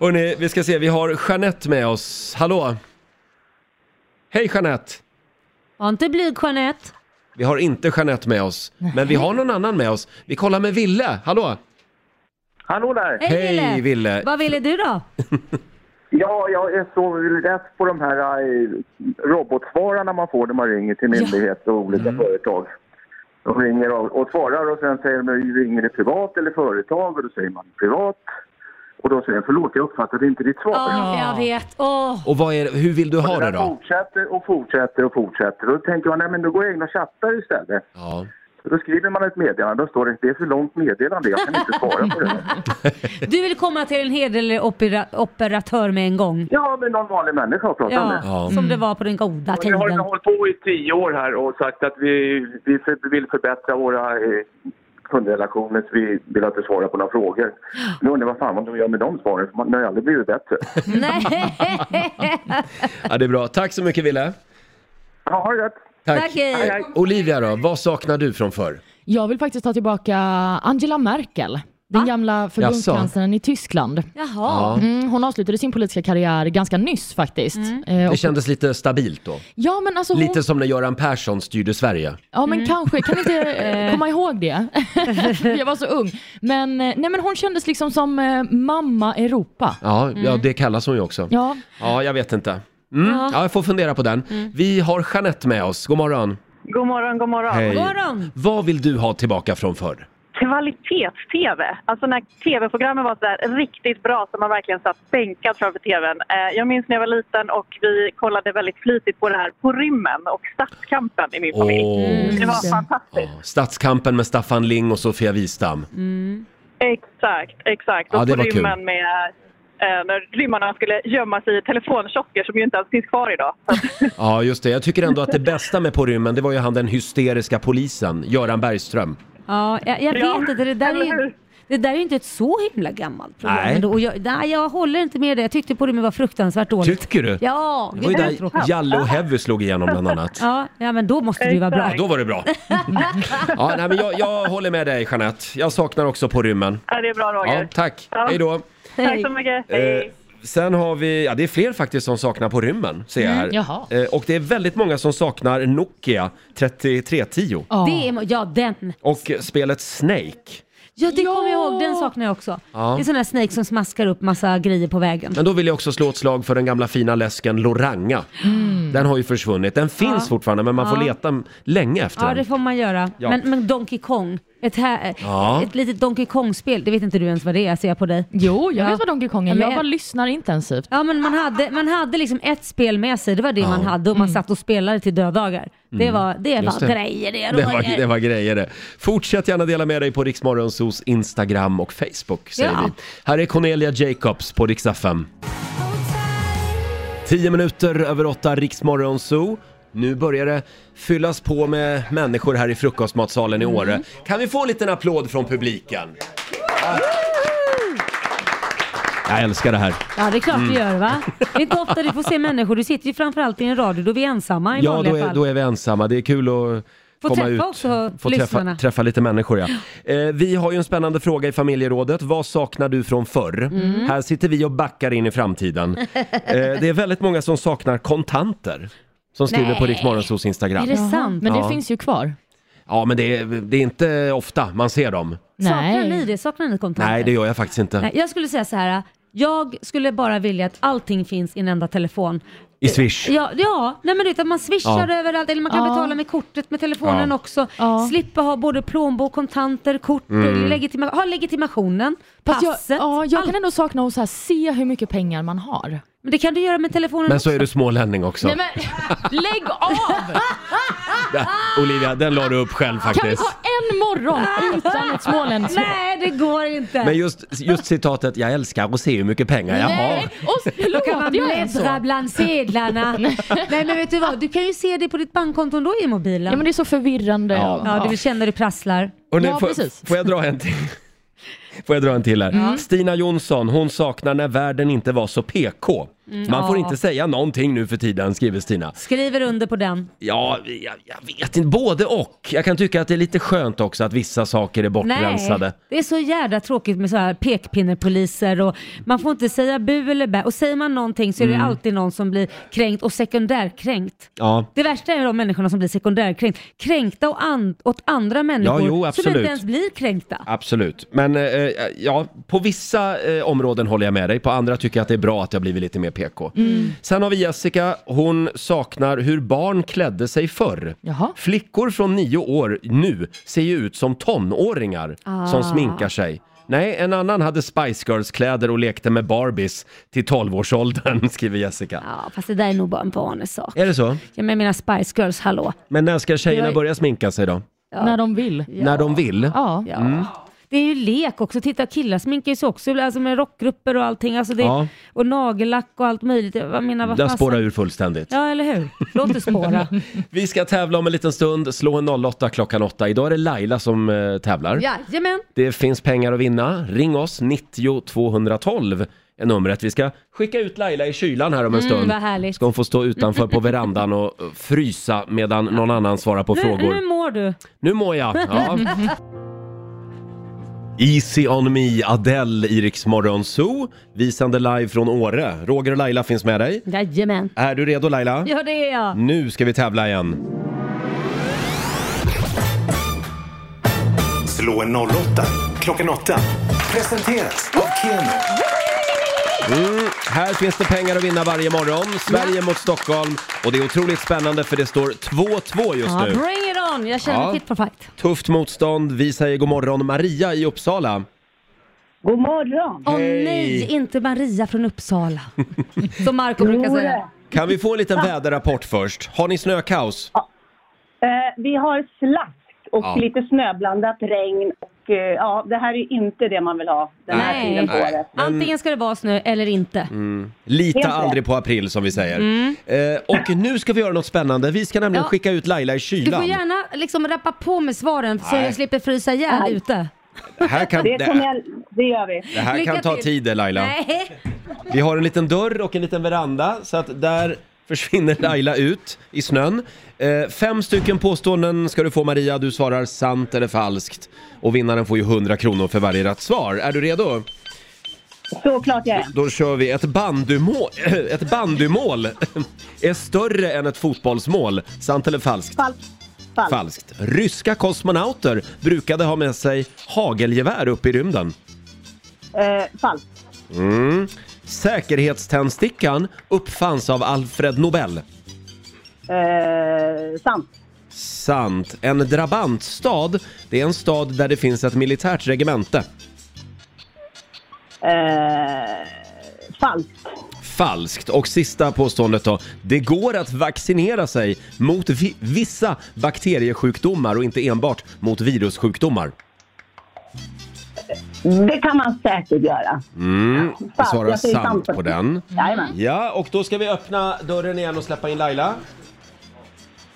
[SPEAKER 1] Hörrni, vi ska se, vi har Jeanette med oss. Hallå! Hej Jeanette!
[SPEAKER 2] Var inte blyg Jeanette.
[SPEAKER 1] Vi har inte Jeanette med oss, men vi har någon annan med oss. Vi kollar med Ville, hallå!
[SPEAKER 13] Hallå där!
[SPEAKER 1] Hej, Ville.
[SPEAKER 2] Vad ville du då?
[SPEAKER 13] Ja, jag är så less på de här eh, robotsvararna man får när man ringer till myndigheter och olika företag. De ringer och, och svarar och sen säger de ringer det privat eller företag och då säger man privat. Och då säger jag förlåt, jag uppfattade inte ditt svar.
[SPEAKER 2] Jag vet. Åh.
[SPEAKER 1] Och vad är, hur vill du ha
[SPEAKER 13] Och
[SPEAKER 1] det
[SPEAKER 13] där
[SPEAKER 1] då?
[SPEAKER 13] fortsätter och fortsätter och fortsätter. Då tänker man, nej men då går jag in och chattar istället.
[SPEAKER 1] Ja.
[SPEAKER 13] Då skriver man ett meddelande, då står det, det är för långt meddelande, jag kan inte svara på det.
[SPEAKER 2] Du vill komma till en hederlig opera, operatör med en gång.
[SPEAKER 13] Ja, men någon vanlig människa att prata
[SPEAKER 2] ja, Mm.
[SPEAKER 13] med.
[SPEAKER 2] Som det
[SPEAKER 1] Mm.
[SPEAKER 2] var på den goda
[SPEAKER 13] Vi
[SPEAKER 2] tiden.
[SPEAKER 13] har ju hållit på i tio år här och sagt att vi, vi för, vill förbättra våra eh, kundrelationer så vi vill att du svarar på några frågor. Nu undrar jag vad fan vad de gör med de svaren, för man det har ju aldrig blivit bättre.
[SPEAKER 1] Ja, det är bra. Tack så mycket Ville!
[SPEAKER 13] Ja, ha det gött!
[SPEAKER 1] Tack!
[SPEAKER 6] Tack, hej.
[SPEAKER 1] Hej, hej. Olivia då, vad saknar du från förr?
[SPEAKER 6] Jag vill faktiskt ta tillbaka Angela Merkel. Den gamla förbundskanslern i Tyskland.
[SPEAKER 1] Ja.
[SPEAKER 6] Mm, hon avslutade sin politiska karriär ganska nyss faktiskt. Eh,
[SPEAKER 1] Det
[SPEAKER 6] och-
[SPEAKER 1] kändes lite stabilt då.
[SPEAKER 6] Ja men alltså hon...
[SPEAKER 1] Lite som när Göran Persson styrde Sverige.
[SPEAKER 6] Ja men kanske, kan inte eh, komma ihåg det. jag var så ung. Men, eh, nej, men hon kändes liksom som eh, mamma Europa.
[SPEAKER 1] Ja, ja
[SPEAKER 6] Mm.
[SPEAKER 1] det kallas hon ju också.
[SPEAKER 6] Ja.
[SPEAKER 1] Ja, jag vet inte. Mm.
[SPEAKER 6] Ja.
[SPEAKER 1] Ja. jag får fundera på den. Vi har Jeanette med oss. God morgon.
[SPEAKER 9] God morgon, god morgon.
[SPEAKER 1] Hej. Vad vill du ha tillbaka från förr?
[SPEAKER 9] Kvalitets-tv. Alltså när tv-programmen var så där riktigt bra så man verkligen satt bänkad framför tvn. Eh, jag minns när jag var liten och vi kollade väldigt flitigt på det här På rymmen och Stadskampen i min
[SPEAKER 1] Åh.
[SPEAKER 9] familj. Det var
[SPEAKER 1] Mm.
[SPEAKER 9] fantastiskt.
[SPEAKER 1] Stadskampen med Staffan Ling och Sofia Wistam.
[SPEAKER 9] Exakt, exakt.
[SPEAKER 1] Ja,
[SPEAKER 9] Och
[SPEAKER 1] det
[SPEAKER 9] På
[SPEAKER 1] var kul.
[SPEAKER 9] rymmen med eh, när rymmarna skulle gömma sig i telefonkiosker som ju inte ens finns kvar idag.
[SPEAKER 1] Ja, just det. Jag tycker ändå att det bästa med På rymmen, det var ju han den hysteriska polisen, Göran Bergström.
[SPEAKER 2] Ja, jag, jag vet inte, det där, är ju, det där är ju inte ett så himla gammalt program.
[SPEAKER 1] Nej.
[SPEAKER 2] ändå. Och jag, nej, jag håller inte med det. Jag tyckte på det men var fruktansvärt dåligt.
[SPEAKER 1] Tycker du?
[SPEAKER 2] Ja,
[SPEAKER 1] Det var ju
[SPEAKER 2] det är
[SPEAKER 1] där
[SPEAKER 2] tråkigt.
[SPEAKER 1] Jalle och Heavy slog igenom bland annat.
[SPEAKER 2] Ja, ja, men då måste det ju vara bra.
[SPEAKER 1] Ja, då var det bra. Ja, nej, men jag, jag håller med dig Jeanette. Jag saknar också På rymmen.
[SPEAKER 9] Ja, eh, det är bra, Roger.
[SPEAKER 1] Ja, tack. Hej då.
[SPEAKER 9] Tack så mycket.
[SPEAKER 1] Eh, sen har vi, ja det är fler faktiskt som saknar på rymmen ser jag
[SPEAKER 2] Mm,
[SPEAKER 1] här.
[SPEAKER 2] jaha.
[SPEAKER 1] Eh, och det är väldigt många som saknar Nokia 3310
[SPEAKER 2] Det är, ja, den.
[SPEAKER 1] och spelet Snake.
[SPEAKER 2] Ja, det kommer jag ihåg. Den saknar jag också.
[SPEAKER 1] Ja.
[SPEAKER 2] Det är sån där snake som smaskar upp massa grejer på vägen.
[SPEAKER 1] Men då vill jag också slå ett slag för den gamla fina läsken Loranga. Den har ju försvunnit. Den finns
[SPEAKER 2] Mm. Ja.
[SPEAKER 1] fortfarande men man får
[SPEAKER 2] Ja.
[SPEAKER 1] leta m- länge efter
[SPEAKER 2] Ja, det
[SPEAKER 1] den.
[SPEAKER 2] får man göra.
[SPEAKER 1] Ja.
[SPEAKER 2] Men, men Donkey Kong, ett, här,
[SPEAKER 1] Ja.
[SPEAKER 2] ett litet Donkey Kong-spel, det vet inte du ens vad det är ser jag på dig.
[SPEAKER 6] Jo, jag vet vad Donkey Kong är. Jag bara
[SPEAKER 2] lyssnar intensivt. Ja, men man hade, man hade liksom ett spel med sig, det var det man hade och man satt och spelade till döddagar. Det
[SPEAKER 1] Mm.
[SPEAKER 2] var, det
[SPEAKER 1] Just
[SPEAKER 2] var grejer det,
[SPEAKER 1] det var,
[SPEAKER 2] Roger.
[SPEAKER 1] det var grejer det. Fortsätt gärna dela med dig på Riksmorgonsos Instagram och Facebook säger
[SPEAKER 2] Ja.
[SPEAKER 1] vi. Här är Cornelia Jacobs på Rix FM. 10 minuter över åtta, Riksmorgonso. Nu börjar det fyllas på med människor här i frukostmatsalen i
[SPEAKER 2] Mm.
[SPEAKER 1] Åre. Kan vi få en liten applåd från publiken? Jag älskar det här.
[SPEAKER 2] Ja, det är klart
[SPEAKER 1] Mm.
[SPEAKER 2] du gör va? Det är inte ofta du får se människor, du sitter ju framförallt i en radio då vi är ensamma i
[SPEAKER 1] Ja,
[SPEAKER 2] vanliga
[SPEAKER 1] då är,
[SPEAKER 2] fall.
[SPEAKER 1] då är vi ensamma. Det är kul att
[SPEAKER 2] Få
[SPEAKER 1] komma
[SPEAKER 2] träffa
[SPEAKER 1] ut.
[SPEAKER 2] också
[SPEAKER 1] Få träffa,
[SPEAKER 2] lyssnarna.
[SPEAKER 1] träffa lite människor, ja. Eh, vi har ju en spännande fråga i familjerådet. Vad saknar du från förr?
[SPEAKER 2] Mm.
[SPEAKER 1] Här sitter vi och backar in i framtiden. eh, det är väldigt många som saknar kontanter. Som skriver på
[SPEAKER 6] Nej.
[SPEAKER 1] Rix Morgonzos Instagram.
[SPEAKER 6] Är det sant? Men det finns ju kvar.
[SPEAKER 1] Ja, men det är, det är inte ofta man ser dem.
[SPEAKER 2] Saknar ni det? Saknar ni kontanter?
[SPEAKER 1] Nej, det gör jag faktiskt inte.
[SPEAKER 2] Nej, jag skulle säga så här, Jag skulle bara vilja att allting finns i en enda telefon.
[SPEAKER 1] I Swish.
[SPEAKER 2] Ja, ja nej men du vet att man swishar
[SPEAKER 1] Ja.
[SPEAKER 2] överallt eller man kan
[SPEAKER 12] Ja.
[SPEAKER 2] betala med kortet med telefonen
[SPEAKER 1] Ja.
[SPEAKER 2] också. Slippa ha både plånbok, kontanter, kort,
[SPEAKER 1] Mm.
[SPEAKER 2] legitima- ha legitimationen,
[SPEAKER 6] Fast jag-
[SPEAKER 2] passet. ja, jag kan
[SPEAKER 6] ändå sakna att så här, se hur mycket pengar man har.
[SPEAKER 2] Men det kan du göra med telefonen
[SPEAKER 1] Men så är du smålänning också.
[SPEAKER 6] Nej, men, lägg av!
[SPEAKER 1] Olivia, den la du upp själv
[SPEAKER 6] Kan vi
[SPEAKER 1] faktiskt.
[SPEAKER 6] ta en morgon utan ett småländskt
[SPEAKER 2] Nej, det går inte.
[SPEAKER 1] Men just, just citatet, jag älskar att se hur mycket pengar jag
[SPEAKER 2] Nej.
[SPEAKER 1] har.
[SPEAKER 2] Då kan man
[SPEAKER 6] låter jag än så.
[SPEAKER 2] bläddra bland sedlarna. Nej men vet du vad, du kan ju se det på ditt bankkonto ändå i mobilen.
[SPEAKER 6] Ja, men det är så förvirrande.
[SPEAKER 1] Ja.
[SPEAKER 2] Ja, du vill känna det prasslar.
[SPEAKER 1] Och nu, får, får jag dra en till? Får jag dra en till här?
[SPEAKER 2] Mm.
[SPEAKER 1] Stina Jonsson, hon saknar när världen inte var så PK.
[SPEAKER 2] Mm,
[SPEAKER 1] Man får
[SPEAKER 2] ja.
[SPEAKER 1] inte säga någonting nu för tiden, skriver Stina.
[SPEAKER 2] Skriver under på den.
[SPEAKER 1] Ja, jag, jag vet inte. Både och. Jag kan tycka att det är lite skönt också att vissa saker är bortrensade.
[SPEAKER 2] Nej, det är så jävla tråkigt med så här pekpinnepoliser och man får inte säga bu eller bä och säger man någonting så är det
[SPEAKER 1] Mm.
[SPEAKER 2] alltid någon som blir kränkt och sekundärkränkt.
[SPEAKER 1] Ja.
[SPEAKER 2] Det värsta är de människorna som blir sekundärkränkt. Kränkta och an- åt andra människor
[SPEAKER 1] Ja, jo,
[SPEAKER 2] som
[SPEAKER 1] absolut.
[SPEAKER 2] inte ens blir kränkta.
[SPEAKER 1] Absolut, men eh, eh, ja, på vissa eh, områden håller jag med dig, på andra tycker jag att det är bra att jag blivit lite mer PK.
[SPEAKER 6] Mm.
[SPEAKER 1] Sen har vi Jessica, hon saknar hur barn klädde sig förr. Flickor från nio år nu ser ju ut som tonåringar
[SPEAKER 5] Ah.
[SPEAKER 1] som sminkar sig. Nej, en annan hade Spice Girls-kläder och lekte med Barbies till 12-årsåldern, skriver Jessica.
[SPEAKER 2] Ja, fast det där är nog bara en vanesak.
[SPEAKER 1] Är det så?
[SPEAKER 2] Ja, men jag menar Spice Girls, hallå.
[SPEAKER 1] Men när ska tjejerna
[SPEAKER 2] Jag-
[SPEAKER 1] börja sminka sig då?
[SPEAKER 6] När de vill.
[SPEAKER 1] När de vill?
[SPEAKER 6] Ja.
[SPEAKER 1] Mm.
[SPEAKER 2] Det är ju lek också. Titta, killar sminkar ju sig också alltså med rockgrupper och allting. Alltså det,
[SPEAKER 1] Ja.
[SPEAKER 2] Och nagellack och allt möjligt. Jag menar, vad
[SPEAKER 1] Den
[SPEAKER 2] fasen-
[SPEAKER 1] spårar ur fullständigt.
[SPEAKER 2] Ja, eller hur? Låt det spåra.
[SPEAKER 1] Vi ska tävla om en liten stund, slå en 08 klockan 8. Idag är det Laila som eh, tävlar.
[SPEAKER 2] Jajamän.
[SPEAKER 1] Det finns pengar att vinna. Ring oss, 90 212 är numret. Vi ska skicka ut Laila i kylan här om en
[SPEAKER 2] Mm,
[SPEAKER 1] stund.
[SPEAKER 2] vad härligt.
[SPEAKER 1] Ska hon få stå utanför på verandan och eh, frysa medan någon annan svarar på
[SPEAKER 2] nu,
[SPEAKER 1] frågor.
[SPEAKER 2] nu mår du.
[SPEAKER 1] Nu mår jag. Ja. Easy on me, Adele i Rix Morgon Zoo. Vi sänder live från Åre. Roger och Laila finns med dig.
[SPEAKER 2] Jajamän.
[SPEAKER 1] Är du redo Laila?
[SPEAKER 2] Ja, det är jag.
[SPEAKER 1] Nu ska vi tävla igen.
[SPEAKER 7] Slå en 08 klockan 8. Presenteras av Keno.
[SPEAKER 1] Mm, här finns det pengar att vinna varje morgon. Sverige mot Stockholm. Och det är otroligt spännande för det står 2-2 just
[SPEAKER 2] Ja,
[SPEAKER 1] nu.
[SPEAKER 2] bring it on. Jag känner
[SPEAKER 1] Ja.
[SPEAKER 2] fit for fight.
[SPEAKER 1] Tufft motstånd. Vi säger god morgon Maria i Uppsala.
[SPEAKER 2] God morgon. Åh
[SPEAKER 1] Hej.
[SPEAKER 2] nej, inte Maria från Uppsala. Som Marco brukar säga.
[SPEAKER 1] Kan vi få en liten
[SPEAKER 2] Ja.
[SPEAKER 1] väderrapport först? Har ni snökaos?
[SPEAKER 15] Eh, vi har slask och
[SPEAKER 1] Ja.
[SPEAKER 15] lite snöblandat regn. Och, eh, ja, det här är inte det man vill ha den här
[SPEAKER 1] Nej.
[SPEAKER 15] tiden på
[SPEAKER 1] Nej.
[SPEAKER 15] året.
[SPEAKER 1] Men-
[SPEAKER 2] Antingen ska det vara snö eller inte.
[SPEAKER 1] Mm. Lita
[SPEAKER 2] Helt rätt.
[SPEAKER 1] aldrig på april som vi säger.
[SPEAKER 2] Mm.
[SPEAKER 1] Eh, och nu ska vi göra något spännande. Vi ska nämligen
[SPEAKER 2] Ja.
[SPEAKER 1] skicka ut Laila i
[SPEAKER 2] Du får
[SPEAKER 1] kylan.
[SPEAKER 2] gärna liksom rappa på med svaren så
[SPEAKER 1] Nej.
[SPEAKER 2] jag slipper frysa ihjäl
[SPEAKER 1] Nej.
[SPEAKER 2] ute.
[SPEAKER 1] Det här kan, det,
[SPEAKER 15] det gör vi.
[SPEAKER 1] det här kan ta tid Laila.
[SPEAKER 2] Nej.
[SPEAKER 1] Vi har en liten dörr och en liten veranda så att där försvinner Laila ut i snön. Eh, fem stycken påståenden ska du få Maria, du svarar sant eller falskt. Och vinnaren får ju 100 kronor för varje rätt svar. Är du redo?
[SPEAKER 15] Såklart jag är.
[SPEAKER 1] Då kör vi ett bandymål, ett bandymål är större än ett fotbollsmål. Sant eller falskt?
[SPEAKER 15] Falskt. Falskt.
[SPEAKER 1] Falskt. Ryska kosmonauter brukade ha med sig hagelgevär upp i rymden.
[SPEAKER 15] Eh, falskt.
[SPEAKER 1] Mm. Säkerhetständstickan uppfanns av Alfred Nobel.
[SPEAKER 15] Eh, sant.
[SPEAKER 1] Sant. En drabantstad, det är en stad där det finns ett militärt regemente.
[SPEAKER 15] Eh, falskt.
[SPEAKER 1] Falskt. Och sista påståendet då. Det går att vaccinera sig mot vi- vissa bakteriesjukdomar och inte enbart mot virussjukdomar.
[SPEAKER 15] Det kan man säkert göra.
[SPEAKER 1] Mm. Vi
[SPEAKER 15] Falskt.
[SPEAKER 1] svarar
[SPEAKER 15] Jag säger
[SPEAKER 1] sant
[SPEAKER 15] sant.
[SPEAKER 1] på den.
[SPEAKER 15] Jajamän.
[SPEAKER 1] Ja, och då ska vi öppna dörren igen och släppa in Laila.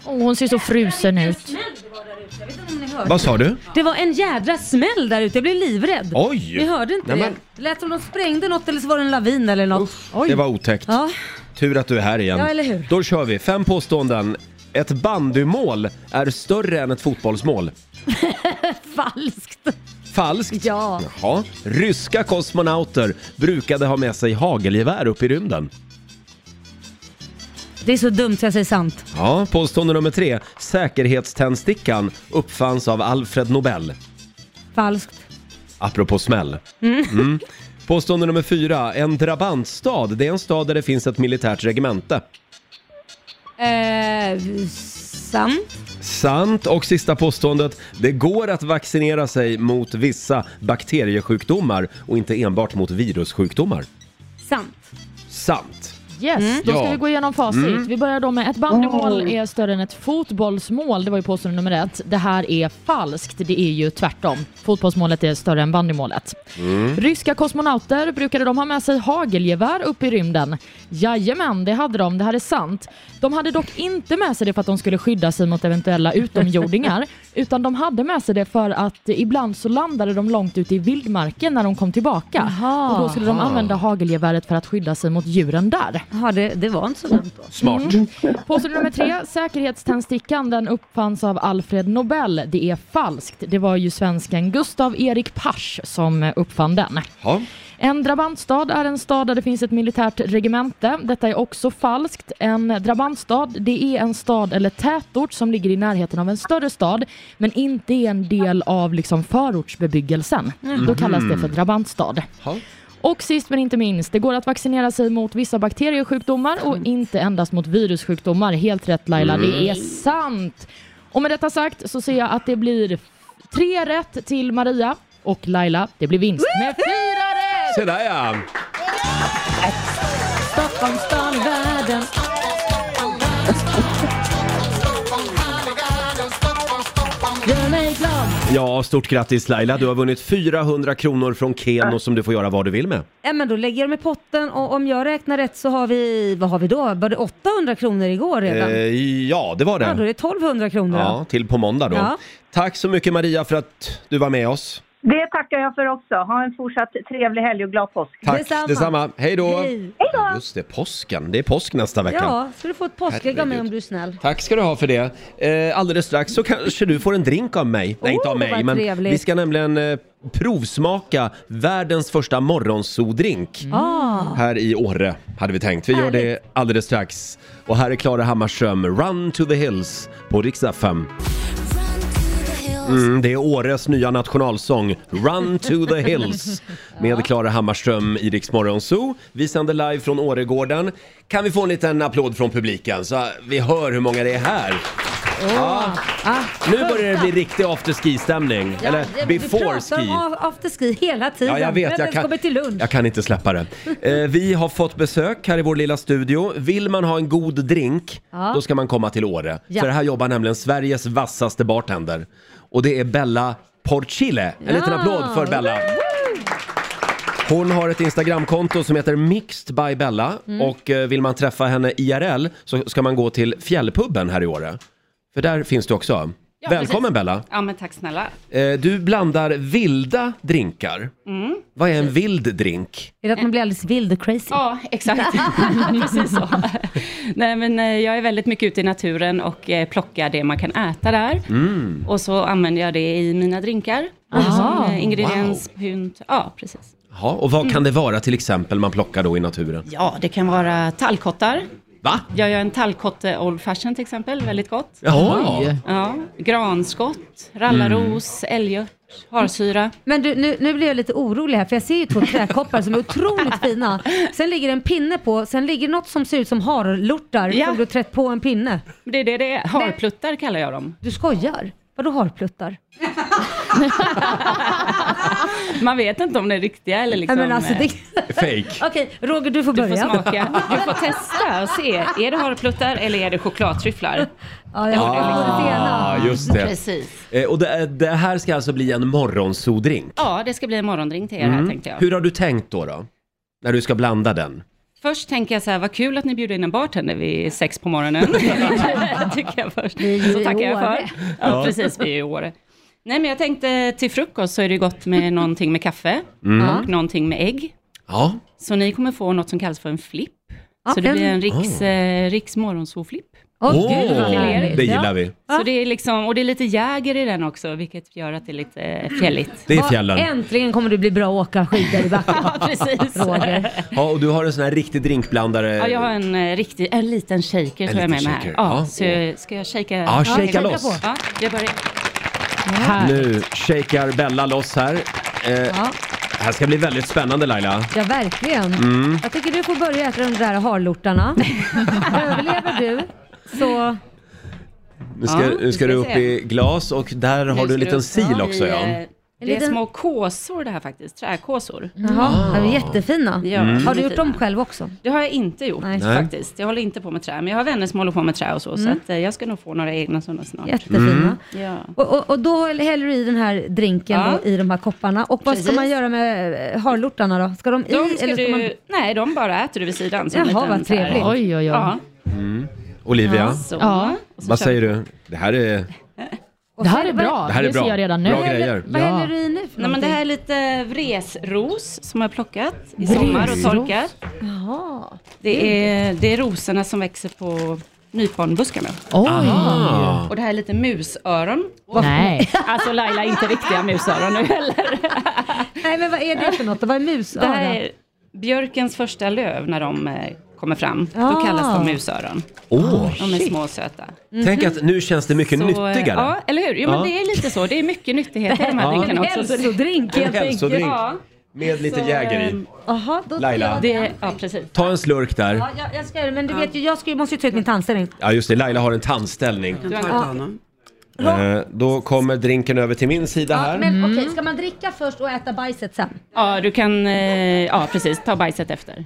[SPEAKER 6] Åh, hon ser så frusen ut.
[SPEAKER 1] Vad sa du?
[SPEAKER 2] Det var en jädra smäll där ute, jag blev livrädd.
[SPEAKER 1] Oj.
[SPEAKER 2] Ni hörde inte
[SPEAKER 1] Nej,
[SPEAKER 2] det?
[SPEAKER 1] men-
[SPEAKER 2] Det lät som de sprängde något eller så var det en lavin eller något. Oj.
[SPEAKER 1] Det var otäckt.
[SPEAKER 2] Ja.
[SPEAKER 1] Tur att du är här igen.
[SPEAKER 2] Ja, eller hur?
[SPEAKER 1] Då kör vi. Fem påståenden. Ett bandymål är större än ett fotbollsmål.
[SPEAKER 2] Falskt.
[SPEAKER 1] Falskt?
[SPEAKER 2] Ja.
[SPEAKER 1] Jaha. Ryska kosmonauter brukade ha med sig hagelgevär upp i rymden.
[SPEAKER 2] Det är så dumt så jag säger sant.
[SPEAKER 1] Ja, påstående nummer tre. Säkerhetständstickan uppfanns av Alfred Nobel.
[SPEAKER 2] Falskt.
[SPEAKER 1] Apropå smäll.
[SPEAKER 2] Mm.
[SPEAKER 1] Mm. Påstående nummer fyra. En drabantstad, det är en stad där det finns ett militärt regemente.
[SPEAKER 2] Eh, sant.
[SPEAKER 1] Sant. Och sista påståendet. Det går att vaccinera sig mot vissa bakteriesjukdomar och inte enbart mot virussjukdomar.
[SPEAKER 2] Sant. Mm.
[SPEAKER 1] Sant.
[SPEAKER 6] Yes, då ska
[SPEAKER 1] Ja.
[SPEAKER 6] vi gå igenom facit.
[SPEAKER 1] Mm.
[SPEAKER 6] Vi börjar då med ett bandymål
[SPEAKER 1] Oh.
[SPEAKER 6] är större än ett fotbollsmål. Det var ju påstående nummer ett. Det här är falskt. Det är ju tvärtom. Fotbollsmålet är större än bandymålet.
[SPEAKER 2] Mm.
[SPEAKER 6] Ryska kosmonauter, brukade de ha med sig hagelgevär upp i rymden? Jajamän, det hade de. Det här är sant. De hade dock inte med sig det för att de skulle skydda sig mot eventuella utomjordingar, utan de hade med sig det för att ibland så landade de långt ute i vildmarken när de kom tillbaka.
[SPEAKER 2] Jaha.
[SPEAKER 6] Och då skulle de
[SPEAKER 2] Jaha.
[SPEAKER 6] använda hagelgeväret för att skydda sig mot djuren där.
[SPEAKER 2] Ja, det, det var inte så dumt då.
[SPEAKER 1] Smart.
[SPEAKER 6] Påstående nummer tre, säkerhetständstickan den uppfanns av Alfred Nobel. Det är falskt. Det var ju svensken Gustav Erik Pasch som eh, uppfann den.
[SPEAKER 1] Ja.
[SPEAKER 6] En drabantstad är en stad där det finns ett militärt regemente. Detta är också falskt. En drabantstad, det är en stad eller tätort som ligger i närheten av en större stad, men inte är en del av liksom förortsbebyggelsen. Då kallas det för
[SPEAKER 16] Mhm.
[SPEAKER 6] drabantstad. Och sist men inte minst, det går att vaccinera sig mot vissa bakteriesjukdomar och
[SPEAKER 1] Mm.
[SPEAKER 6] inte endast mot virussjukdomar. Helt rätt Laila,
[SPEAKER 16] Mm.
[SPEAKER 6] det är sant. Och med detta sagt så ser jag att det blir tre rätt till Maria och Laila, det blir vinst med fyra rätt!
[SPEAKER 1] Se där ja!
[SPEAKER 6] Stockholm stad, världen. Gör mig glad.
[SPEAKER 1] Ja, stort grattis Laila. Du har vunnit 400 kronor från Keno som du får göra vad du vill med.
[SPEAKER 2] Ja, men då lägger jag dem i potten och om jag räknar rätt så har vi, vad har vi då? Var det 800 kronor igår redan?
[SPEAKER 1] Eh, ja, det var
[SPEAKER 2] Ja, då är
[SPEAKER 1] det.
[SPEAKER 2] det 1200 kronor.
[SPEAKER 1] Ja, till på måndag då.
[SPEAKER 2] Ja.
[SPEAKER 1] Tack så mycket Maria för att du var med oss.
[SPEAKER 15] Det tackar jag för också. Ha en fortsatt trevlig helg och glad påsk.
[SPEAKER 1] Tack, detsamma. Hej då.
[SPEAKER 2] Hej.
[SPEAKER 1] Just det, påsken. Det är påsk nästa vecka.
[SPEAKER 2] Ja, ska du få ett påskägg av mig om du är snäll.
[SPEAKER 1] Tack ska du ha för det. Eh, alldeles strax så kanske du får en drink av mig. Nej, inte av
[SPEAKER 2] Oh,
[SPEAKER 1] mig,
[SPEAKER 2] vad
[SPEAKER 1] men
[SPEAKER 2] trevligt.
[SPEAKER 1] vi ska nämligen eh, provsmaka världens första morgonsodrink.
[SPEAKER 2] Ah.
[SPEAKER 1] Här i Åre, hade vi tänkt. Vi gör det alldeles strax. Och här är Klara Hammarström, Run to the Hills på riksdag 5. Mm, det är Åres nya nationalsång, Run to the Hills, med Klara Hammarström i Rix Morgon Zoo. Vi sänder live från Åregården. Kan vi få en liten applåd från publiken så vi hör hur många det är här? Ja.
[SPEAKER 2] Ah.
[SPEAKER 1] Nu börjar det bli riktig afterski-stämning,
[SPEAKER 2] Ja,
[SPEAKER 1] eller
[SPEAKER 2] det- Vi
[SPEAKER 1] before
[SPEAKER 2] pratar
[SPEAKER 1] ski.
[SPEAKER 2] om afterski hela tiden.
[SPEAKER 1] Ja, jag vet.
[SPEAKER 2] Vem
[SPEAKER 1] Jag
[SPEAKER 2] ens
[SPEAKER 1] kan-
[SPEAKER 2] kommer till Lund?
[SPEAKER 1] Jag kan inte släppa det. Eh, vi har fått besök här i vår lilla studio. Vill man ha en god drink,
[SPEAKER 2] Ja.
[SPEAKER 1] då ska man komma till Åre.
[SPEAKER 2] Ja.
[SPEAKER 1] För här jobbar nämligen Sveriges vassaste bartender. Och det är Bella Porchile. En liten
[SPEAKER 2] Ja.
[SPEAKER 1] applåd för Bella. Hon har ett Instagramkonto som heter Mixed by Bella
[SPEAKER 2] Mm.
[SPEAKER 1] och eh, vill man träffa henne IRL så ska man gå till Fjällpubben här i Åre. För där finns du också.
[SPEAKER 16] Ja,
[SPEAKER 1] Välkommen
[SPEAKER 16] precis.
[SPEAKER 1] Bella!
[SPEAKER 16] Ja, men tack snälla.
[SPEAKER 1] Eh, Du blandar vilda drinkar.
[SPEAKER 16] Mm.
[SPEAKER 1] Vad är en vild drink?
[SPEAKER 2] Är det att man blir alldeles vild och crazy?
[SPEAKER 16] Ja, exakt. Precis så. Nej, men eh, jag är väldigt mycket ute i naturen och eh, plockar det man kan äta där.
[SPEAKER 1] Mm.
[SPEAKER 16] Och så använder jag det i mina drinkar. Som eh, ingrediens, pynt. Ja, precis.
[SPEAKER 1] Ja, och vad kan
[SPEAKER 16] Mm.
[SPEAKER 1] det vara till exempel man plockar då i naturen?
[SPEAKER 16] Ja, det kan vara tallkottar.
[SPEAKER 1] Va?
[SPEAKER 16] Jag gör en tallkotte Old Fashion till exempel, väldigt gott.
[SPEAKER 1] Jaha. Oj.
[SPEAKER 16] Ja, granskott, rallarros, älgört, harsyra.
[SPEAKER 2] Men du, nu, nu blir jag lite orolig här för jag ser ju två träkoppar som är otroligt fina. Sen ligger en pinne på, sen ligger något som ser ut som harlortar som du har trätt på en pinne.
[SPEAKER 16] Det
[SPEAKER 1] Mm.
[SPEAKER 16] är det det är. Harpluttar kallar jag dem.
[SPEAKER 2] Du skojar? Vadå harpluttar?
[SPEAKER 16] Man vet inte om det är riktiga eller liksom...
[SPEAKER 2] Nej, men alltså, det-
[SPEAKER 1] Fake.
[SPEAKER 2] Okej, Roger du får
[SPEAKER 16] Du
[SPEAKER 2] börja.
[SPEAKER 16] får smaka. Du får testa och se. Är det harpluttar eller är det chokladtryfflar?
[SPEAKER 2] Ja,
[SPEAKER 1] jag har det ena. Ah, just det.
[SPEAKER 16] Precis.
[SPEAKER 1] Eh, Och det, är- det här ska alltså bli en morgonsodrink?
[SPEAKER 16] Ja, det ska bli en morgondrink till er här
[SPEAKER 1] Mm.
[SPEAKER 16] tänkte jag.
[SPEAKER 1] Hur har du tänkt då, då? När du ska blanda den?
[SPEAKER 16] Först tänker jag så här, vad kul att ni bjuder in en bartender vid sex på morgonen. tycker jag först.
[SPEAKER 2] ju
[SPEAKER 16] Så
[SPEAKER 2] i
[SPEAKER 16] tackar jag för.
[SPEAKER 2] Åre.
[SPEAKER 16] Ja,
[SPEAKER 2] Ja.
[SPEAKER 16] precis, vi är i Åre. Nej, men jag tänkte till frukost så är det ju gott med någonting med kaffe
[SPEAKER 1] Mm.
[SPEAKER 16] och någonting med ägg.
[SPEAKER 1] Ja.
[SPEAKER 16] Så ni kommer få något som kallas för en flipp.
[SPEAKER 2] Ja,
[SPEAKER 16] så det blir
[SPEAKER 2] en-
[SPEAKER 16] en riks,
[SPEAKER 2] Oh.
[SPEAKER 16] eh, riks morgonsovflipp.
[SPEAKER 2] Åh, Åh, gud, vad härligt.
[SPEAKER 1] Ah. det gillar vi.
[SPEAKER 16] Så det är liksom, och det är lite jäger i den också, vilket gör att det är lite eh, fjälligt.
[SPEAKER 1] Det är fjällen.
[SPEAKER 2] Ja, Äntligen kommer det bli bra att åka skidor i backen.
[SPEAKER 16] Ja, precis.
[SPEAKER 2] Roger.
[SPEAKER 1] Ja, och du har en sån här riktig drinkblandare.
[SPEAKER 16] Ja, jag har en eh, riktig, en liten shaker tror jag
[SPEAKER 1] liten
[SPEAKER 16] med mig här.
[SPEAKER 1] shaker,
[SPEAKER 16] Ja,
[SPEAKER 1] ja.
[SPEAKER 16] så jag- ska jag shaka?
[SPEAKER 1] Ja, shaka loss.
[SPEAKER 16] på. Ja, jag börjar.
[SPEAKER 1] Nu shakar Bella loss här. Eh,
[SPEAKER 16] Ja.
[SPEAKER 1] Det här ska bli väldigt spännande Laila.
[SPEAKER 2] Ja, verkligen.
[SPEAKER 1] Mm.
[SPEAKER 2] Jag tycker du får börja äta de där harlortarna. Överlever du så...
[SPEAKER 1] Nu ska,
[SPEAKER 2] Ja,
[SPEAKER 1] nu
[SPEAKER 16] vi
[SPEAKER 1] ska
[SPEAKER 16] ska
[SPEAKER 1] du upp
[SPEAKER 16] se.
[SPEAKER 1] i glas och där har du en liten sil också
[SPEAKER 16] ja. eh,
[SPEAKER 1] ja.
[SPEAKER 16] Det är
[SPEAKER 2] liten-
[SPEAKER 16] små kåsor det här faktiskt, träkåsor.
[SPEAKER 1] Ah.
[SPEAKER 2] Jaha, de är jättefina.
[SPEAKER 16] Ja,
[SPEAKER 1] Mm.
[SPEAKER 2] Har du gjort
[SPEAKER 16] jättefina.
[SPEAKER 2] dem själv också?
[SPEAKER 16] Det har jag inte gjort
[SPEAKER 2] Nej.
[SPEAKER 1] Nej.
[SPEAKER 16] faktiskt. Jag håller inte på med trä, men jag har vänner som håller på med trä och så, så
[SPEAKER 2] Mm.
[SPEAKER 16] att, eh, jag ska nog få några egna sådana snart.
[SPEAKER 1] Mm.
[SPEAKER 2] Jättefina.
[SPEAKER 16] Ja.
[SPEAKER 2] Och, och, och då häller du i den här drinken
[SPEAKER 16] Ja.
[SPEAKER 2] då, i de här kopparna. Och vad ska
[SPEAKER 16] Precis.
[SPEAKER 2] man göra med eh, harlortarna då? Ska de i
[SPEAKER 16] De ska
[SPEAKER 2] eller ska
[SPEAKER 16] du,
[SPEAKER 2] man...
[SPEAKER 16] Nej, de bara äter du vid sidan. Som
[SPEAKER 2] Jaha,
[SPEAKER 16] liten,
[SPEAKER 2] vad
[SPEAKER 16] så här-
[SPEAKER 2] trevligt. Oj, oj, oj.
[SPEAKER 16] Ja.
[SPEAKER 1] Mm. Olivia,
[SPEAKER 16] Så. Ja. Och så
[SPEAKER 1] vad
[SPEAKER 16] kör
[SPEAKER 1] säger du? Det här är...
[SPEAKER 2] Det
[SPEAKER 6] här är bra.
[SPEAKER 1] Det här är bra. Bra grejer.
[SPEAKER 6] Vad häller
[SPEAKER 2] du i nu för
[SPEAKER 16] Nej, men Det
[SPEAKER 2] någonting?
[SPEAKER 16] här är lite vresros som jag har plockat i
[SPEAKER 6] Vresros?
[SPEAKER 16] sommar och torkat.
[SPEAKER 2] Jaha.
[SPEAKER 16] Det är, det är rosorna som växer på nyponbuskarna.
[SPEAKER 6] Oj.
[SPEAKER 1] Ah.
[SPEAKER 16] Och det här är lite musöron.
[SPEAKER 6] Nej.
[SPEAKER 16] Alltså Laila, inte riktiga musöron nu heller.
[SPEAKER 2] Nej, men vad är det för något? Vad är
[SPEAKER 16] Det
[SPEAKER 2] musöra?
[SPEAKER 16] här är björkens första löv när de eh, kommer fram. Då
[SPEAKER 2] Ah.
[SPEAKER 16] kallas de musöron.
[SPEAKER 1] Åh,
[SPEAKER 16] de är
[SPEAKER 1] shit.
[SPEAKER 16] små och söta.
[SPEAKER 1] Tänk att nu känns det mycket
[SPEAKER 16] Mhm. Så, eh,
[SPEAKER 1] nyttigare.
[SPEAKER 16] Ja, eller hur? Jo, men
[SPEAKER 1] Ja.
[SPEAKER 16] det är lite så. Det är mycket nyttigheter i de här
[SPEAKER 1] Ja.
[SPEAKER 16] drinkarna
[SPEAKER 1] En
[SPEAKER 16] också. så det-
[SPEAKER 2] hälsodrink
[SPEAKER 1] En hälsodrink
[SPEAKER 16] Ja.
[SPEAKER 1] med lite
[SPEAKER 16] Så,
[SPEAKER 1] jäger i.
[SPEAKER 16] ehm,
[SPEAKER 2] Jaha, då
[SPEAKER 1] Laila.
[SPEAKER 2] Det...
[SPEAKER 16] Det, ja, precis.
[SPEAKER 1] Ta en slurk där.
[SPEAKER 2] Ja, jag, jag ska göra det, men du vet ju, jag ska, ju- måste ju ta ut min tandställning.
[SPEAKER 1] Ja just det, Laila har en tandställning. Eh, då kommer drinken över till min sida här.
[SPEAKER 2] Men
[SPEAKER 16] Mm.
[SPEAKER 2] okej, ska man dricka först och äta bajset sen?
[SPEAKER 16] Ja, du kan... eh, Ja, precis. Ta bajset efter.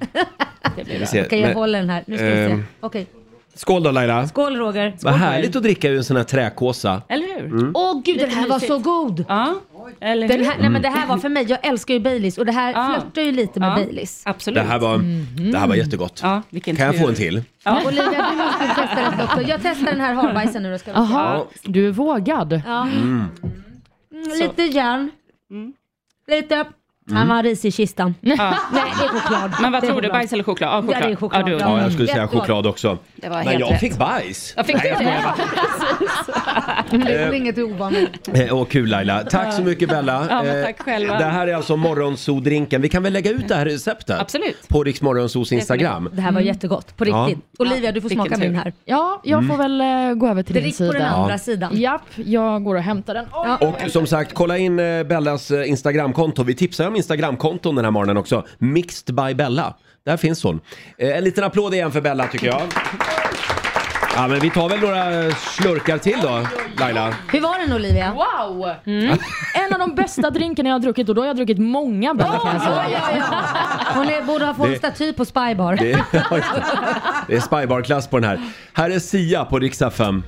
[SPEAKER 1] Ska vi se.
[SPEAKER 2] Okej, jag
[SPEAKER 1] Men-
[SPEAKER 2] håller den här. Nu ska vi se.
[SPEAKER 1] Ehm,
[SPEAKER 2] Okej.
[SPEAKER 1] Skål då Laila.
[SPEAKER 2] Skål Roger.
[SPEAKER 1] Vad härligt att dricka ur en sån här träkåsa.
[SPEAKER 16] Eller hur?
[SPEAKER 1] Mm.
[SPEAKER 2] Åh gud,
[SPEAKER 16] Lite
[SPEAKER 2] den här var
[SPEAKER 16] mysigt.
[SPEAKER 2] så god!
[SPEAKER 16] Ja, eller
[SPEAKER 2] den
[SPEAKER 16] hur?
[SPEAKER 2] här, nej, men Det här var för mig, jag älskar ju Baileys och det här flörtar ju lite med
[SPEAKER 16] Ja,
[SPEAKER 2] Baileys.
[SPEAKER 16] Absolut.
[SPEAKER 1] Det här var, det här var jättegott.
[SPEAKER 16] Mhm. vilken
[SPEAKER 1] kan jag
[SPEAKER 16] tur.
[SPEAKER 1] få en till?
[SPEAKER 16] Ja.
[SPEAKER 2] Olivia, du måste ju testa den också. Jag testar den här harbajsen nu då ska vi se.
[SPEAKER 6] Jaha, du är vågad.
[SPEAKER 2] Ja.
[SPEAKER 1] Mm.
[SPEAKER 2] Mm, lite järn. Lite. Han var risig i kistan.
[SPEAKER 16] Mm. Ja.
[SPEAKER 2] Nej, det är choklad.
[SPEAKER 16] Men vad
[SPEAKER 2] Det är
[SPEAKER 16] tror du?
[SPEAKER 2] choklad.
[SPEAKER 16] Bajs eller choklad? Ja,
[SPEAKER 2] Ja, det är choklad. Mm.
[SPEAKER 16] du-
[SPEAKER 1] Ja, jag skulle säga
[SPEAKER 2] Jättegott.
[SPEAKER 1] choklad också.
[SPEAKER 16] Det var
[SPEAKER 1] Men
[SPEAKER 16] helt
[SPEAKER 1] jag
[SPEAKER 16] rätt.
[SPEAKER 1] fick bajs.
[SPEAKER 16] Jag fick
[SPEAKER 1] Nej,
[SPEAKER 16] det.
[SPEAKER 1] skojar bara.
[SPEAKER 2] Det är väl inget ovanligt.
[SPEAKER 1] Eh, Åh, kul Laila. Tack så mycket Bella.
[SPEAKER 16] Ja, men
[SPEAKER 1] Eh,
[SPEAKER 16] tack själva.
[SPEAKER 1] Det här är alltså morgonsodrinken. Vi kan väl lägga ut det här receptet?
[SPEAKER 16] Absolut.
[SPEAKER 1] På Rix Morgonzos Instagram.
[SPEAKER 2] Mm.
[SPEAKER 1] Mm.
[SPEAKER 2] Det här
[SPEAKER 6] Mm.
[SPEAKER 2] var jättegott, på
[SPEAKER 1] Ja.
[SPEAKER 2] riktigt. Olivia, du får
[SPEAKER 16] Vilken
[SPEAKER 2] smaka
[SPEAKER 16] tur.
[SPEAKER 2] min här.
[SPEAKER 6] Ja, jag
[SPEAKER 1] Mm.
[SPEAKER 6] får väl eh, gå över till din
[SPEAKER 2] Drick
[SPEAKER 6] sida.
[SPEAKER 2] på den andra
[SPEAKER 1] Ja.
[SPEAKER 2] sidan.
[SPEAKER 6] Japp, jag går och hämtar den. Oj,
[SPEAKER 1] Och som sagt, kolla in eh, Bellas eh, Instagramkonto. Vi tipsar om Instagramkonton den här morgonen också. Mixed by Bella. Där finns hon. Eh, En liten applåd igen för Bella tycker jag. Ja, men vi tar väl några eh, slurkar till då, Laila.
[SPEAKER 2] Hur var den Olivia?
[SPEAKER 6] Wow! Mm.
[SPEAKER 16] Mm.
[SPEAKER 6] En av de bästa drinkarna jag har druckit och då har jag druckit många bärs kan jag säga.
[SPEAKER 2] Hon är, borde ha fått en
[SPEAKER 1] Det-
[SPEAKER 2] staty på Spybar.
[SPEAKER 1] Det är, det är spybarklass på den här. Här är Sia på riksdag 5.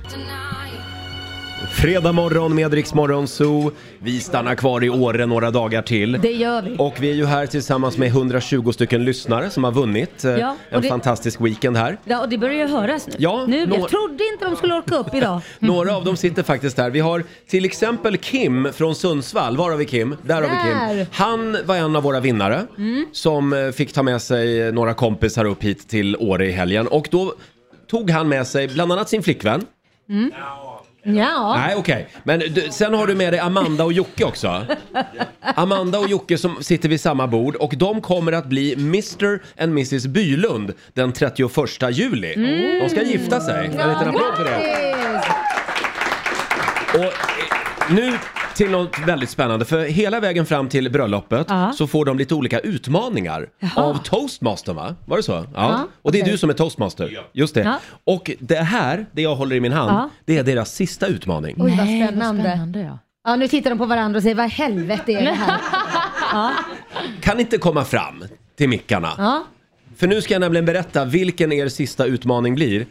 [SPEAKER 1] Fredag morgon med Rix Morgon Zoo. Vi stannar kvar i Åre några dagar till.
[SPEAKER 2] Det gör vi.
[SPEAKER 1] Och vi är ju här tillsammans med 120 stycken lyssnare som har vunnit eh,
[SPEAKER 2] Ja, och
[SPEAKER 1] en
[SPEAKER 2] det-
[SPEAKER 1] fantastisk weekend här.
[SPEAKER 2] Ja, och det börjar ju höras nu.
[SPEAKER 1] Ja,
[SPEAKER 2] nu
[SPEAKER 1] nå-
[SPEAKER 2] Jag trodde inte de skulle orka upp idag.
[SPEAKER 1] Några av dem sitter faktiskt här. Vi har till exempel Kim från Sundsvall. Var har vi Kim? Där har vi Kim.
[SPEAKER 2] Där.
[SPEAKER 1] Han var en av våra vinnare som eh, fick ta med sig några kompisar upp hit till Åre i helgen. Och då tog han med sig bland annat sin flickvän.
[SPEAKER 2] Mm. Ja.
[SPEAKER 1] Nej, okej. Men du, sen har du med dig Amanda och Jocke också. Amanda och Jocke som sitter vid samma bord och de kommer att bli Mr and Mrs Bylund den 31 juli.
[SPEAKER 2] Mm.
[SPEAKER 1] De ska gifta sig. En liten applåd för det. Och eh, nu till något väldigt spännande, för hela vägen fram till bröllopet
[SPEAKER 2] Ja.
[SPEAKER 1] så får de lite olika utmaningar av toastmastern va? Var det så? Ja.
[SPEAKER 2] Ja,
[SPEAKER 1] Och det är
[SPEAKER 2] okej.
[SPEAKER 1] du som är toastmaster. Just det.
[SPEAKER 2] Ja.
[SPEAKER 1] Och det här, det jag håller i min hand,
[SPEAKER 2] Ja.
[SPEAKER 1] det är deras sista utmaning.
[SPEAKER 2] Oj, vad
[SPEAKER 6] Nej, vad
[SPEAKER 2] spännande.
[SPEAKER 6] spännande, ja.
[SPEAKER 2] Ja, nu tittar de på varandra och säger vad i helvete är det här? Ja,
[SPEAKER 1] Kan inte komma fram till mickarna.
[SPEAKER 2] ja.
[SPEAKER 1] För nu ska jag nämligen berätta vilken er sista utmaning blir.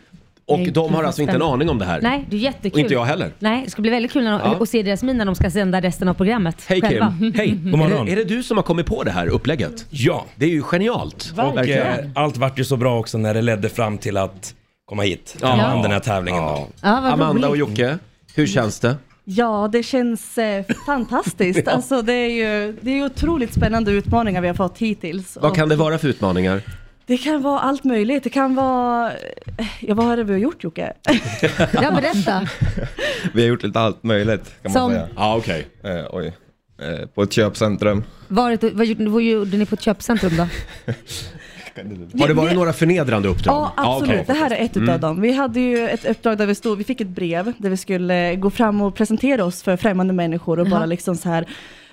[SPEAKER 1] Och
[SPEAKER 2] Nej, gud,
[SPEAKER 1] de har
[SPEAKER 2] vad
[SPEAKER 1] alltså inte en
[SPEAKER 2] spännande.
[SPEAKER 1] aning om det här.
[SPEAKER 2] Nej, det är jättekul.
[SPEAKER 1] Och inte jag heller.
[SPEAKER 2] Nej, det ska bli väldigt kul när de,
[SPEAKER 1] Ja.
[SPEAKER 2] att se deras min när de ska sända resten av programmet.
[SPEAKER 1] Hej Kim!
[SPEAKER 2] själva.
[SPEAKER 1] Hej!
[SPEAKER 17] God
[SPEAKER 1] Är
[SPEAKER 17] morgon.
[SPEAKER 1] det, är det du som har kommit på det här upplägget?
[SPEAKER 17] Ja.
[SPEAKER 1] Det är ju genialt.
[SPEAKER 17] Och, eh, allt vart ju så bra också när det ledde fram till att komma hit.
[SPEAKER 1] Ja.
[SPEAKER 17] Ja. Den här tävlingen då.
[SPEAKER 2] Ja, vad
[SPEAKER 1] Amanda
[SPEAKER 2] roligt.
[SPEAKER 1] och Jocke, hur känns det?
[SPEAKER 18] Ja, det känns eh, fantastiskt.
[SPEAKER 1] Ja.
[SPEAKER 18] Alltså, det, är ju, det är ju otroligt spännande utmaningar vi har fått hittills.
[SPEAKER 1] Vad
[SPEAKER 18] Och
[SPEAKER 1] kan det vara för utmaningar?
[SPEAKER 18] det kan vara allt möjligt. Det kan vara... eh, Ja, vad har vi gjort Jocke?
[SPEAKER 2] Ja, berätta.
[SPEAKER 19] Vi har gjort lite allt möjligt kan man
[SPEAKER 2] Som?
[SPEAKER 19] säga.
[SPEAKER 1] Ja, okej.
[SPEAKER 19] Eh, oj. Eh, på ett köpcentrum.
[SPEAKER 2] Varit, vad, gjorde, vad gjorde ni på ett köpcentrum då?
[SPEAKER 1] Har det varit några förnedrande uppdrag?
[SPEAKER 18] Ja, absolut.
[SPEAKER 1] okej.
[SPEAKER 18] Det här är ett utav
[SPEAKER 1] Mm.
[SPEAKER 18] dem. Vi hade ju ett uppdrag där vi stod, vi fick ett brev där vi skulle gå fram och presentera oss för främmande människor och bara liksom så här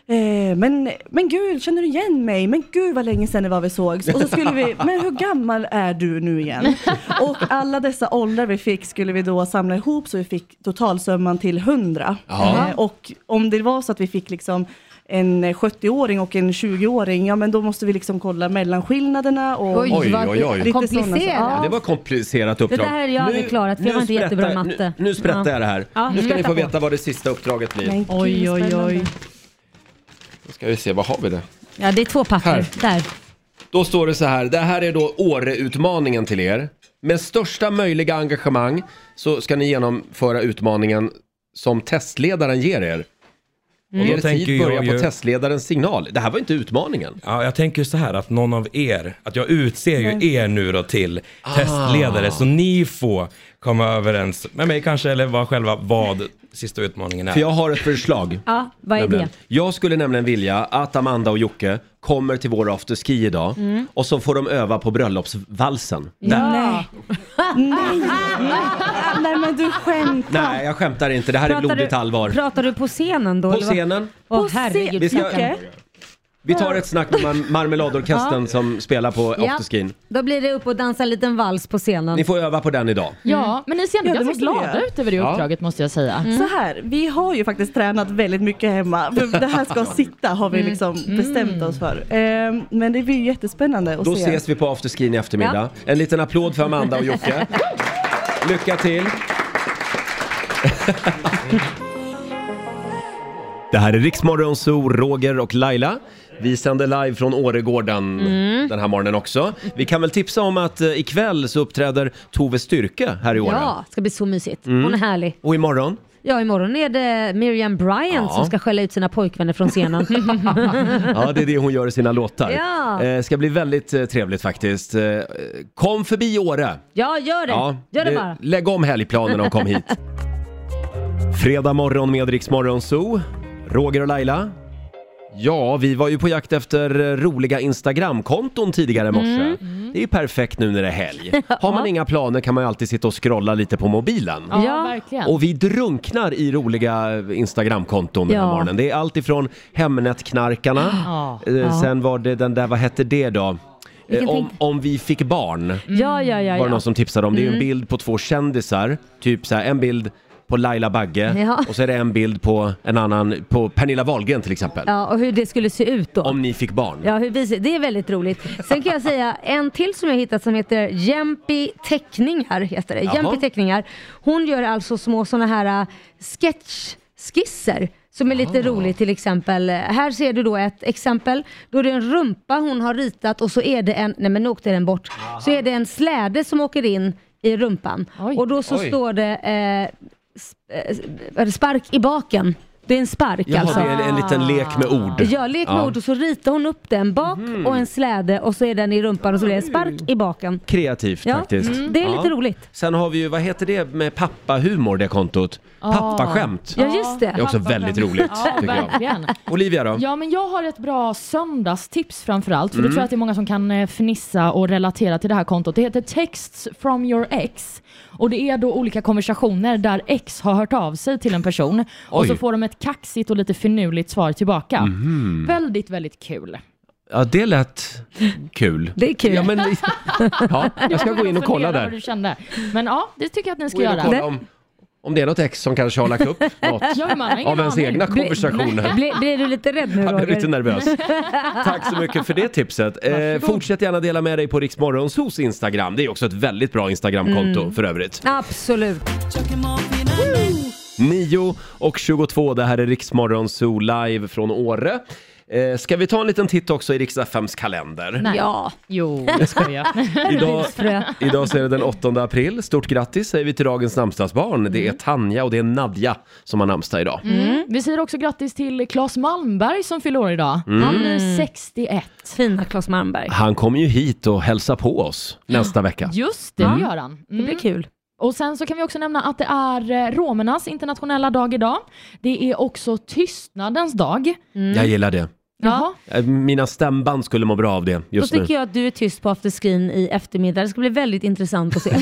[SPEAKER 18] Eh, men, men gud, känner du igen mig? Men gud vad länge sedan det var vi sågs. Och så skulle vi, men hur gammal är du nu igen? Och alla dessa åldrar vi fick skulle vi då samla ihop så vi fick totalsumman till 100.
[SPEAKER 20] Jaha.
[SPEAKER 18] Eh, och om det var så att vi fick liksom en 70-åring och en 20-åring, ja men då måste vi liksom kolla mellanskillnaderna och lite sådana saker.
[SPEAKER 1] Ja, Det var ett komplicerat uppdrag.
[SPEAKER 2] Det där hade jag aldrig
[SPEAKER 1] Nu-
[SPEAKER 2] klarat, för jag
[SPEAKER 1] nu
[SPEAKER 2] var inte jättebra i
[SPEAKER 1] sprättar-
[SPEAKER 2] matte.
[SPEAKER 1] Nu, nu sprättar
[SPEAKER 2] Ja.
[SPEAKER 1] jag det här.
[SPEAKER 2] Ja,
[SPEAKER 1] Nu
[SPEAKER 17] Mm.
[SPEAKER 1] ska ni
[SPEAKER 2] sprätta
[SPEAKER 1] få
[SPEAKER 2] på.
[SPEAKER 1] veta vad det sista uppdraget blir.
[SPEAKER 2] Men gud, Oj, oj, spännande. oj.
[SPEAKER 1] Då ska vi se, vad har vi det?
[SPEAKER 2] Ja, det är två papper.
[SPEAKER 1] Här.
[SPEAKER 2] Där.
[SPEAKER 1] Då står det så här, det här är då Åre-utmaningen till er. Med största möjliga engagemang så ska ni genomföra utmaningen som testledaren ger er.
[SPEAKER 17] Och
[SPEAKER 1] Och
[SPEAKER 17] Mm. då
[SPEAKER 1] er
[SPEAKER 17] tänker
[SPEAKER 1] tid börjar
[SPEAKER 17] jag
[SPEAKER 1] på
[SPEAKER 17] ju-
[SPEAKER 1] testledarens signal. Det här var inte utmaningen.
[SPEAKER 17] Ja, jag tänker ju så här att någon av er, att jag utser ju er nu då till
[SPEAKER 6] Ah.
[SPEAKER 17] testledare så ni får komma överens med mig kanske eller vad själva vad sista utmaningen är.
[SPEAKER 1] För jag har ett förslag.
[SPEAKER 2] Ja, vad är det?
[SPEAKER 1] Nämligen. Jag skulle nämligen vilja att Amanda och Jocke kommer till vår afterski idag
[SPEAKER 2] Mm.
[SPEAKER 1] och så får de öva på bröllopsvalsen.
[SPEAKER 18] Nej. Nej. Ah! Nej men du skämtar.
[SPEAKER 1] Nej, jag skämtar inte. Det här är blodigt allvar.
[SPEAKER 2] Pratar du på scenen då?
[SPEAKER 1] På
[SPEAKER 2] eller vad?
[SPEAKER 1] scenen.
[SPEAKER 2] Åh
[SPEAKER 18] På scen-
[SPEAKER 2] herregud.
[SPEAKER 1] Vi ska-
[SPEAKER 2] Jocke.
[SPEAKER 1] Vi tar ett snack med mar- Marmeladorkestern
[SPEAKER 2] Ja.
[SPEAKER 1] som spelar på
[SPEAKER 2] Ja.
[SPEAKER 1] afterskin.
[SPEAKER 2] Då blir det upp och dansa en liten vals på scenen.
[SPEAKER 1] Ni får öva på den idag.
[SPEAKER 6] Ja, men ni ser ändå
[SPEAKER 18] Mm. Ja, det måste vi
[SPEAKER 6] ganska glada
[SPEAKER 18] göra. Mm.
[SPEAKER 6] ut över det
[SPEAKER 1] Ja.
[SPEAKER 6] uppdraget måste jag säga.
[SPEAKER 18] Så här, vi har ju faktiskt tränat väldigt mycket hemma. För det här ska sitta har vi
[SPEAKER 6] Mm.
[SPEAKER 18] liksom
[SPEAKER 6] Mm.
[SPEAKER 18] bestämt oss för. Ehm, Men det blir ju jättespännande att
[SPEAKER 1] Då
[SPEAKER 18] se.
[SPEAKER 1] ses vi på afterskin i eftermiddag. En liten applåd för Amanda och Jocke. Lycka till! Det här är Riksmorgon Zoo, Roger och Laila. Vi sänder live från Åregården
[SPEAKER 12] Mm.
[SPEAKER 1] den här morgonen också. Vi kan väl tipsa om att eh, ikväll så uppträder Tove Styrke här i Åre.
[SPEAKER 2] Ja, ska bli så mysigt.
[SPEAKER 1] Mm.
[SPEAKER 2] Hon är härlig.
[SPEAKER 1] Och imorgon?
[SPEAKER 2] Ja, imorgon är det Miriam Bryant
[SPEAKER 1] Ja.
[SPEAKER 2] som ska skälla ut sina pojkvänner från scenen.
[SPEAKER 1] Ja, det är det hon gör i sina låtar.
[SPEAKER 2] Ja.
[SPEAKER 1] Eh, ska bli väldigt eh, trevligt faktiskt. Eh, kom förbi Åre!
[SPEAKER 2] ja, gör det. gör det, bara.
[SPEAKER 1] Lägg om helgplanen och kom hit. Fredag morgon med Rix Morgon Zoo. Roger och Laila. Ja, vi var ju på jakt efter eh, roliga Instagramkonton tidigare i morse.
[SPEAKER 2] Mm,
[SPEAKER 1] Det är ju perfekt nu när det är helg. Har man
[SPEAKER 6] Ja.
[SPEAKER 1] inga planer kan man ju alltid sitta och scrolla lite på mobilen.
[SPEAKER 6] Ja, verkligen.
[SPEAKER 1] Och vi drunknar i roliga Instagramkonton den här
[SPEAKER 6] Ja.
[SPEAKER 1] morgonen. Det är allt ifrån Hemnetknarkarna,
[SPEAKER 2] Ja.
[SPEAKER 1] eh,
[SPEAKER 2] Ja.
[SPEAKER 1] sen var det den där, vad hette det då? Eh,
[SPEAKER 2] Vilken
[SPEAKER 1] om,
[SPEAKER 2] tänk-
[SPEAKER 1] om vi fick barn
[SPEAKER 2] Ja, ja, ja.
[SPEAKER 1] var det
[SPEAKER 2] ja.
[SPEAKER 1] någon som tipsade om. Det är ju en
[SPEAKER 2] Mm.
[SPEAKER 1] bild på två kändisar, typ så här, en bild på Laila Bagge
[SPEAKER 2] Ja.
[SPEAKER 1] och så är det en bild på en annan, på Pernilla Wahlgren till exempel.
[SPEAKER 2] Ja, och hur det skulle se ut då.
[SPEAKER 1] Om ni fick barn.
[SPEAKER 2] Ja, hur vi ser, det är väldigt roligt. Sen kan jag säga en till som jag hittat som heter Jempi Teckningar. Heter det.
[SPEAKER 20] Jaha.
[SPEAKER 2] Jempi Teckningar. Hon gör alltså små sådana här äh, sketchskisser som är lite roligt till exempel. eh, Här ser du då ett exempel. Då är det en rumpa hon har ritat och så är det en, nej men nu åkte den bort, så är det en släde som åker in i rumpan. Och då så
[SPEAKER 20] Oj.
[SPEAKER 2] står det eh, sp- eh, vad är det, spark i baken. Det är en spark
[SPEAKER 1] Jaha,
[SPEAKER 2] alltså.
[SPEAKER 1] det är en, en liten lek med ord. Mm-hmm.
[SPEAKER 2] Ja, lek med ord och så ritar hon upp den bak och en släde och så är den i rumpan och så blir det en spark i baken.
[SPEAKER 1] Kreativt
[SPEAKER 2] Ja,
[SPEAKER 1] faktiskt.
[SPEAKER 2] mm, det är lite roligt.
[SPEAKER 1] Sen har vi ju, vad heter det med pappahumor, det kontot? Pappaskämt.
[SPEAKER 6] Ah. Ja, just det.
[SPEAKER 1] Det är också väldigt roligt,
[SPEAKER 6] Ja,
[SPEAKER 1] tycker
[SPEAKER 6] verkligen.
[SPEAKER 1] jag. Olivia då?
[SPEAKER 6] Ja, men jag har ett bra söndagstips framförallt, för
[SPEAKER 1] Mm.
[SPEAKER 6] då tror jag att det är många som kan eh, fnissa och relatera till det här kontot. Det heter Texts from your ex och det är då olika konversationer där ex har hört av sig till en person och
[SPEAKER 1] Oj.
[SPEAKER 6] så får de ett kaxigt och lite finurligt svar tillbaka.
[SPEAKER 1] Mhm.
[SPEAKER 6] Väldigt, väldigt kul.
[SPEAKER 1] Ja, det lät kul.
[SPEAKER 6] Det är kul.
[SPEAKER 1] Ja, men, ja, jag ska
[SPEAKER 6] Du
[SPEAKER 1] gå in och
[SPEAKER 6] får
[SPEAKER 1] kolla
[SPEAKER 6] fundera vad
[SPEAKER 1] där.
[SPEAKER 6] Du kände. Men ja, det tycker jag att ni ska
[SPEAKER 1] Gå in och
[SPEAKER 6] göra.
[SPEAKER 1] kolla om, om det är något ex som kanske har lagt upp något
[SPEAKER 6] Ja, man har ingen
[SPEAKER 1] av ens
[SPEAKER 6] aning.
[SPEAKER 1] egna
[SPEAKER 6] Bli-
[SPEAKER 1] konversationer.
[SPEAKER 2] Blir, blir du lite rädd nu
[SPEAKER 1] Jag
[SPEAKER 2] Roger?
[SPEAKER 1] blev lite nervös. Tack så mycket för det tipset. Eh, fortsätt gärna dela med dig på Riksmorgonsos Instagram. Det är också ett väldigt bra Instagramkonto
[SPEAKER 2] Mm.
[SPEAKER 1] för övrigt.
[SPEAKER 2] Absolut. Woo!
[SPEAKER 1] 9 och 22, det här är Riksmorgonso live från Åre. Eh, ska vi ta en liten titt också i Rix FMs kalender?
[SPEAKER 6] Nej. Ja. Jo, jag skojar.
[SPEAKER 1] Idag,
[SPEAKER 6] Busfrö.
[SPEAKER 1] idag så är det den 8 april. Stort grattis säger vi till dagens namnsdagsbarn. Det är Tanja och det är Nadja som har namnsdag idag.
[SPEAKER 6] Mm. Vi säger också grattis till Claes Malmberg som fyller år idag.
[SPEAKER 1] Mm.
[SPEAKER 6] Han blir 61.
[SPEAKER 2] Fina Claes Malmberg.
[SPEAKER 1] Han kommer ju hit och hälsar på oss nästa vecka. Mm.
[SPEAKER 6] Just det, det gör han. Mm. Det blir
[SPEAKER 2] kul.
[SPEAKER 6] Och sen så kan vi också nämna att det är eh, romernas internationella dag idag. Det är också tystnadens dag.
[SPEAKER 1] Jag gillar det.
[SPEAKER 2] Jaha.
[SPEAKER 1] Eh, Mina stämband skulle må bra av det
[SPEAKER 2] Då
[SPEAKER 1] just nu.
[SPEAKER 2] tycker jag att du är tyst på afterscreen i eftermiddag. Det ska bli väldigt intressant att se.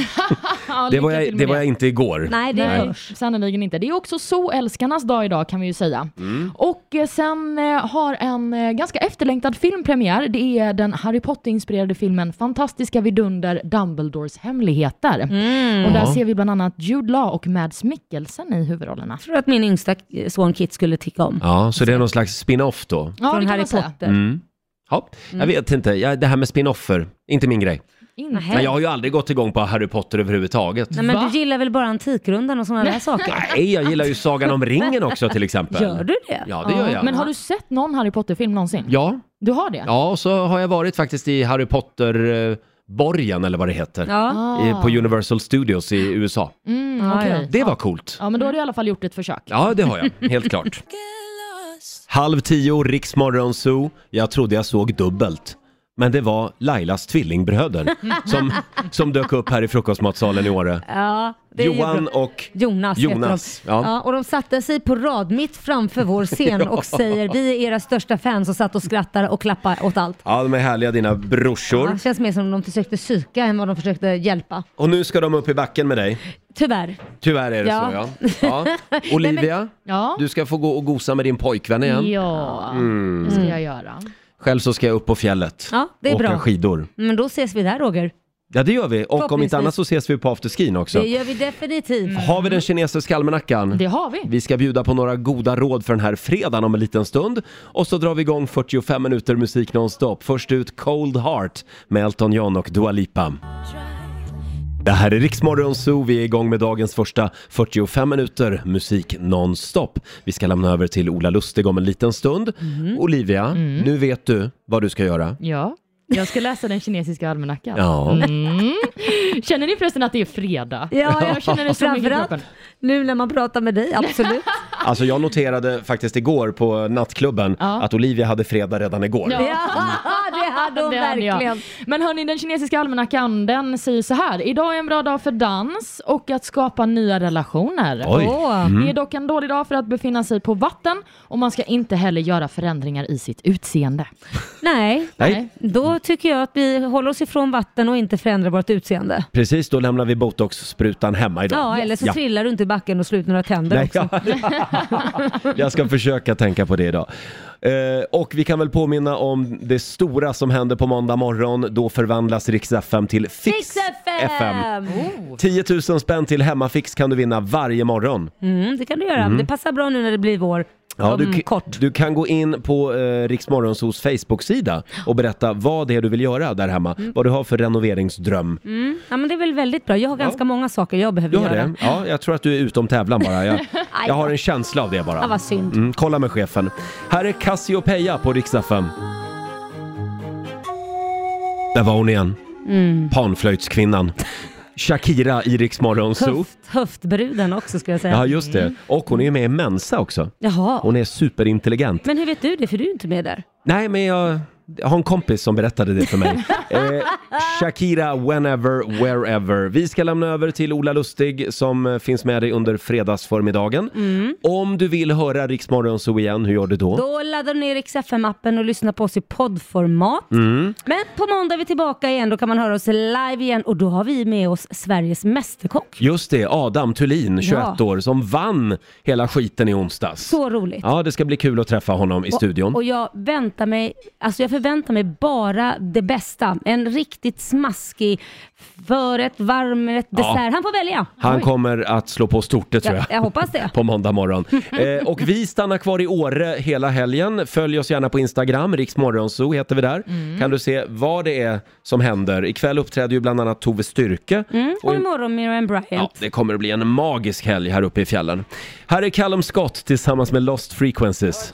[SPEAKER 1] Det var jag, det var jag inte igår.
[SPEAKER 6] Nej, det är sannerligen inte. Det är också soälskarnas dag idag kan vi ju säga.
[SPEAKER 1] Mm.
[SPEAKER 6] Och eh, sen eh, har en eh, ganska efterlängtad film premiär. Det är den Harry Potter-inspirerade filmen Fantastiska vidunder Dumbledores hemligheter. Och där
[SPEAKER 2] Mm. Ja.
[SPEAKER 6] ser vi bland annat Jude Law och Mads Mikkelsen i huvudrollerna.
[SPEAKER 2] Jag tror att min yngsta son Kit skulle tycka om.
[SPEAKER 1] Ja, så det är någon slags spin-off då?
[SPEAKER 6] Ja,
[SPEAKER 2] Från
[SPEAKER 6] det kan
[SPEAKER 2] Harry
[SPEAKER 6] man säga.
[SPEAKER 2] Potter.
[SPEAKER 1] Mm. Ja, jag
[SPEAKER 2] Mm.
[SPEAKER 1] vet inte. Jag, det här med spin-offer, inte min grej.
[SPEAKER 2] Inte.
[SPEAKER 1] Men jag har ju aldrig gått igång på Harry Potter överhuvudtaget.
[SPEAKER 2] Nej, men du gillar väl bara Antikrundan och sådana där saker?
[SPEAKER 1] Nej, jag gillar ju Sagan om ringen också till exempel.
[SPEAKER 2] Gör du det?
[SPEAKER 1] Ja, det gör jag.
[SPEAKER 6] Men har du sett någon Harry Potter-film någonsin?
[SPEAKER 1] Ja,
[SPEAKER 6] Du har det?
[SPEAKER 1] ja och så har jag varit faktiskt i Harry Potter-borgen, eller vad det heter,
[SPEAKER 6] Ja.
[SPEAKER 1] i- på Universal Studios i USA.
[SPEAKER 6] Mm, okej.
[SPEAKER 1] Det var coolt.
[SPEAKER 6] Ja, men då har du i alla fall gjort ett försök.
[SPEAKER 1] Ja, det har jag. Helt klart. Halv tio, Riksmorgon Zoo. Jag trodde jag såg dubbelt. Men det var Lailas tvillingbröder som, som dök upp här i frukostmatsalen i Åre.
[SPEAKER 2] Ja, det är ju
[SPEAKER 1] Johan
[SPEAKER 2] bra.
[SPEAKER 1] och...
[SPEAKER 2] Jonas, heter
[SPEAKER 1] Jonas,
[SPEAKER 2] de.
[SPEAKER 1] ja.
[SPEAKER 2] Ja. och de satte sig på rad mitt framför vår scen
[SPEAKER 1] Ja.
[SPEAKER 2] och säger vi är era största fans och satt och skrattade och klappade åt allt.
[SPEAKER 1] Ja, de är härliga dina brorsor.
[SPEAKER 2] Ja, det känns mer som om de försökte psyka än vad de försökte hjälpa.
[SPEAKER 1] Och nu ska de upp i backen med dig.
[SPEAKER 2] Tyvärr.
[SPEAKER 1] Tyvärr är det
[SPEAKER 2] Ja.
[SPEAKER 1] så ja. ja. Olivia,
[SPEAKER 6] Ja.
[SPEAKER 1] du ska få gå och gosa med din pojkvän igen.
[SPEAKER 6] Ja,
[SPEAKER 1] Mm.
[SPEAKER 6] det ska jag göra.
[SPEAKER 1] Själv så ska jag upp på fjället.
[SPEAKER 2] Ja, det är
[SPEAKER 1] Åka
[SPEAKER 2] bra.
[SPEAKER 1] skidor.
[SPEAKER 2] Men då ses vi där Roger.
[SPEAKER 1] Ja, det gör vi. Och om
[SPEAKER 2] Förhoppningsvis.
[SPEAKER 1] inte annat så ses vi på afterskin också.
[SPEAKER 2] Det gör vi definitivt.
[SPEAKER 1] Har vi den kinesiska almanackan?
[SPEAKER 6] Mm, Det har vi.
[SPEAKER 1] Vi ska bjuda på några goda råd för den här fredagen om en liten stund. Och så drar vi igång 45 minuter musik nonstop. Först ut Cold Heart med Elton John och Dua Lipa. Det här är Riksmorgon Zoo. Vi är igång med dagens första 45 minuter musik nonstop. Vi ska lämna över till Ola Lustig om en liten stund. Olivia, nu vet du vad du ska göra.
[SPEAKER 6] Mhm. Mm. Ja, jag ska läsa den kinesiska almanackan.
[SPEAKER 1] Ja.
[SPEAKER 6] Mm. Känner ni förresten att det är fredag?
[SPEAKER 2] Ja,
[SPEAKER 6] jag känner det så mycket i
[SPEAKER 2] Framförallt
[SPEAKER 6] kroppen.
[SPEAKER 2] nu när man pratar med dig, absolut.
[SPEAKER 1] Alltså jag noterade faktiskt igår på nattklubben
[SPEAKER 6] Ja.
[SPEAKER 1] att Olivia hade fredag redan igår.
[SPEAKER 2] det hade hon
[SPEAKER 6] jag.
[SPEAKER 2] verkligen.
[SPEAKER 6] Men hörni, den kinesiska almanackan den säger så här. Idag är en bra dag för dans och att skapa nya relationer.
[SPEAKER 1] Oj.
[SPEAKER 6] Åh.
[SPEAKER 1] Mm.
[SPEAKER 6] Det är dock en dålig dag för att befinna sig på vatten och man ska inte heller göra förändringar i sitt utseende.
[SPEAKER 2] Nej.
[SPEAKER 1] Nej.
[SPEAKER 2] då tycker jag att vi håller oss ifrån vatten och inte förändrar vårt utseende.
[SPEAKER 1] Precis, då lämnar vi botox-sprutan hemma idag.
[SPEAKER 2] Ja, eller så trillar du inte i backen och slår ut några tänder
[SPEAKER 1] Nej,
[SPEAKER 2] också.
[SPEAKER 1] Jag ska försöka tänka på det idag. Eh, och vi kan väl påminna om det stora som händer på måndag morgon. Då förvandlas Rix FM till Fix
[SPEAKER 2] FM!
[SPEAKER 1] FM. 10 000 spänn till Hemmafix kan du vinna varje morgon.
[SPEAKER 2] Mm, det kan du göra.
[SPEAKER 1] Mm.
[SPEAKER 2] Det passar bra nu när det blir vår. Mm.
[SPEAKER 1] Ja,
[SPEAKER 2] om
[SPEAKER 1] du, k-
[SPEAKER 2] kort.
[SPEAKER 1] du kan gå in på eh, Riksmorgonsos Facebook-sida och berätta vad det är du vill göra där hemma.
[SPEAKER 2] Mm.
[SPEAKER 1] Vad du har för renoveringsdröm.
[SPEAKER 2] Mm. Ja, men det är väl väldigt bra. Jag har ganska många saker jag behöver
[SPEAKER 1] Du har
[SPEAKER 2] göra.
[SPEAKER 1] det? Ja, jag tror att du är utom tävlan bara. Jag,
[SPEAKER 2] Aj
[SPEAKER 1] jag har
[SPEAKER 2] då.
[SPEAKER 1] en känsla av det bara.
[SPEAKER 2] Ja, vad synd.
[SPEAKER 1] Mm, kolla med chefen. Här är Cassiopeia på riksdag 5. Där var hon igen.
[SPEAKER 2] Mm.
[SPEAKER 1] Panflöjtskvinnan. Shakira i Rix Morgon Zoo.
[SPEAKER 2] Höft, höftbruden också ska jag säga.
[SPEAKER 1] Ja, just det. Och hon är med i Mensa också.
[SPEAKER 2] Jaha.
[SPEAKER 1] Hon är superintelligent.
[SPEAKER 2] Men hur vet du det? För du är inte med där.
[SPEAKER 1] Nej, men jag jag har en kompis som berättade det för mig. Eh, Shakira, whenever, wherever. Vi ska lämna över till Ola Lustig som eh, finns med dig under fredagsförmiddagen. Om du vill höra Riksmorgon så igen, hur gör du då?
[SPEAKER 2] Mm. Då laddar du ner Rix FM-appen och lyssnar på oss i poddformat.
[SPEAKER 1] Mm.
[SPEAKER 2] Men på måndag är vi tillbaka igen. Då kan man höra oss live igen och då har vi med oss Sveriges Mästerkock.
[SPEAKER 1] Just det, Adam Thulin, 21
[SPEAKER 2] Ja.
[SPEAKER 1] år, som vann hela skiten i onsdags.
[SPEAKER 2] Så roligt.
[SPEAKER 1] Ja, det ska bli kul att träffa honom i studion.
[SPEAKER 2] Och, och jag väntar mig, alltså jag förväntar mig bara det bästa. En riktigt smaskig förrätt, varmrätt,
[SPEAKER 1] Ja.
[SPEAKER 2] dessert. Han får välja.
[SPEAKER 1] Han kommer att slå på stort, det tror
[SPEAKER 2] Ja,
[SPEAKER 1] jag.
[SPEAKER 2] jag hoppas det.
[SPEAKER 1] På måndag morgon. Eh, och vi stannar kvar i Åre hela helgen. Följ oss gärna på Instagram, riksmorgonso heter vi där.
[SPEAKER 2] Mm.
[SPEAKER 1] Kan du se vad det är som händer. Ikväll uppträder ju bland annat Tove Styrke.
[SPEAKER 2] Mm. Och
[SPEAKER 1] i-
[SPEAKER 2] imorgon Miriam Bryant.
[SPEAKER 1] Ja, det kommer att bli en magisk helg här uppe i fjällen. Här är Callum Scott tillsammans med Lost Frequencies.